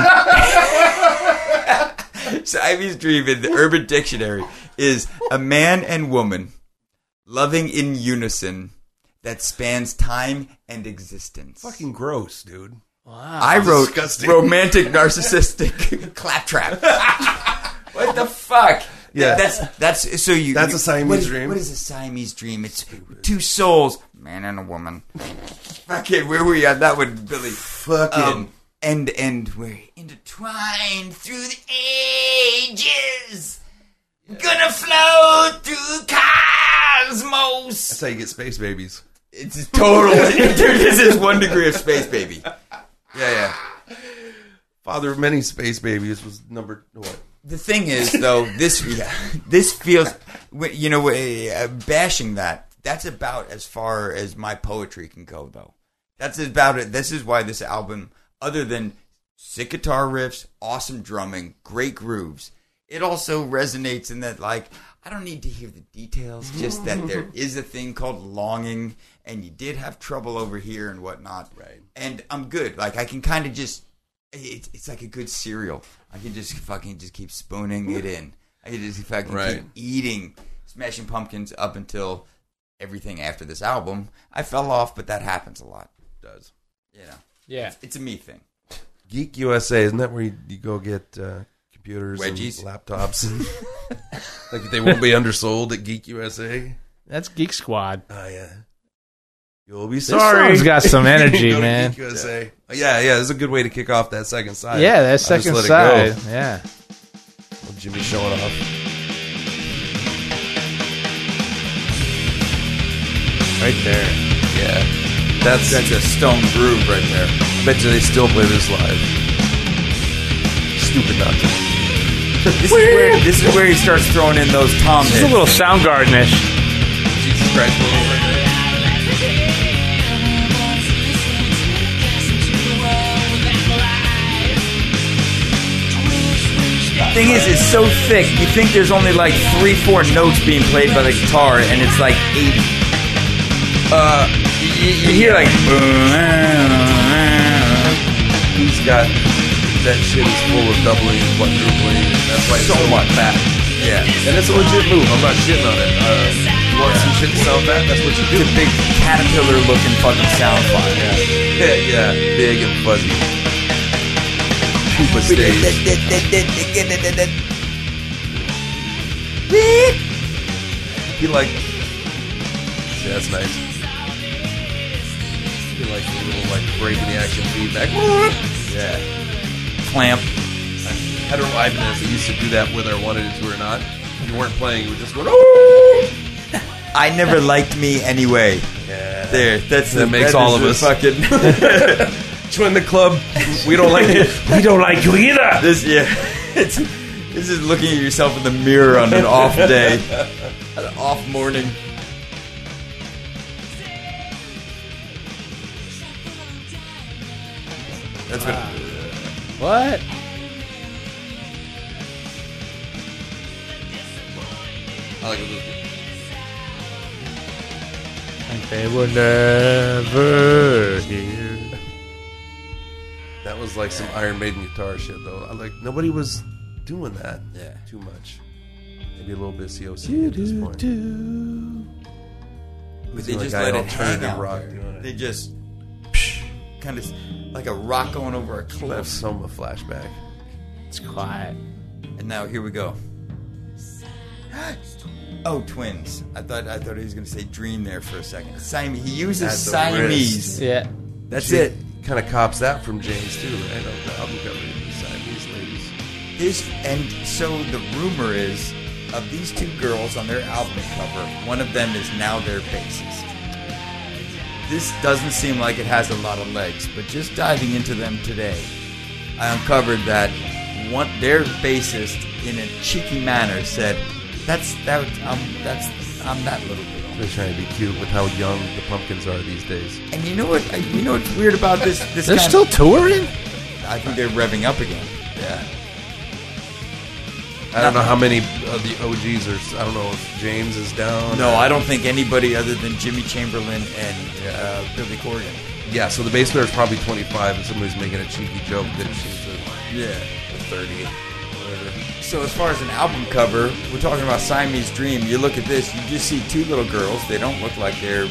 [SPEAKER 3] Siamese dream in the Urban Dictionary is a man and woman loving in unison that spans time and existence.
[SPEAKER 1] Fucking gross, dude.
[SPEAKER 3] I wrote
[SPEAKER 1] disgusting.
[SPEAKER 3] romantic narcissistic claptrap. what the fuck?
[SPEAKER 1] Yeah.
[SPEAKER 3] that's that's so you.
[SPEAKER 1] That's a
[SPEAKER 3] you-
[SPEAKER 1] Siamese
[SPEAKER 3] what is-
[SPEAKER 1] dream.
[SPEAKER 3] What is a Siamese dream? It's two souls, man and a woman. okay, where were you on that one, Billy?
[SPEAKER 1] Fucking.
[SPEAKER 3] Um, and and we're intertwined through the ages. Gonna flow through
[SPEAKER 1] that's
[SPEAKER 3] cosmos.
[SPEAKER 1] how you get space babies.
[SPEAKER 3] It's total. this is one degree of space, baby. Yeah, yeah.
[SPEAKER 1] Father of many space babies was number what?
[SPEAKER 3] The thing is, though, this yeah, this feels, wh- you know, uh, bashing that. That's about as far as my poetry can go, though. That's about it. This is why this album, other than sick guitar riffs, awesome drumming, great grooves, it also resonates in that, like, I don't need to hear the details, just that there is a thing called longing, and you did have trouble over here and whatnot.
[SPEAKER 1] Right.
[SPEAKER 3] And I'm good. Like, I can kind of just it's, it's like a good cereal. I can just fucking just keep spooning it in. I can just fucking
[SPEAKER 1] Right.
[SPEAKER 3] keep eating Smashing Pumpkins up until everything after this album. I fell off, but that happens a lot.
[SPEAKER 1] Does
[SPEAKER 3] You know,
[SPEAKER 2] Yeah.
[SPEAKER 3] it's a me thing.
[SPEAKER 1] Geek USA? Isn't that where you, you go get uh, computers,
[SPEAKER 3] Wedgies?
[SPEAKER 1] and laptops, and like they won't be undersold at Geek USA?
[SPEAKER 2] That's Geek Squad.
[SPEAKER 1] Oh yeah. You'll be
[SPEAKER 2] This
[SPEAKER 1] sorry.
[SPEAKER 2] song's got some energy,
[SPEAKER 1] Go to
[SPEAKER 2] man.
[SPEAKER 1] Geek USA. Oh, Yeah, yeah. It's a good way to kick off that second side.
[SPEAKER 2] Yeah,
[SPEAKER 1] I'll
[SPEAKER 2] that
[SPEAKER 1] just
[SPEAKER 2] second
[SPEAKER 1] let it
[SPEAKER 2] side.
[SPEAKER 1] go.
[SPEAKER 2] Yeah.
[SPEAKER 1] Well, Jimmy showing off.
[SPEAKER 4] Right there.
[SPEAKER 1] Yeah. That's.
[SPEAKER 3] That's a stone groove right there.
[SPEAKER 1] I bet you they still play this live. Stupid not to.
[SPEAKER 3] This is where this is where he starts throwing in those tom
[SPEAKER 2] It's a
[SPEAKER 3] hits.
[SPEAKER 2] little Soundgarden-ish.
[SPEAKER 1] Jesus Christ.
[SPEAKER 5] Thank
[SPEAKER 3] Thing
[SPEAKER 5] you.
[SPEAKER 3] is, it's so thick. You think there's only like three, four notes being played by the guitar, and it's like eighty. Uh, you, you hear like.
[SPEAKER 1] He's got that shit is full of doubling, quadrupling. That's why it's so much fat.
[SPEAKER 3] Yeah.
[SPEAKER 1] And it's a legit move. I'm not shitting on it. Uh, you want some shit to sound bad? That's what you do.
[SPEAKER 3] It's a big caterpillar-looking fucking sound file.
[SPEAKER 1] Yeah, yeah, big and fuzzy. Koopa stays. He like. Yeah, that's nice. He like a little like breaking the action feedback. Yeah.
[SPEAKER 3] Clamp.
[SPEAKER 1] I don't know, Ivan as used to do that whether I wanted it to or not. If you weren't playing, you would just go, oh!
[SPEAKER 3] I never liked me anyway.
[SPEAKER 1] Yeah.
[SPEAKER 3] There, that's
[SPEAKER 1] That
[SPEAKER 3] the-
[SPEAKER 1] makes
[SPEAKER 3] that
[SPEAKER 1] all
[SPEAKER 3] is
[SPEAKER 1] of
[SPEAKER 3] the Fucking
[SPEAKER 1] Join the club. We don't like you. We don't like you either.
[SPEAKER 3] this, yeah. It's this is looking at yourself in the mirror on an off day, an off morning. That's what.
[SPEAKER 2] Ah. What?
[SPEAKER 1] I like it.
[SPEAKER 2] Like they were never here.
[SPEAKER 1] That was like some Iron Maiden guitar shit, though. I like nobody was doing that.
[SPEAKER 3] Yeah.
[SPEAKER 1] Too much. Maybe a little bit COC at this point.
[SPEAKER 3] But
[SPEAKER 1] They
[SPEAKER 3] they
[SPEAKER 1] like
[SPEAKER 3] just
[SPEAKER 1] got
[SPEAKER 3] let it
[SPEAKER 1] alternative
[SPEAKER 3] hang out
[SPEAKER 1] rock
[SPEAKER 3] there.
[SPEAKER 1] doing it.
[SPEAKER 3] They just kind of like a rock going over a
[SPEAKER 1] That was
[SPEAKER 3] cliff.
[SPEAKER 1] Soma flashback.
[SPEAKER 2] It's quiet.
[SPEAKER 3] And now here we go. Oh, twins! I thought I thought he was going to say dream there for a second. Siamese. He uses
[SPEAKER 1] At the
[SPEAKER 3] Siamese.
[SPEAKER 2] Yeah.
[SPEAKER 3] That's it.
[SPEAKER 1] Kind of cops that from James too. I know the album cover is Siamese ladies.
[SPEAKER 3] This and so the rumor is of these two girls on their album cover, one of them is now their bassist. This doesn't seem like it has a lot of legs, but just diving into them today, I uncovered that one their bassist in a cheeky manner said, "That's that I'm that's I'm that little girl."
[SPEAKER 1] They're trying to be cute with how young the pumpkins are these days.
[SPEAKER 3] And you know what? You know what's weird about this? This
[SPEAKER 2] They're
[SPEAKER 3] kind of-
[SPEAKER 2] still touring?
[SPEAKER 3] I think they're revving up again. Yeah.
[SPEAKER 1] I don't know how many of the OGs are. I don't know if James is down.
[SPEAKER 3] No, I don't think anybody other than Jimmy Chamberlain and uh, Billy Corgan.
[SPEAKER 1] Yeah, so the bass player is probably 25, and somebody's making a cheeky joke that she's a
[SPEAKER 3] Yeah.
[SPEAKER 1] 30. Whatever.
[SPEAKER 3] So as far as an album cover, we're talking about Siamese Dream. You look at this, you just see two little girls. They don't look like they're,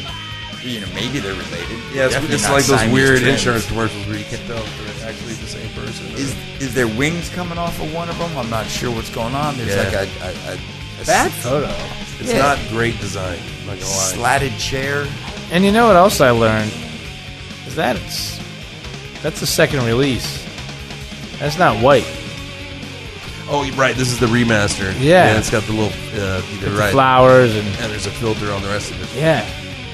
[SPEAKER 3] you know, maybe they're related.
[SPEAKER 1] Yeah, it's
[SPEAKER 3] Definitely
[SPEAKER 1] just
[SPEAKER 3] not
[SPEAKER 1] like those
[SPEAKER 3] Siamese
[SPEAKER 1] weird
[SPEAKER 3] twins.
[SPEAKER 1] insurance commercials where you can't tell if they're actually the same person. or-
[SPEAKER 3] Is is there wings coming off of one of them? I'm not sure what's going on. There's
[SPEAKER 1] Yeah.
[SPEAKER 3] like a, a, a, a
[SPEAKER 2] Bad
[SPEAKER 3] s-
[SPEAKER 2] photo.
[SPEAKER 1] it's
[SPEAKER 3] yeah.
[SPEAKER 1] not great design. I'm not gonna lie.
[SPEAKER 3] slatted chair.
[SPEAKER 2] And you know what else I learned? Is that it's that's the second release. That's not white.
[SPEAKER 1] oh, you're right. This is the remaster.
[SPEAKER 2] Yeah.
[SPEAKER 1] it's got the little. Uh, you're
[SPEAKER 2] The
[SPEAKER 1] right.
[SPEAKER 2] flowers and
[SPEAKER 1] And there's a filter on the rest of it.
[SPEAKER 2] yeah.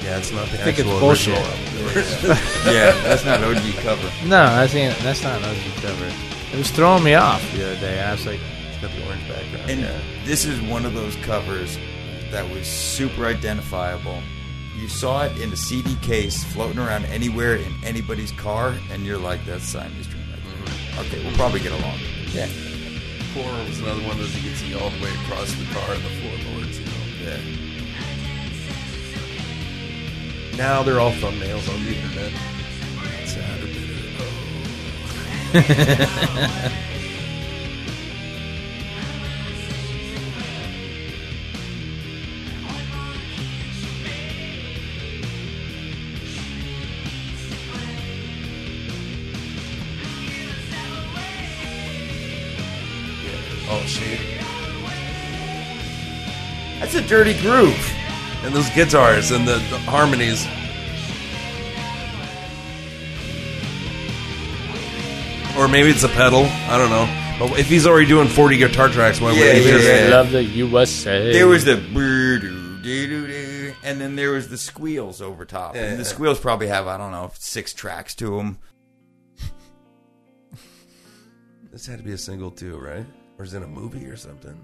[SPEAKER 1] Yeah, it's not the
[SPEAKER 2] think it's
[SPEAKER 1] actual
[SPEAKER 2] bullshit.
[SPEAKER 1] original. album.
[SPEAKER 3] Yeah, that's not OG cover.
[SPEAKER 2] No, that's ain't, that's not an OG cover. It was throwing me off the other day. I was like,
[SPEAKER 1] It's got the orange background.
[SPEAKER 3] And
[SPEAKER 1] yeah.
[SPEAKER 3] this is one of those covers that was super identifiable. You saw it in a CD case floating around anywhere in anybody's car, and you're like, that's Siamese Dream. Right there.
[SPEAKER 1] Mm-hmm.
[SPEAKER 3] Okay, we'll probably get along. Yeah.
[SPEAKER 1] Horror was another one of those you could see all the way across the car and the floorboards. You know? Yeah. Now they're all thumbnails on the internet. Sad or bitter. oh, Oh shit!
[SPEAKER 3] That's a dirty groove.
[SPEAKER 1] And those guitars and the, the harmonies. Or maybe it's a pedal. I don't know. But if he's already doing 40 guitar tracks, why
[SPEAKER 3] Yeah,
[SPEAKER 1] would he
[SPEAKER 3] yeah,
[SPEAKER 1] just-
[SPEAKER 3] yeah.
[SPEAKER 2] I love the USA.
[SPEAKER 3] There was the brrr-doo-doo-doo-doo, and then there was the squeals over top. And
[SPEAKER 1] Yeah.
[SPEAKER 3] the squeals probably have, I don't know, six tracks to them.
[SPEAKER 1] This had to be a single too, right? Or is it a movie or something?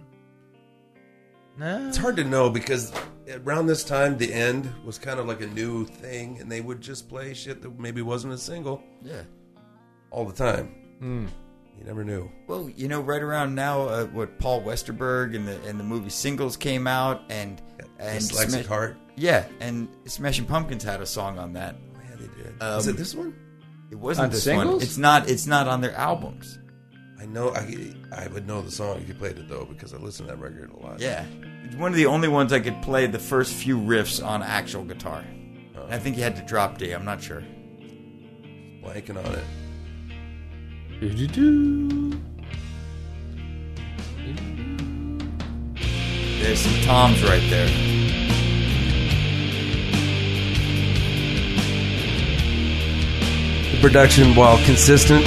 [SPEAKER 2] no.
[SPEAKER 1] It's hard to know because around this time, the end was kind of like a new thing, and they would just play shit that maybe wasn't a single
[SPEAKER 3] Yeah. Hmm.
[SPEAKER 1] all the time.
[SPEAKER 2] Mm.
[SPEAKER 1] You never knew.
[SPEAKER 3] Well, you know, right around now, uh, what Paul Westerberg and the and the movie Singles came out, and and
[SPEAKER 1] Dyslexic
[SPEAKER 3] Sma-
[SPEAKER 1] Heart.
[SPEAKER 3] yeah, and Smashing Pumpkins had a song on that.
[SPEAKER 1] Oh, yeah, they did.
[SPEAKER 3] Um,
[SPEAKER 1] Is it this one?
[SPEAKER 3] It wasn't
[SPEAKER 2] On
[SPEAKER 3] this
[SPEAKER 2] Singles?
[SPEAKER 3] one. It's not. It's not on their albums.
[SPEAKER 1] I know. I I would know the song if you played it though, because I listen to that record a lot.
[SPEAKER 3] Yeah, it's one of the only ones I could play the first few riffs on actual guitar.
[SPEAKER 2] Oh.
[SPEAKER 3] And I think you had to drop D. I'm not sure.
[SPEAKER 1] Blanking on it.
[SPEAKER 2] Do-do-do.
[SPEAKER 3] There's some toms right there.
[SPEAKER 1] The production, while consistent,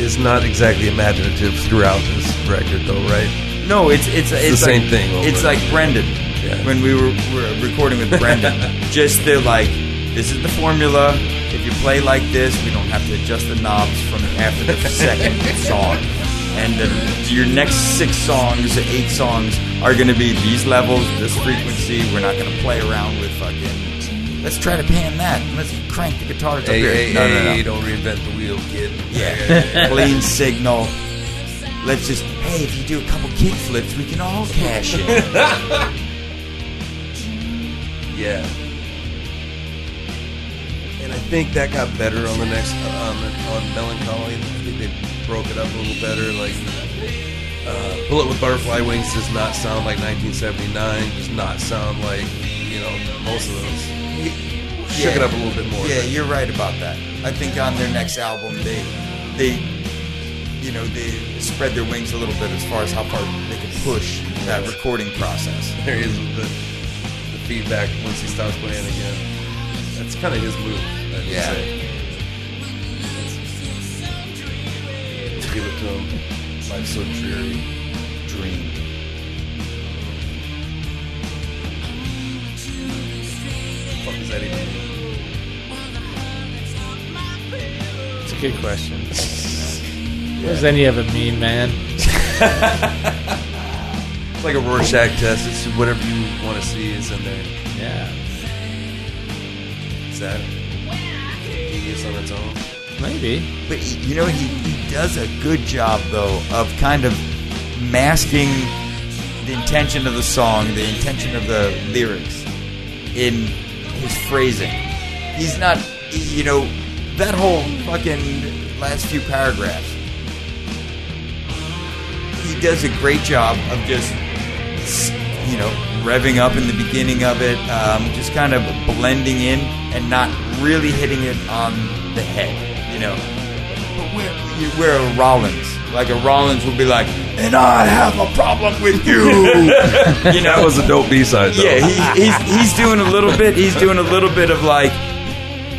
[SPEAKER 1] is not exactly imaginative throughout this record, though, right?
[SPEAKER 3] No, it's it's it's,
[SPEAKER 1] the
[SPEAKER 3] like,
[SPEAKER 1] same thing over
[SPEAKER 3] It's
[SPEAKER 1] and
[SPEAKER 3] like Brendan
[SPEAKER 1] Yeah.
[SPEAKER 3] when we were, were recording with Brendan. Just they're like, this is the formula. If you play like this, we don't have to adjust the knobs from after the second song. And then your next six songs, eight songs, are going to be these levels, this frequency. We're not going to play around with fucking. Let's try to pan that. Let's crank the guitars up
[SPEAKER 1] Hey,
[SPEAKER 3] here.
[SPEAKER 1] hey,
[SPEAKER 3] no, no, no.
[SPEAKER 1] hey, don't reinvent the wheel, kid.
[SPEAKER 3] Yeah. Clean signal. Let's just, hey, if you do a couple kick flips, we can all cash in.
[SPEAKER 1] Yeah. And I think that got better on the next um, on Melancholy. I think they broke it up a little better. Like uh, Bullet with Butterfly Wings does not sound like 1979. Does not sound like you know most of those. Shook it up a little bit more.
[SPEAKER 3] Yeah, you're right about that. I think on their next album, they, they, you know, they spread their wings a little bit as far as how far they can push that recording process.
[SPEAKER 1] There is the, the feedback once he stops playing again. That's kind of his move. I'd
[SPEAKER 3] Yeah.
[SPEAKER 1] say. Give it to him. Life's so dreary.
[SPEAKER 3] Dream.
[SPEAKER 1] fuck is that even?
[SPEAKER 2] It's a good question. What does any of it mean, man?
[SPEAKER 1] It's like a Rorschach test. It's whatever you want to see is in there.
[SPEAKER 2] Yeah.
[SPEAKER 1] Is that devious on its own?
[SPEAKER 2] Maybe.
[SPEAKER 3] But he- you know, he, he does a good job though of kind of masking the intention of the song, the intention of the lyrics in his phrasing. He's not, you know, that whole fucking last few paragraphs. He does a great job of just, you know, revving up in the beginning of it, um, just kind of blending in and not really hitting it on the head, you know. But we're, you- we're a Rollins. Like a Rollins would be like, and I have a problem with you. you know,
[SPEAKER 1] That was a dope B-side, though.
[SPEAKER 3] yeah, he, he's, he's doing a little bit. He's doing a little bit of like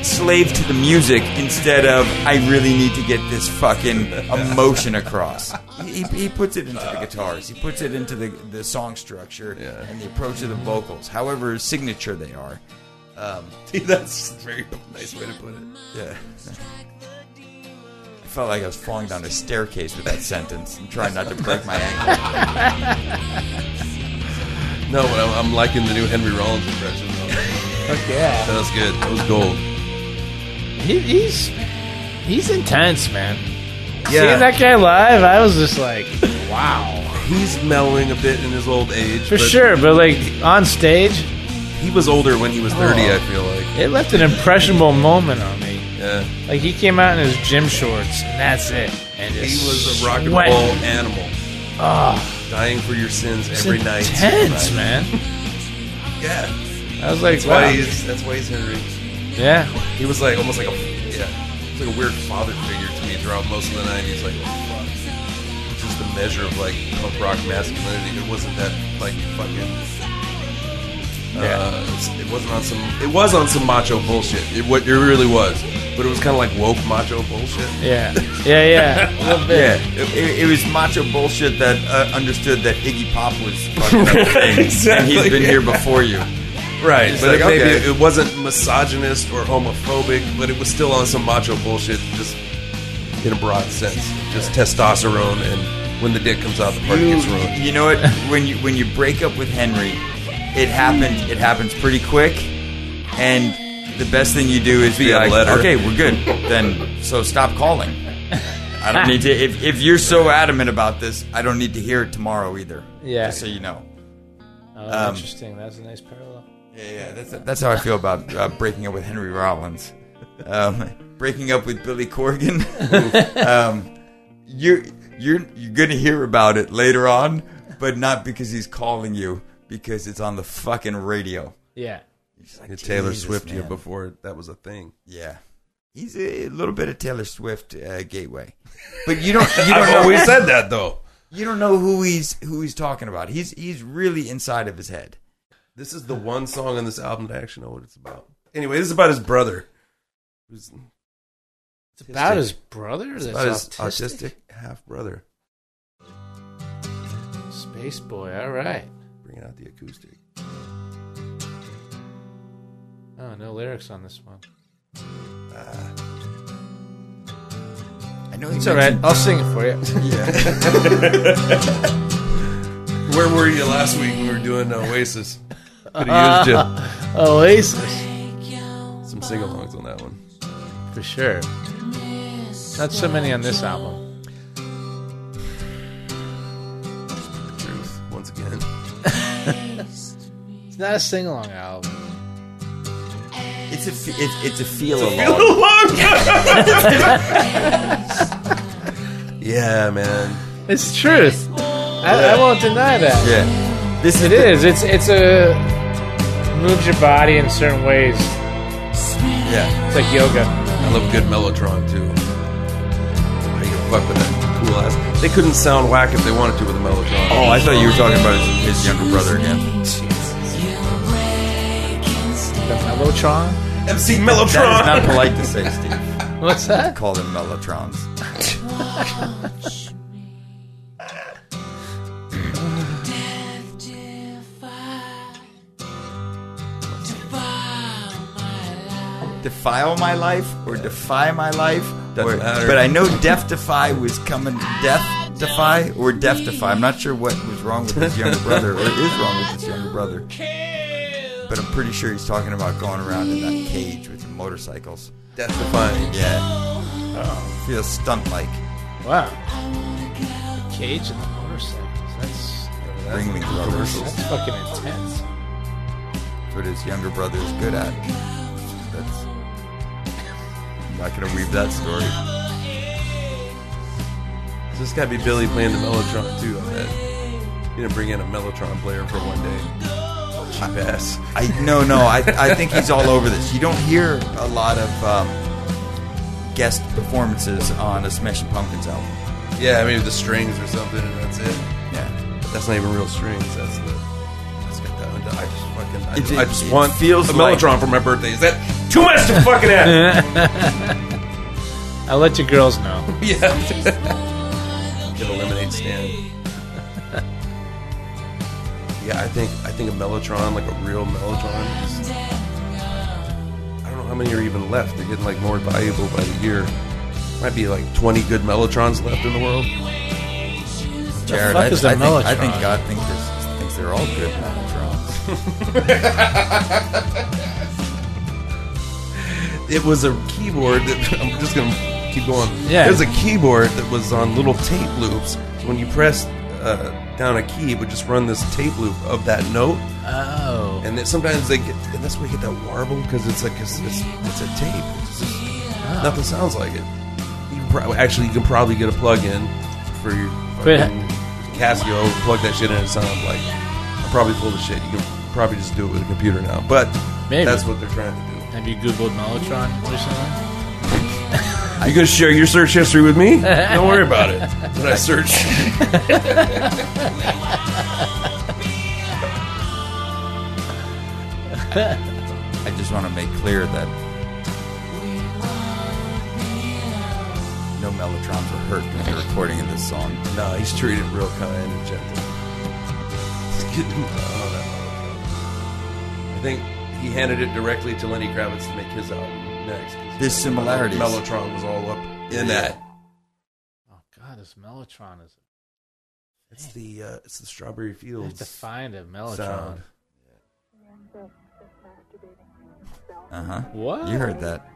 [SPEAKER 3] slave to the music instead of I really need to get this fucking emotion across. He, he puts it into the guitars. He puts it into the the song structure
[SPEAKER 1] Yeah.
[SPEAKER 3] and the approach of the vocals, however signature they are. Um,
[SPEAKER 1] That's a very nice way to put it.
[SPEAKER 3] yeah. I felt like I was falling down a staircase with that sentence. I'm trying not to break my ankle.
[SPEAKER 1] No, but I'm, I'm liking the new Henry Rollins impression, though.
[SPEAKER 2] Fuck yeah.
[SPEAKER 1] That was good. That was gold.
[SPEAKER 2] He, he's he's intense, man.
[SPEAKER 1] Yeah.
[SPEAKER 2] Seeing that guy live, I was just like, wow.
[SPEAKER 1] He's mellowing a bit in his old age.
[SPEAKER 2] For
[SPEAKER 1] but
[SPEAKER 2] sure, but like on stage,
[SPEAKER 1] He was older when he was 30,
[SPEAKER 2] Oh.
[SPEAKER 1] I feel like.
[SPEAKER 2] it left an impressionable moment on me.
[SPEAKER 1] Yeah.
[SPEAKER 2] Like he came out in his gym shorts, and that's it. And
[SPEAKER 1] He
[SPEAKER 2] just
[SPEAKER 1] was a rock and
[SPEAKER 2] sweating.
[SPEAKER 1] roll animal. Dying for your sins
[SPEAKER 2] It's
[SPEAKER 1] every night.
[SPEAKER 2] Ah. intense, man.
[SPEAKER 1] Yeah.
[SPEAKER 2] I was like,
[SPEAKER 1] That's why
[SPEAKER 2] wow.
[SPEAKER 1] he's, that's why he's Henry.
[SPEAKER 2] yeah,
[SPEAKER 1] He was like almost like a yeah, it's like a weird father figure to me throughout most of the nineties. Like, fuck. It's just a measure of like punk rock masculinity. It wasn't that like fucking. Uh, it's- it wasn't on some. It was on some macho bullshit. It what it really was, but it was kind of like woke macho bullshit.
[SPEAKER 2] yeah, yeah, yeah. A little bit.
[SPEAKER 3] Yeah, it, it, it was macho bullshit that uh, understood that Iggy Pop was fucking up the thing, and he's
[SPEAKER 1] Exactly.
[SPEAKER 3] been here before you.
[SPEAKER 1] Right,
[SPEAKER 3] It's
[SPEAKER 1] but
[SPEAKER 3] like,
[SPEAKER 1] it maybe
[SPEAKER 3] okay.
[SPEAKER 1] it wasn't misogynist or homophobic, but it was still on some macho bullshit, just in a broad sense, just testosterone and when the dick comes out, the part gets ruined.
[SPEAKER 3] You know what? When you when you break up with Henry, it happens. It happens pretty quick, and the best thing you do is be
[SPEAKER 1] Be a
[SPEAKER 3] like,
[SPEAKER 1] letter.
[SPEAKER 3] okay, we're good. Then so stop calling. I don't need to. If, if you're so adamant about this, I don't need to hear it tomorrow either.
[SPEAKER 2] Yeah.
[SPEAKER 3] Just so you know.
[SPEAKER 2] Oh,
[SPEAKER 3] Um,
[SPEAKER 2] interesting. That's a nice parallel.
[SPEAKER 3] Yeah, yeah. That's, that's how I feel about uh, breaking up with Henry Rollins. Um, breaking up with Billy Corgan. um, you're, you're, you're going to hear about it later on, but not because he's calling you, because it's on the fucking radio.
[SPEAKER 2] Yeah.
[SPEAKER 3] It's like,
[SPEAKER 1] Did Taylor
[SPEAKER 3] Jesus,
[SPEAKER 1] Swift you
[SPEAKER 3] man.
[SPEAKER 1] before that was a thing.
[SPEAKER 3] Yeah. He's a little bit of Taylor Swift uh, gateway, but you don't. You don't
[SPEAKER 1] I've
[SPEAKER 3] know.
[SPEAKER 1] always said that though.
[SPEAKER 3] You don't know who he's who he's talking about. He's he's really inside of his head.
[SPEAKER 1] This is the one song on this album that I actually know what it's about. Anyway, this is about his brother, who's
[SPEAKER 2] It's about
[SPEAKER 1] Autistic.
[SPEAKER 2] his brother. That's
[SPEAKER 1] about his
[SPEAKER 2] autistic.
[SPEAKER 1] autistic half brother,
[SPEAKER 2] Space boy. All right.
[SPEAKER 1] bringing out the acoustic.
[SPEAKER 2] Oh, no lyrics on this one.
[SPEAKER 3] I know he
[SPEAKER 2] It's all
[SPEAKER 3] makes
[SPEAKER 2] right. I'll sing it for you.
[SPEAKER 3] Yeah.
[SPEAKER 1] Where were you last week when we were doing Oasis? Could have used you.
[SPEAKER 2] Oasis.
[SPEAKER 1] Some sing-alongs on that one.
[SPEAKER 2] For sure. Not so many on this album.
[SPEAKER 1] Truth, once again.
[SPEAKER 2] It's not a sing along album.
[SPEAKER 3] It's a fe- it's, it's a feel along.
[SPEAKER 1] Yeah, man.
[SPEAKER 2] It's truth. I, I won't deny that.
[SPEAKER 3] Yeah. This
[SPEAKER 2] It
[SPEAKER 3] is
[SPEAKER 2] is. It's it's a moves your body in certain ways.
[SPEAKER 3] yeah.
[SPEAKER 2] It's like yoga.
[SPEAKER 1] I love good Mellotron too. How you gonna fuck with that cool ass? They couldn't sound whack if they wanted to with a Mellotron.
[SPEAKER 3] Oh, I thought you were talking about his, his younger brother again.
[SPEAKER 2] The Mellotron.
[SPEAKER 1] MC
[SPEAKER 3] That is not
[SPEAKER 1] Mellotron.
[SPEAKER 3] polite to say, Steve.
[SPEAKER 2] What's that?
[SPEAKER 3] Call them mellotrons. Defile my life or defy my life.
[SPEAKER 1] Doesn't
[SPEAKER 3] or-
[SPEAKER 1] matter.
[SPEAKER 3] But I know Death Defy was coming. Death Defy or Death Defy. I'm not sure what was wrong with his younger brother or is wrong with his younger brother. But I'm pretty sure he's talking about going around in that cage with the motorcycles.
[SPEAKER 1] That's defying.
[SPEAKER 3] Yeah. Feels stunt like.
[SPEAKER 2] Wow. The cage and the motorcycles. That's
[SPEAKER 3] Ringling brothers.
[SPEAKER 2] that's fucking intense.
[SPEAKER 3] That's what his younger brother is good at. That's. I'm not gonna weave that story.
[SPEAKER 1] So this gotta be Billy playing the Mellotron too. I bet. You didn't bring in a Mellotron player for one day. Cheap ass.
[SPEAKER 3] I no no. I I think he's all over this. You don't hear a lot of um, guest performances on a Smashing Pumpkins album.
[SPEAKER 1] Yeah, maybe the strings or something, and that's it.
[SPEAKER 3] Yeah.
[SPEAKER 1] But that's not even real strings. That's the. That's got that. I just fucking. I
[SPEAKER 3] It-
[SPEAKER 1] just,
[SPEAKER 3] it-
[SPEAKER 1] I just
[SPEAKER 3] it
[SPEAKER 1] want
[SPEAKER 3] feels
[SPEAKER 1] a
[SPEAKER 3] like-
[SPEAKER 1] Mellotron for my birthday. Is that too much to fucking ask?
[SPEAKER 2] I'll let you girls know.
[SPEAKER 1] yeah. Get a lemonade stand. Yeah, I think I think a Mellotron, like a real Mellotron. Is, I don't know how many are even left. They're getting like more valuable by the year. Might be like 20 good Mellotrons left in the world.
[SPEAKER 3] Jared,
[SPEAKER 2] fuck
[SPEAKER 3] I,
[SPEAKER 2] is a
[SPEAKER 3] I think, I think
[SPEAKER 2] mellotron?
[SPEAKER 3] God thinks, there's- thinks they're all good mellotrons.
[SPEAKER 1] It was a keyboard that I'm just gonna keep going.
[SPEAKER 2] Yeah.
[SPEAKER 1] There's a keyboard that was on little tape loops. So when you pressed uh, down a key, it would just run this tape loop of that note.
[SPEAKER 2] Oh.
[SPEAKER 1] And then sometimes they get, and that's why you get that warble because it's like it's, it's, it's a tape. It's just, Nothing sounds like it. You can prob- actually, you can probably get a plug-in for your
[SPEAKER 2] But-
[SPEAKER 1] fucking Casio. Plug that shit in and it sounds like. I'm probably full of shit. You can probably just do it with a computer now, but
[SPEAKER 2] Maybe.
[SPEAKER 1] that's what they're trying to do.
[SPEAKER 2] Have you Googled Mellotron recently?
[SPEAKER 1] You gonna share your search history with me? Don't worry about it. Did I search?
[SPEAKER 3] I just want to make clear that no mellotrons were hurt during the recording of this song.
[SPEAKER 1] no, he's treated real kind and gentle. He's getting- I think he handed it directly to Lenny Kravitz to make his album next. 'cause
[SPEAKER 3] There's similarities.
[SPEAKER 1] Mellotron was all up in that.
[SPEAKER 2] Oh God, this Mellotron is.
[SPEAKER 1] It's the uh, it's the Strawberry
[SPEAKER 2] I have to
[SPEAKER 1] Fields
[SPEAKER 2] find a Mellotron.
[SPEAKER 1] sound.
[SPEAKER 3] Uh huh.
[SPEAKER 2] What?
[SPEAKER 3] You heard that.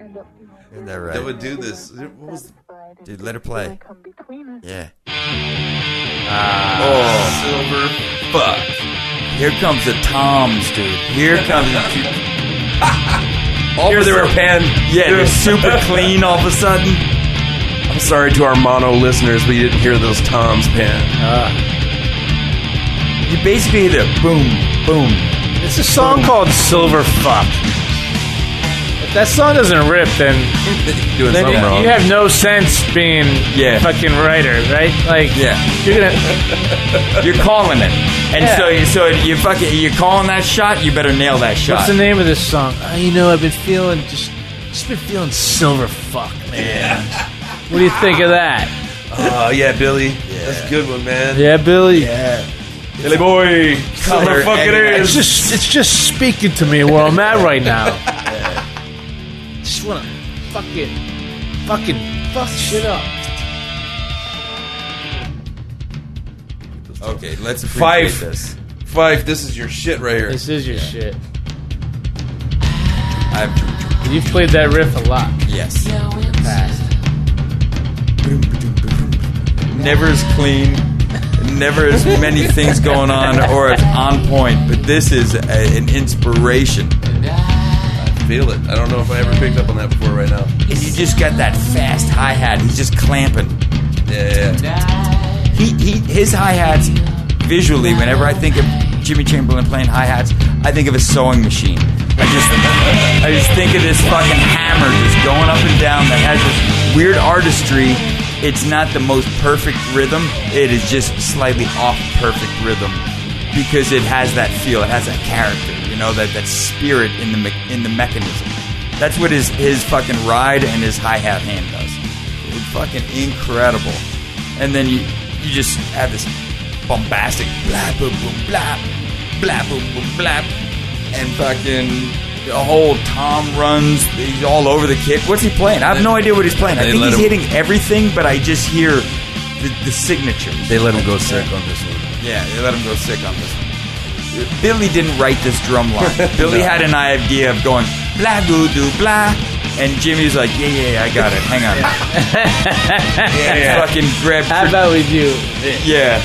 [SPEAKER 5] End
[SPEAKER 3] Uh-huh.
[SPEAKER 5] up
[SPEAKER 3] You heard that right.
[SPEAKER 1] That would do this. What was
[SPEAKER 3] Dude, let her play.
[SPEAKER 5] Come between us.
[SPEAKER 3] Yeah. oh,
[SPEAKER 1] Ah, Silver.
[SPEAKER 3] fuck. Here comes the toms, dude. Here comes the. all
[SPEAKER 1] Here
[SPEAKER 3] of a
[SPEAKER 1] they were
[SPEAKER 3] sudden-
[SPEAKER 1] pan.
[SPEAKER 3] Yeah, they're super clean all of a sudden.
[SPEAKER 1] I'm sorry to our mono listeners, but you didn't hear those toms pan.
[SPEAKER 2] Uh,
[SPEAKER 3] You basically hit a boom, boom.
[SPEAKER 2] it's a song called Silver Fuck. If that song doesn't rip, then
[SPEAKER 3] Doing
[SPEAKER 2] then
[SPEAKER 3] something wrong.
[SPEAKER 2] you have no sense being
[SPEAKER 3] Yeah.
[SPEAKER 2] a fucking writer, right? Like,
[SPEAKER 3] yeah.
[SPEAKER 2] you're gonna.
[SPEAKER 3] You're calling it, and
[SPEAKER 2] Yeah.
[SPEAKER 3] so so you fucking you're calling that shot. You better nail that shot.
[SPEAKER 2] What's the name of this song? Uh, you know, I've been feeling just, just been feeling Silver Fuck, man. What do you think of that?
[SPEAKER 1] Oh, yeah, Billy. That's a good one, man.
[SPEAKER 2] Yeah, Billy.
[SPEAKER 1] Billy boy.
[SPEAKER 3] Color
[SPEAKER 1] fuck it
[SPEAKER 3] and-
[SPEAKER 1] is.
[SPEAKER 2] It's just it's just speaking to me where I'm at right now. Just wanna fucking fucking fuck shit up.
[SPEAKER 3] okay, let's appreciate
[SPEAKER 1] Five.
[SPEAKER 3] this.
[SPEAKER 1] Fife, this is your shit right here.
[SPEAKER 2] This is your shit.
[SPEAKER 3] I've,
[SPEAKER 2] You've played that riff a lot.
[SPEAKER 3] yes. Never as clean. Never as many things going on or as on point. But this is a, an inspiration.
[SPEAKER 1] Feel it. I don't know if I ever picked up on that before right now.
[SPEAKER 3] And you just got that fast hi hat. He's just clamping.
[SPEAKER 1] Yeah, yeah, yeah.
[SPEAKER 3] He, he his hi hats visually. Whenever I think of Jimmy Chamberlain playing hi hats, I think of a sewing machine. I just I just think of this fucking hammer just going up and down that has this weird artistry. It's not the most perfect rhythm. It is just slightly off perfect rhythm because it has that feel. It has that character. You know that that spirit in the me- in the mechanism. That's what his his fucking ride and his hi hat hand does. It's fucking incredible. And then you you just have this bombastic blah boom boom blah blah boom boom blah and fucking the whole Tom runs he's all over the kick. What's he playing? I have no idea what he's playing. I
[SPEAKER 1] They
[SPEAKER 3] think
[SPEAKER 1] let him-
[SPEAKER 3] he's hitting everything, but I just hear the, the signature.
[SPEAKER 1] They let him go sick on this one.
[SPEAKER 3] Yeah, they let him go sick on this one. Billy didn't write this drum line. Billy had an idea of going blah doo doo blah, and Jimmy's like, yeah yeah, yeah I got it. Hang on, fucking grab.
[SPEAKER 2] How about we do
[SPEAKER 3] Yeah.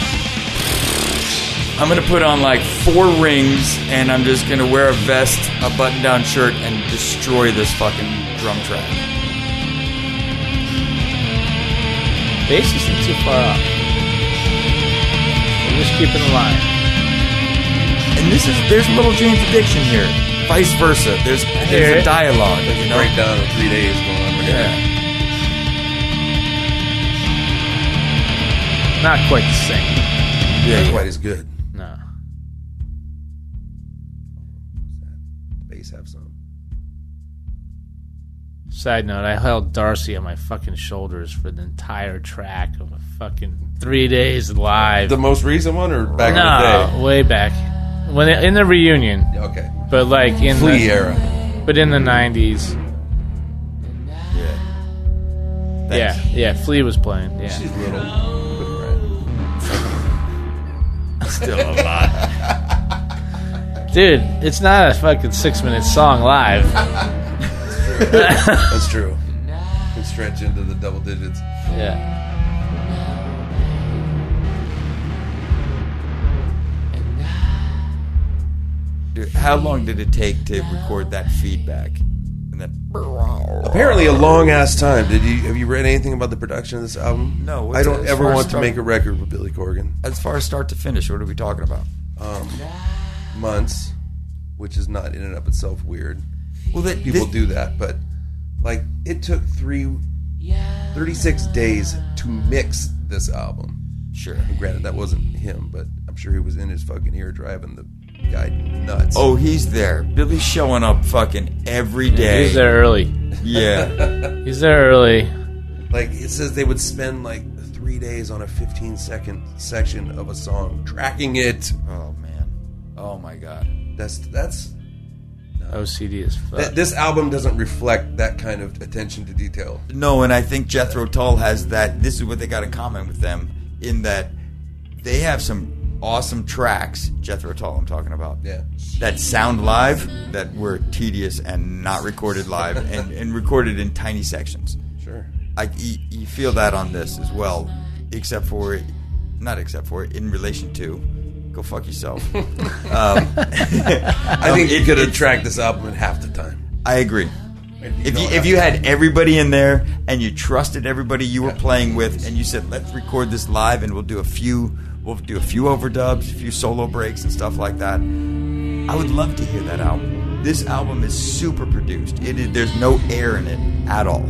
[SPEAKER 3] I'm gonna put on like four rings, and I'm just gonna wear a vest, a button-down shirt, and destroy this fucking drum track.
[SPEAKER 2] bass isn't too far off. We're just keeping the line.
[SPEAKER 3] And this is there's little Jane's addiction here. Vice versa. There's
[SPEAKER 2] hear
[SPEAKER 3] there's a
[SPEAKER 2] it.
[SPEAKER 3] dialogue. You know?
[SPEAKER 1] Breakdown in three days going on.
[SPEAKER 3] Yeah.
[SPEAKER 2] Not quite the same.
[SPEAKER 1] Yeah, quite as good.
[SPEAKER 2] No.
[SPEAKER 1] Bass have some.
[SPEAKER 2] Side note, I held Darcy on my fucking shoulders for the entire track of a fucking three days live.
[SPEAKER 1] The most recent one or back
[SPEAKER 2] no, way back. When it, in the reunion.
[SPEAKER 1] in the day? Okay.
[SPEAKER 2] But like in
[SPEAKER 1] Flea
[SPEAKER 2] the,
[SPEAKER 1] era.
[SPEAKER 2] but in the nineties,
[SPEAKER 3] Yeah.
[SPEAKER 2] yeah, yeah, Flea was playing. Yeah,
[SPEAKER 1] She's little. Right.
[SPEAKER 3] Still a lot.
[SPEAKER 2] dude, it's not a fucking six-minute song live.
[SPEAKER 1] That's true. Can stretch into the double digits.
[SPEAKER 2] Yeah,
[SPEAKER 3] Dude, how long did it take to record that feedback? And then
[SPEAKER 1] Apparently, a long ass time. Did you have you read anything about the production of this album?
[SPEAKER 3] No, what's
[SPEAKER 1] I don't
[SPEAKER 3] it-
[SPEAKER 1] ever
[SPEAKER 3] first
[SPEAKER 1] want to
[SPEAKER 3] of-
[SPEAKER 1] make a record with Billy Corgan.
[SPEAKER 3] as far as start to finish, what are we talking about?
[SPEAKER 1] Um, months, which is not in and of itself weird.
[SPEAKER 3] Well, that
[SPEAKER 1] People
[SPEAKER 3] thi-
[SPEAKER 1] do that, but like it took three, 36 days to mix this album.
[SPEAKER 3] Sure.
[SPEAKER 1] Granted, that wasn't him, but I'm sure he was in his fucking ear driving the guy nuts.
[SPEAKER 3] Oh, he's there. Billy's showing up fucking every day.
[SPEAKER 2] he's there early.
[SPEAKER 3] Yeah.
[SPEAKER 2] He's there early.
[SPEAKER 1] Like it says they would spend like three days on a 15 second section of a song, tracking it.
[SPEAKER 3] oh man. Oh my god.
[SPEAKER 1] That's that's
[SPEAKER 2] OCD is fuck.
[SPEAKER 1] th- this album doesn't reflect that kind of attention to detail.
[SPEAKER 3] No, and I think Jethro Tull has that. This is what they got in common with them in that they have some awesome tracks. Jethro Tull, I'm talking about.
[SPEAKER 1] Yeah,
[SPEAKER 3] That sound live that were tedious and not recorded live and, and recorded in tiny sections.
[SPEAKER 1] sure.
[SPEAKER 3] I I, you, you feel that on this as well, except for, not except for, in relation to, go fuck yourself.
[SPEAKER 1] I think
[SPEAKER 3] Um,
[SPEAKER 1] you could have
[SPEAKER 3] it's-
[SPEAKER 1] tracked this album in half the time.
[SPEAKER 3] I agree. If you
[SPEAKER 1] don't
[SPEAKER 3] if
[SPEAKER 1] have
[SPEAKER 3] you
[SPEAKER 1] to.
[SPEAKER 3] had everybody in there and you trusted everybody you were playing with, and you said, "Let's record this live, and we'll do a few, we'll do a few overdubs, a few solo breaks, and stuff like that," I would love to hear that album. This album is super produced. It is, there's no air in it at all,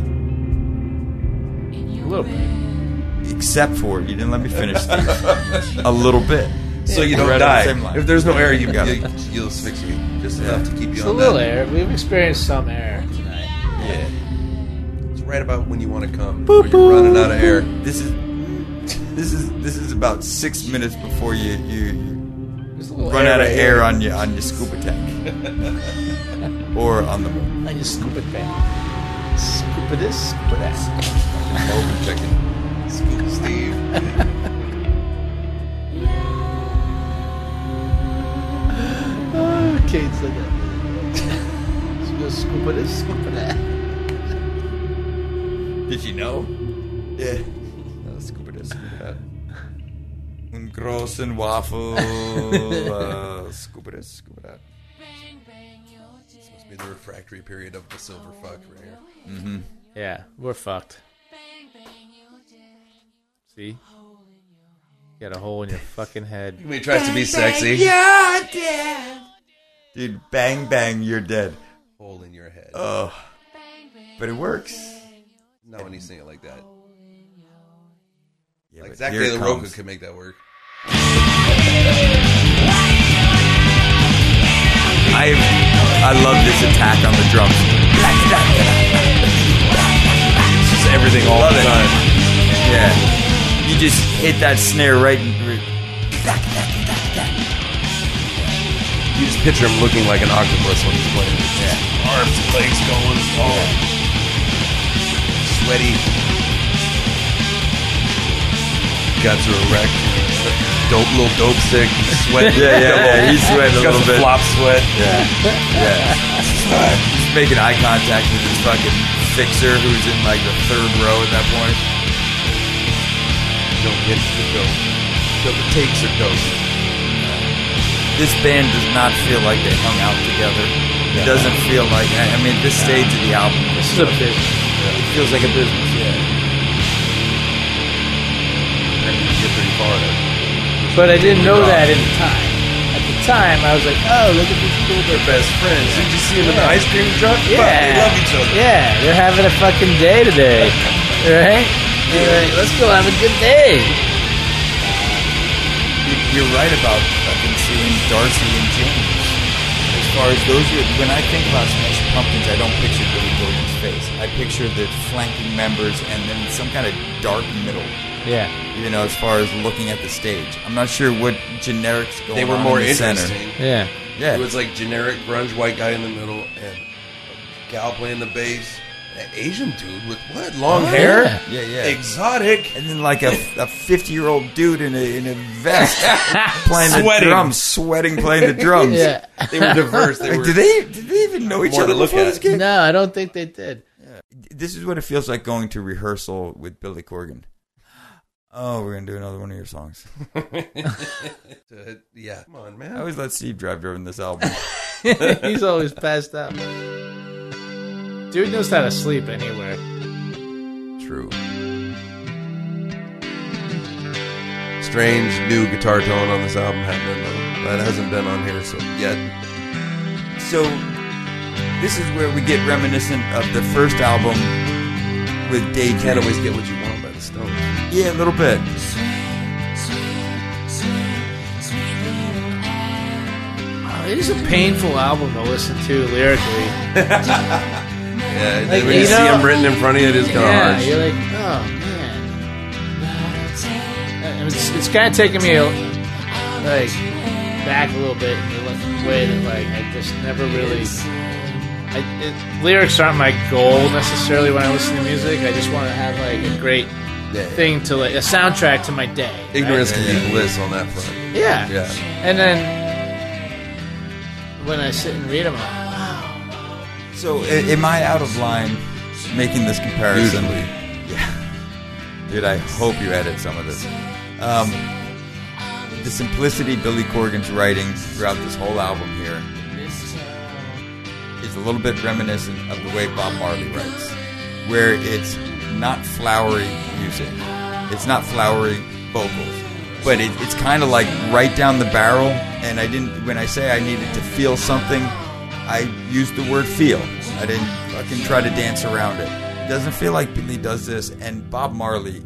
[SPEAKER 2] A little bit.
[SPEAKER 3] except for you didn't let me finish Steve. a little bit.
[SPEAKER 1] so you
[SPEAKER 3] Yeah,
[SPEAKER 1] don't
[SPEAKER 3] right on the
[SPEAKER 1] die.
[SPEAKER 3] same line.
[SPEAKER 1] if there's no air, you,
[SPEAKER 3] Got
[SPEAKER 1] you
[SPEAKER 3] it.
[SPEAKER 1] you'll asphyxiate just enough to keep you
[SPEAKER 2] It's
[SPEAKER 1] on
[SPEAKER 2] a little
[SPEAKER 1] that.
[SPEAKER 2] air. We've experienced some air tonight.
[SPEAKER 1] Yeah, it's right about when you want to come. when you're running out of air.
[SPEAKER 3] This is this is this is about six minutes before you you
[SPEAKER 2] There's a little
[SPEAKER 3] run out of
[SPEAKER 2] right
[SPEAKER 3] air
[SPEAKER 2] here.
[SPEAKER 3] on your on your scuba tank or on the moon.
[SPEAKER 2] I just scoop it back. Scoop it this, scoop it that.
[SPEAKER 3] Open chicken.
[SPEAKER 1] Scoop Steve.
[SPEAKER 2] Oh, Kate's like that. She goes, scoop it this, scoop it that.
[SPEAKER 3] Did you know? Yeah. No, scuba this, scuba that. Un großen Waffel. Uh, scuba this, scuba that.
[SPEAKER 1] Must be the refractory period of the silver fuck right here.
[SPEAKER 2] Yeah, we're fucked. See? Got a hole in your fucking head.
[SPEAKER 1] He tries to be sexy.
[SPEAKER 3] You're dead. Dude, bang bang, you're dead.
[SPEAKER 1] Hole in your head.
[SPEAKER 3] Oh, but it works.
[SPEAKER 1] Not when you sing it like that.
[SPEAKER 3] Yeah,
[SPEAKER 1] Like
[SPEAKER 3] but
[SPEAKER 1] Zach
[SPEAKER 3] here it
[SPEAKER 1] De La Roca
[SPEAKER 3] comes.
[SPEAKER 1] could make that work.
[SPEAKER 3] I I love this attack on the drums. It's just everything all the time. Yeah. You just hit that snare right in
[SPEAKER 1] You just picture him looking like an octopus when he's playing. Yeah. Arms, legs going, all sweaty. Guts are erect. Dope, little dope sick. Sweat.
[SPEAKER 3] Yeah, yeah, yeah. He's sweating a
[SPEAKER 1] Got
[SPEAKER 3] little
[SPEAKER 1] some
[SPEAKER 3] bit.
[SPEAKER 1] flop sweat.
[SPEAKER 3] Yeah. Yeah. He's making eye contact with his fucking fixer who's in like the third row at that point.
[SPEAKER 1] Don't get the dope. The takes are dope.
[SPEAKER 3] This band does not feel like they hung out together. It doesn't feel like I I mean this stage of the album
[SPEAKER 2] This is a bitch.
[SPEAKER 3] it feels like a business, yeah.
[SPEAKER 1] Get pretty far there.
[SPEAKER 2] But I didn't know that at the time. At the time, I was like, oh, look at this cool
[SPEAKER 1] They're best friends. Did you see him in the ice cream truck? Fuck,
[SPEAKER 2] Yeah.
[SPEAKER 1] They love each other.
[SPEAKER 2] Yeah, they're having a fucking day today. right? They're like, Let's go have a good day.
[SPEAKER 3] You- You're right about fucking seeing Darcy and James. As far as those, are, when I think about Smash Pumpkins, I don't picture Billy Gordon's face. I picture the flanking members and then some kind of dark middle.
[SPEAKER 2] Yeah,
[SPEAKER 3] You know, as far as looking at the stage, I'm not sure what generics going
[SPEAKER 1] They were
[SPEAKER 3] on
[SPEAKER 1] more
[SPEAKER 3] in the
[SPEAKER 1] interesting.
[SPEAKER 3] center.
[SPEAKER 2] yeah.
[SPEAKER 3] Yeah,
[SPEAKER 1] It was like generic grunge white guy in the middle and a gal playing the bass. An Asian dude with what? Long hair?
[SPEAKER 2] yeah.
[SPEAKER 3] yeah, yeah.
[SPEAKER 1] Exotic.
[SPEAKER 3] and then like a, a 50 year old dude in a in a vest playing
[SPEAKER 1] Sweating.
[SPEAKER 3] the drums, sweating, playing the drums.
[SPEAKER 2] Yeah.
[SPEAKER 1] They were diverse. They
[SPEAKER 3] Like,
[SPEAKER 1] were
[SPEAKER 3] do they did they even know each
[SPEAKER 1] More to
[SPEAKER 3] other
[SPEAKER 1] look
[SPEAKER 3] before
[SPEAKER 1] at.
[SPEAKER 3] this gig?
[SPEAKER 2] No, I don't think they did.
[SPEAKER 3] this is what it feels like going to rehearsal with Billy Corgan. Oh, we're gonna do another one of your songs.
[SPEAKER 1] Uh, yeah. Come on,
[SPEAKER 3] I
[SPEAKER 1] man.
[SPEAKER 3] always let Steve drive during this album.
[SPEAKER 2] He's always passed out. Dude knows how to sleep anywhere.
[SPEAKER 1] True. Strange new guitar tone on this album. Hadn't been on- That hasn't been on here so yet.
[SPEAKER 3] so this is where we get reminiscent of the first album with Dave.
[SPEAKER 1] Can't always get what you want by the Stones.
[SPEAKER 3] Yeah, a little bit.
[SPEAKER 2] It is a painful album to listen to lyrically.
[SPEAKER 1] Yeah,
[SPEAKER 2] Like,
[SPEAKER 1] when you
[SPEAKER 2] you
[SPEAKER 1] see
[SPEAKER 2] know-
[SPEAKER 1] them written in front of you, it is kind of
[SPEAKER 2] Yeah,
[SPEAKER 1] harsh.
[SPEAKER 2] you're like, oh man. Uh, It's, it's kind of taking me a, like back a little bit in the way that like I just never really. I, it, lyrics aren't my goal necessarily when I listen to music. I just want to have like a great
[SPEAKER 1] Yeah.
[SPEAKER 2] thing to like a soundtrack to my day. right?
[SPEAKER 1] Ignorance can be bliss on that front.
[SPEAKER 2] Yeah.
[SPEAKER 1] Yeah.
[SPEAKER 2] And then when I sit and read them,
[SPEAKER 3] So, a- am I out of line making this comparison?
[SPEAKER 1] Usually.
[SPEAKER 3] Yeah.
[SPEAKER 6] Dude, I hope you edit some of this. Um, the simplicity Billy Corgan's writing throughout this whole album here is a little bit reminiscent of the way Bob Marley writes, where it's not flowery music, it's not flowery vocals, but it, it's kind of like right down the barrel. And I didn't, when I say I needed to feel something, I used the word feel. I didn't fucking try to dance around it. It doesn't feel like Billy does this, and Bob Marley,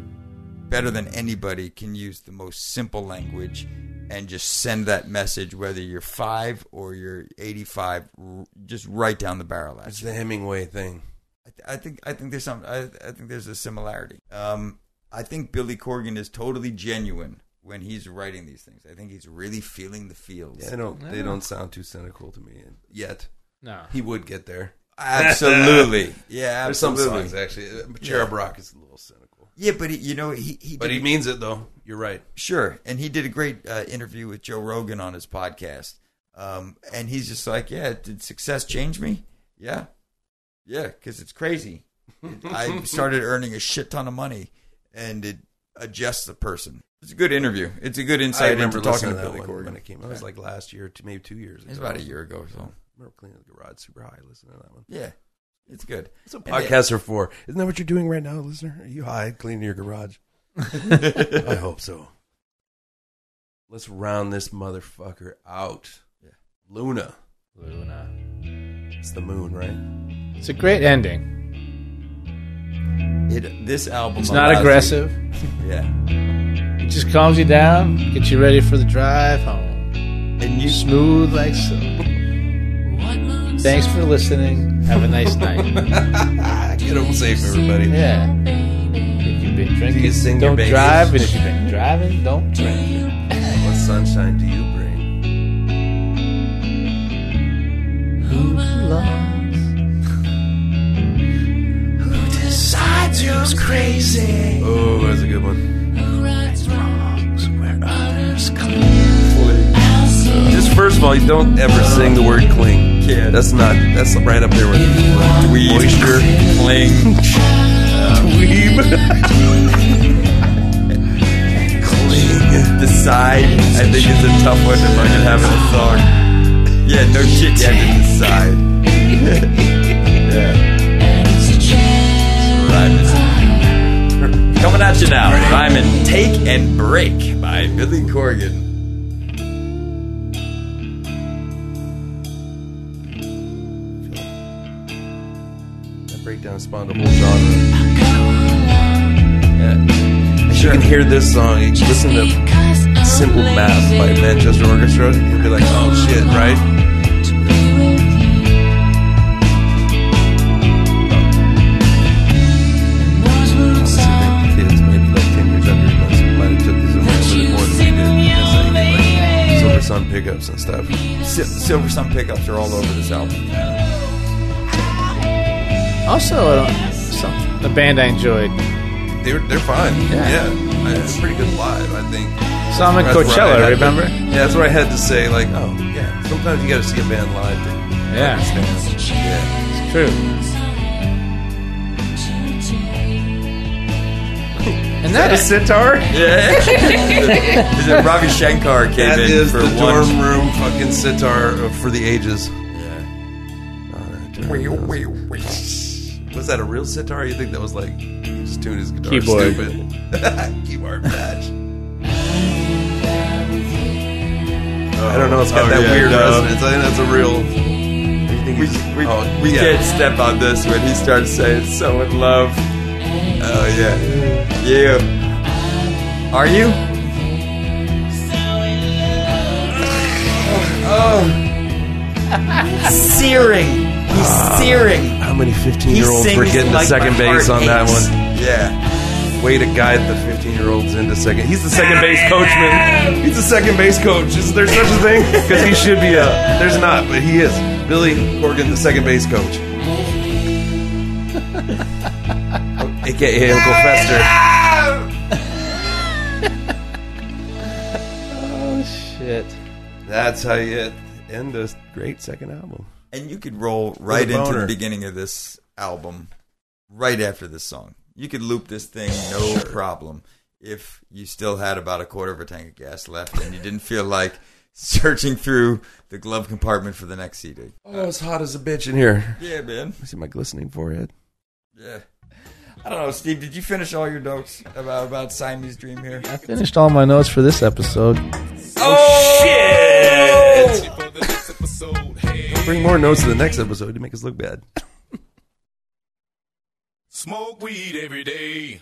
[SPEAKER 6] better than anybody, can use the most simple language and just send that message, whether you're five or you're 85, r- just right down the barrel at
[SPEAKER 1] It's
[SPEAKER 6] you.
[SPEAKER 1] the Hemingway thing.
[SPEAKER 6] I, th- I think I think there's some I, I think there's a similarity. Um, I think Billy Corgan is totally genuine when he's writing these things. I think he's really feeling the fields.
[SPEAKER 1] They don't. They
[SPEAKER 2] Yeah.
[SPEAKER 1] don't sound too cynical to me yet.
[SPEAKER 2] No.
[SPEAKER 1] He would get there.
[SPEAKER 6] Absolutely, yeah,
[SPEAKER 1] There's some
[SPEAKER 6] absolutely.
[SPEAKER 1] songs actually. uh, But Cherub Rock is a little cynical,
[SPEAKER 6] Yeah, but he, you know he he,
[SPEAKER 1] but
[SPEAKER 6] did-
[SPEAKER 1] he means it though. You're right.
[SPEAKER 6] sure, and he did a great uh, interview with Joe Rogan on his podcast, um, and he's just like, yeah, did success change me? Yeah, yeah, because it's crazy. I started earning a shit ton of money, and it adjusts the person. It's a good interview. It's a good
[SPEAKER 1] I
[SPEAKER 6] insight
[SPEAKER 1] remember
[SPEAKER 6] into talking
[SPEAKER 1] listening to that
[SPEAKER 6] to Billy
[SPEAKER 1] one when
[SPEAKER 6] Corgan.
[SPEAKER 1] it came. out. It was like last year, to maybe two years. ago.
[SPEAKER 6] It's about a year ago, so
[SPEAKER 1] I remember cleaning the garage super high, listening to that one.
[SPEAKER 6] yeah, it's good.
[SPEAKER 1] That's what
[SPEAKER 6] And they-
[SPEAKER 1] podcasts are for. Isn't that what you're doing right now, listener? Are you high, cleaning your garage? I hope so. Let's round this motherfucker out.
[SPEAKER 6] Yeah.
[SPEAKER 1] Luna.
[SPEAKER 2] Luna.
[SPEAKER 1] It's the moon, right?
[SPEAKER 2] It's a great ending.
[SPEAKER 6] It, this album.
[SPEAKER 2] It's not
[SPEAKER 6] allows
[SPEAKER 2] aggressive.
[SPEAKER 6] You, yeah,
[SPEAKER 2] It just calms you down, gets you ready for the drive home.
[SPEAKER 6] and you.
[SPEAKER 2] Smooth like silk. Thanks for listening. Have a nice night.
[SPEAKER 1] Get home safe, everybody.
[SPEAKER 2] Yeah. If you've been drinking,
[SPEAKER 1] you sing your
[SPEAKER 2] don't
[SPEAKER 1] babies?
[SPEAKER 2] drive. And if you've been driving, don't drink.
[SPEAKER 1] What sunshine do you bring?
[SPEAKER 2] Who belongs? Who decides who's crazy?
[SPEAKER 1] Oh, that's a good one.
[SPEAKER 2] Who rights wrongs where others cling?
[SPEAKER 1] Just first of all, you don't ever sing the word cling.
[SPEAKER 6] Yeah.
[SPEAKER 1] That's not, that's right up there with
[SPEAKER 6] Dweeb,
[SPEAKER 1] Moisture.
[SPEAKER 6] Fling.
[SPEAKER 1] dweeb.
[SPEAKER 6] Cling. Decide. I think it's a tough one to fucking have in a song. Yeah, no shit. You have to decide. yeah. Rhyming. Coming at you now. Rhyming. Take and Break by Billy Corgan.
[SPEAKER 1] That breakdown spawned a whole genre.
[SPEAKER 6] Yeah.
[SPEAKER 1] You can hear this song, you listen to Simple Math by Manchester Orchestra, you'll be like, oh shit, right? Kids maybe like 10 years younger than us might have took this a little bit more than we did. That's how you get, like, Silver Sun pickups and stuff.
[SPEAKER 6] Sil- Silver Sun pickups are all over this album.
[SPEAKER 2] Also, uh, some, a band I enjoyed.
[SPEAKER 1] They're, they're fine.
[SPEAKER 2] Yeah.
[SPEAKER 1] Yeah. I- It's pretty good live, I think.
[SPEAKER 2] Saw them at
[SPEAKER 1] That's where I
[SPEAKER 2] Coachella,
[SPEAKER 1] had to-
[SPEAKER 2] remember?
[SPEAKER 1] yeah, that's where I had to say, like, oh, yeah, sometimes you gotta see a band live to
[SPEAKER 2] Yeah,
[SPEAKER 1] understand. Yeah.
[SPEAKER 2] it's true. And that is
[SPEAKER 1] sitar?
[SPEAKER 6] Yeah. Is it Ravi Shankar came
[SPEAKER 1] That
[SPEAKER 6] in
[SPEAKER 1] is
[SPEAKER 6] for
[SPEAKER 1] the
[SPEAKER 6] one.
[SPEAKER 1] dorm room fucking sitar uh, for the ages.
[SPEAKER 6] Yeah.
[SPEAKER 1] Was that a real sitar? You think that was like he just tuned his guitar
[SPEAKER 2] Keyboard.
[SPEAKER 1] stupid? Keyboard patch. I don't know. It's got
[SPEAKER 6] Oh,
[SPEAKER 1] that
[SPEAKER 6] yeah,
[SPEAKER 1] weird
[SPEAKER 6] no.
[SPEAKER 1] resonance. I think that's a real.
[SPEAKER 6] We, we,
[SPEAKER 1] Oh,
[SPEAKER 6] we
[SPEAKER 1] yeah.
[SPEAKER 6] can't step on this when he starts saying so in love. Oh yeah. You. Are you? Oh. searing. He's searing.
[SPEAKER 1] How many fifteen-year-olds were getting to second base on that one?
[SPEAKER 6] Yeah.
[SPEAKER 1] Way to guide the fifteen-year-olds into second. He's the second base coachman. He's the second base coach. Is there such a thing? Because he should be a. There's not, but he is. Billy Corgan, the second base coach. AKA Uncle Fester.
[SPEAKER 2] shit.
[SPEAKER 1] That's how you end a great second album.
[SPEAKER 6] And you could roll right
[SPEAKER 1] With a
[SPEAKER 6] into
[SPEAKER 1] boner.
[SPEAKER 6] the beginning of this album, right after this song. You could loop this thing no problem if you still had about a quarter of a tank of gas left and you didn't feel like searching through the glove compartment for the next CD.
[SPEAKER 1] Oh, it's hot as a bitch in here.
[SPEAKER 6] Yeah, man.
[SPEAKER 1] I see my glistening forehead.
[SPEAKER 6] Yeah. I don't know, Steve. Did you finish all your notes about about Siamese Dream here?
[SPEAKER 2] I finished all my notes for this episode.
[SPEAKER 6] Oh, shit!
[SPEAKER 1] Bring more notes to the next episode to make us look bad.
[SPEAKER 7] Smoke weed every day.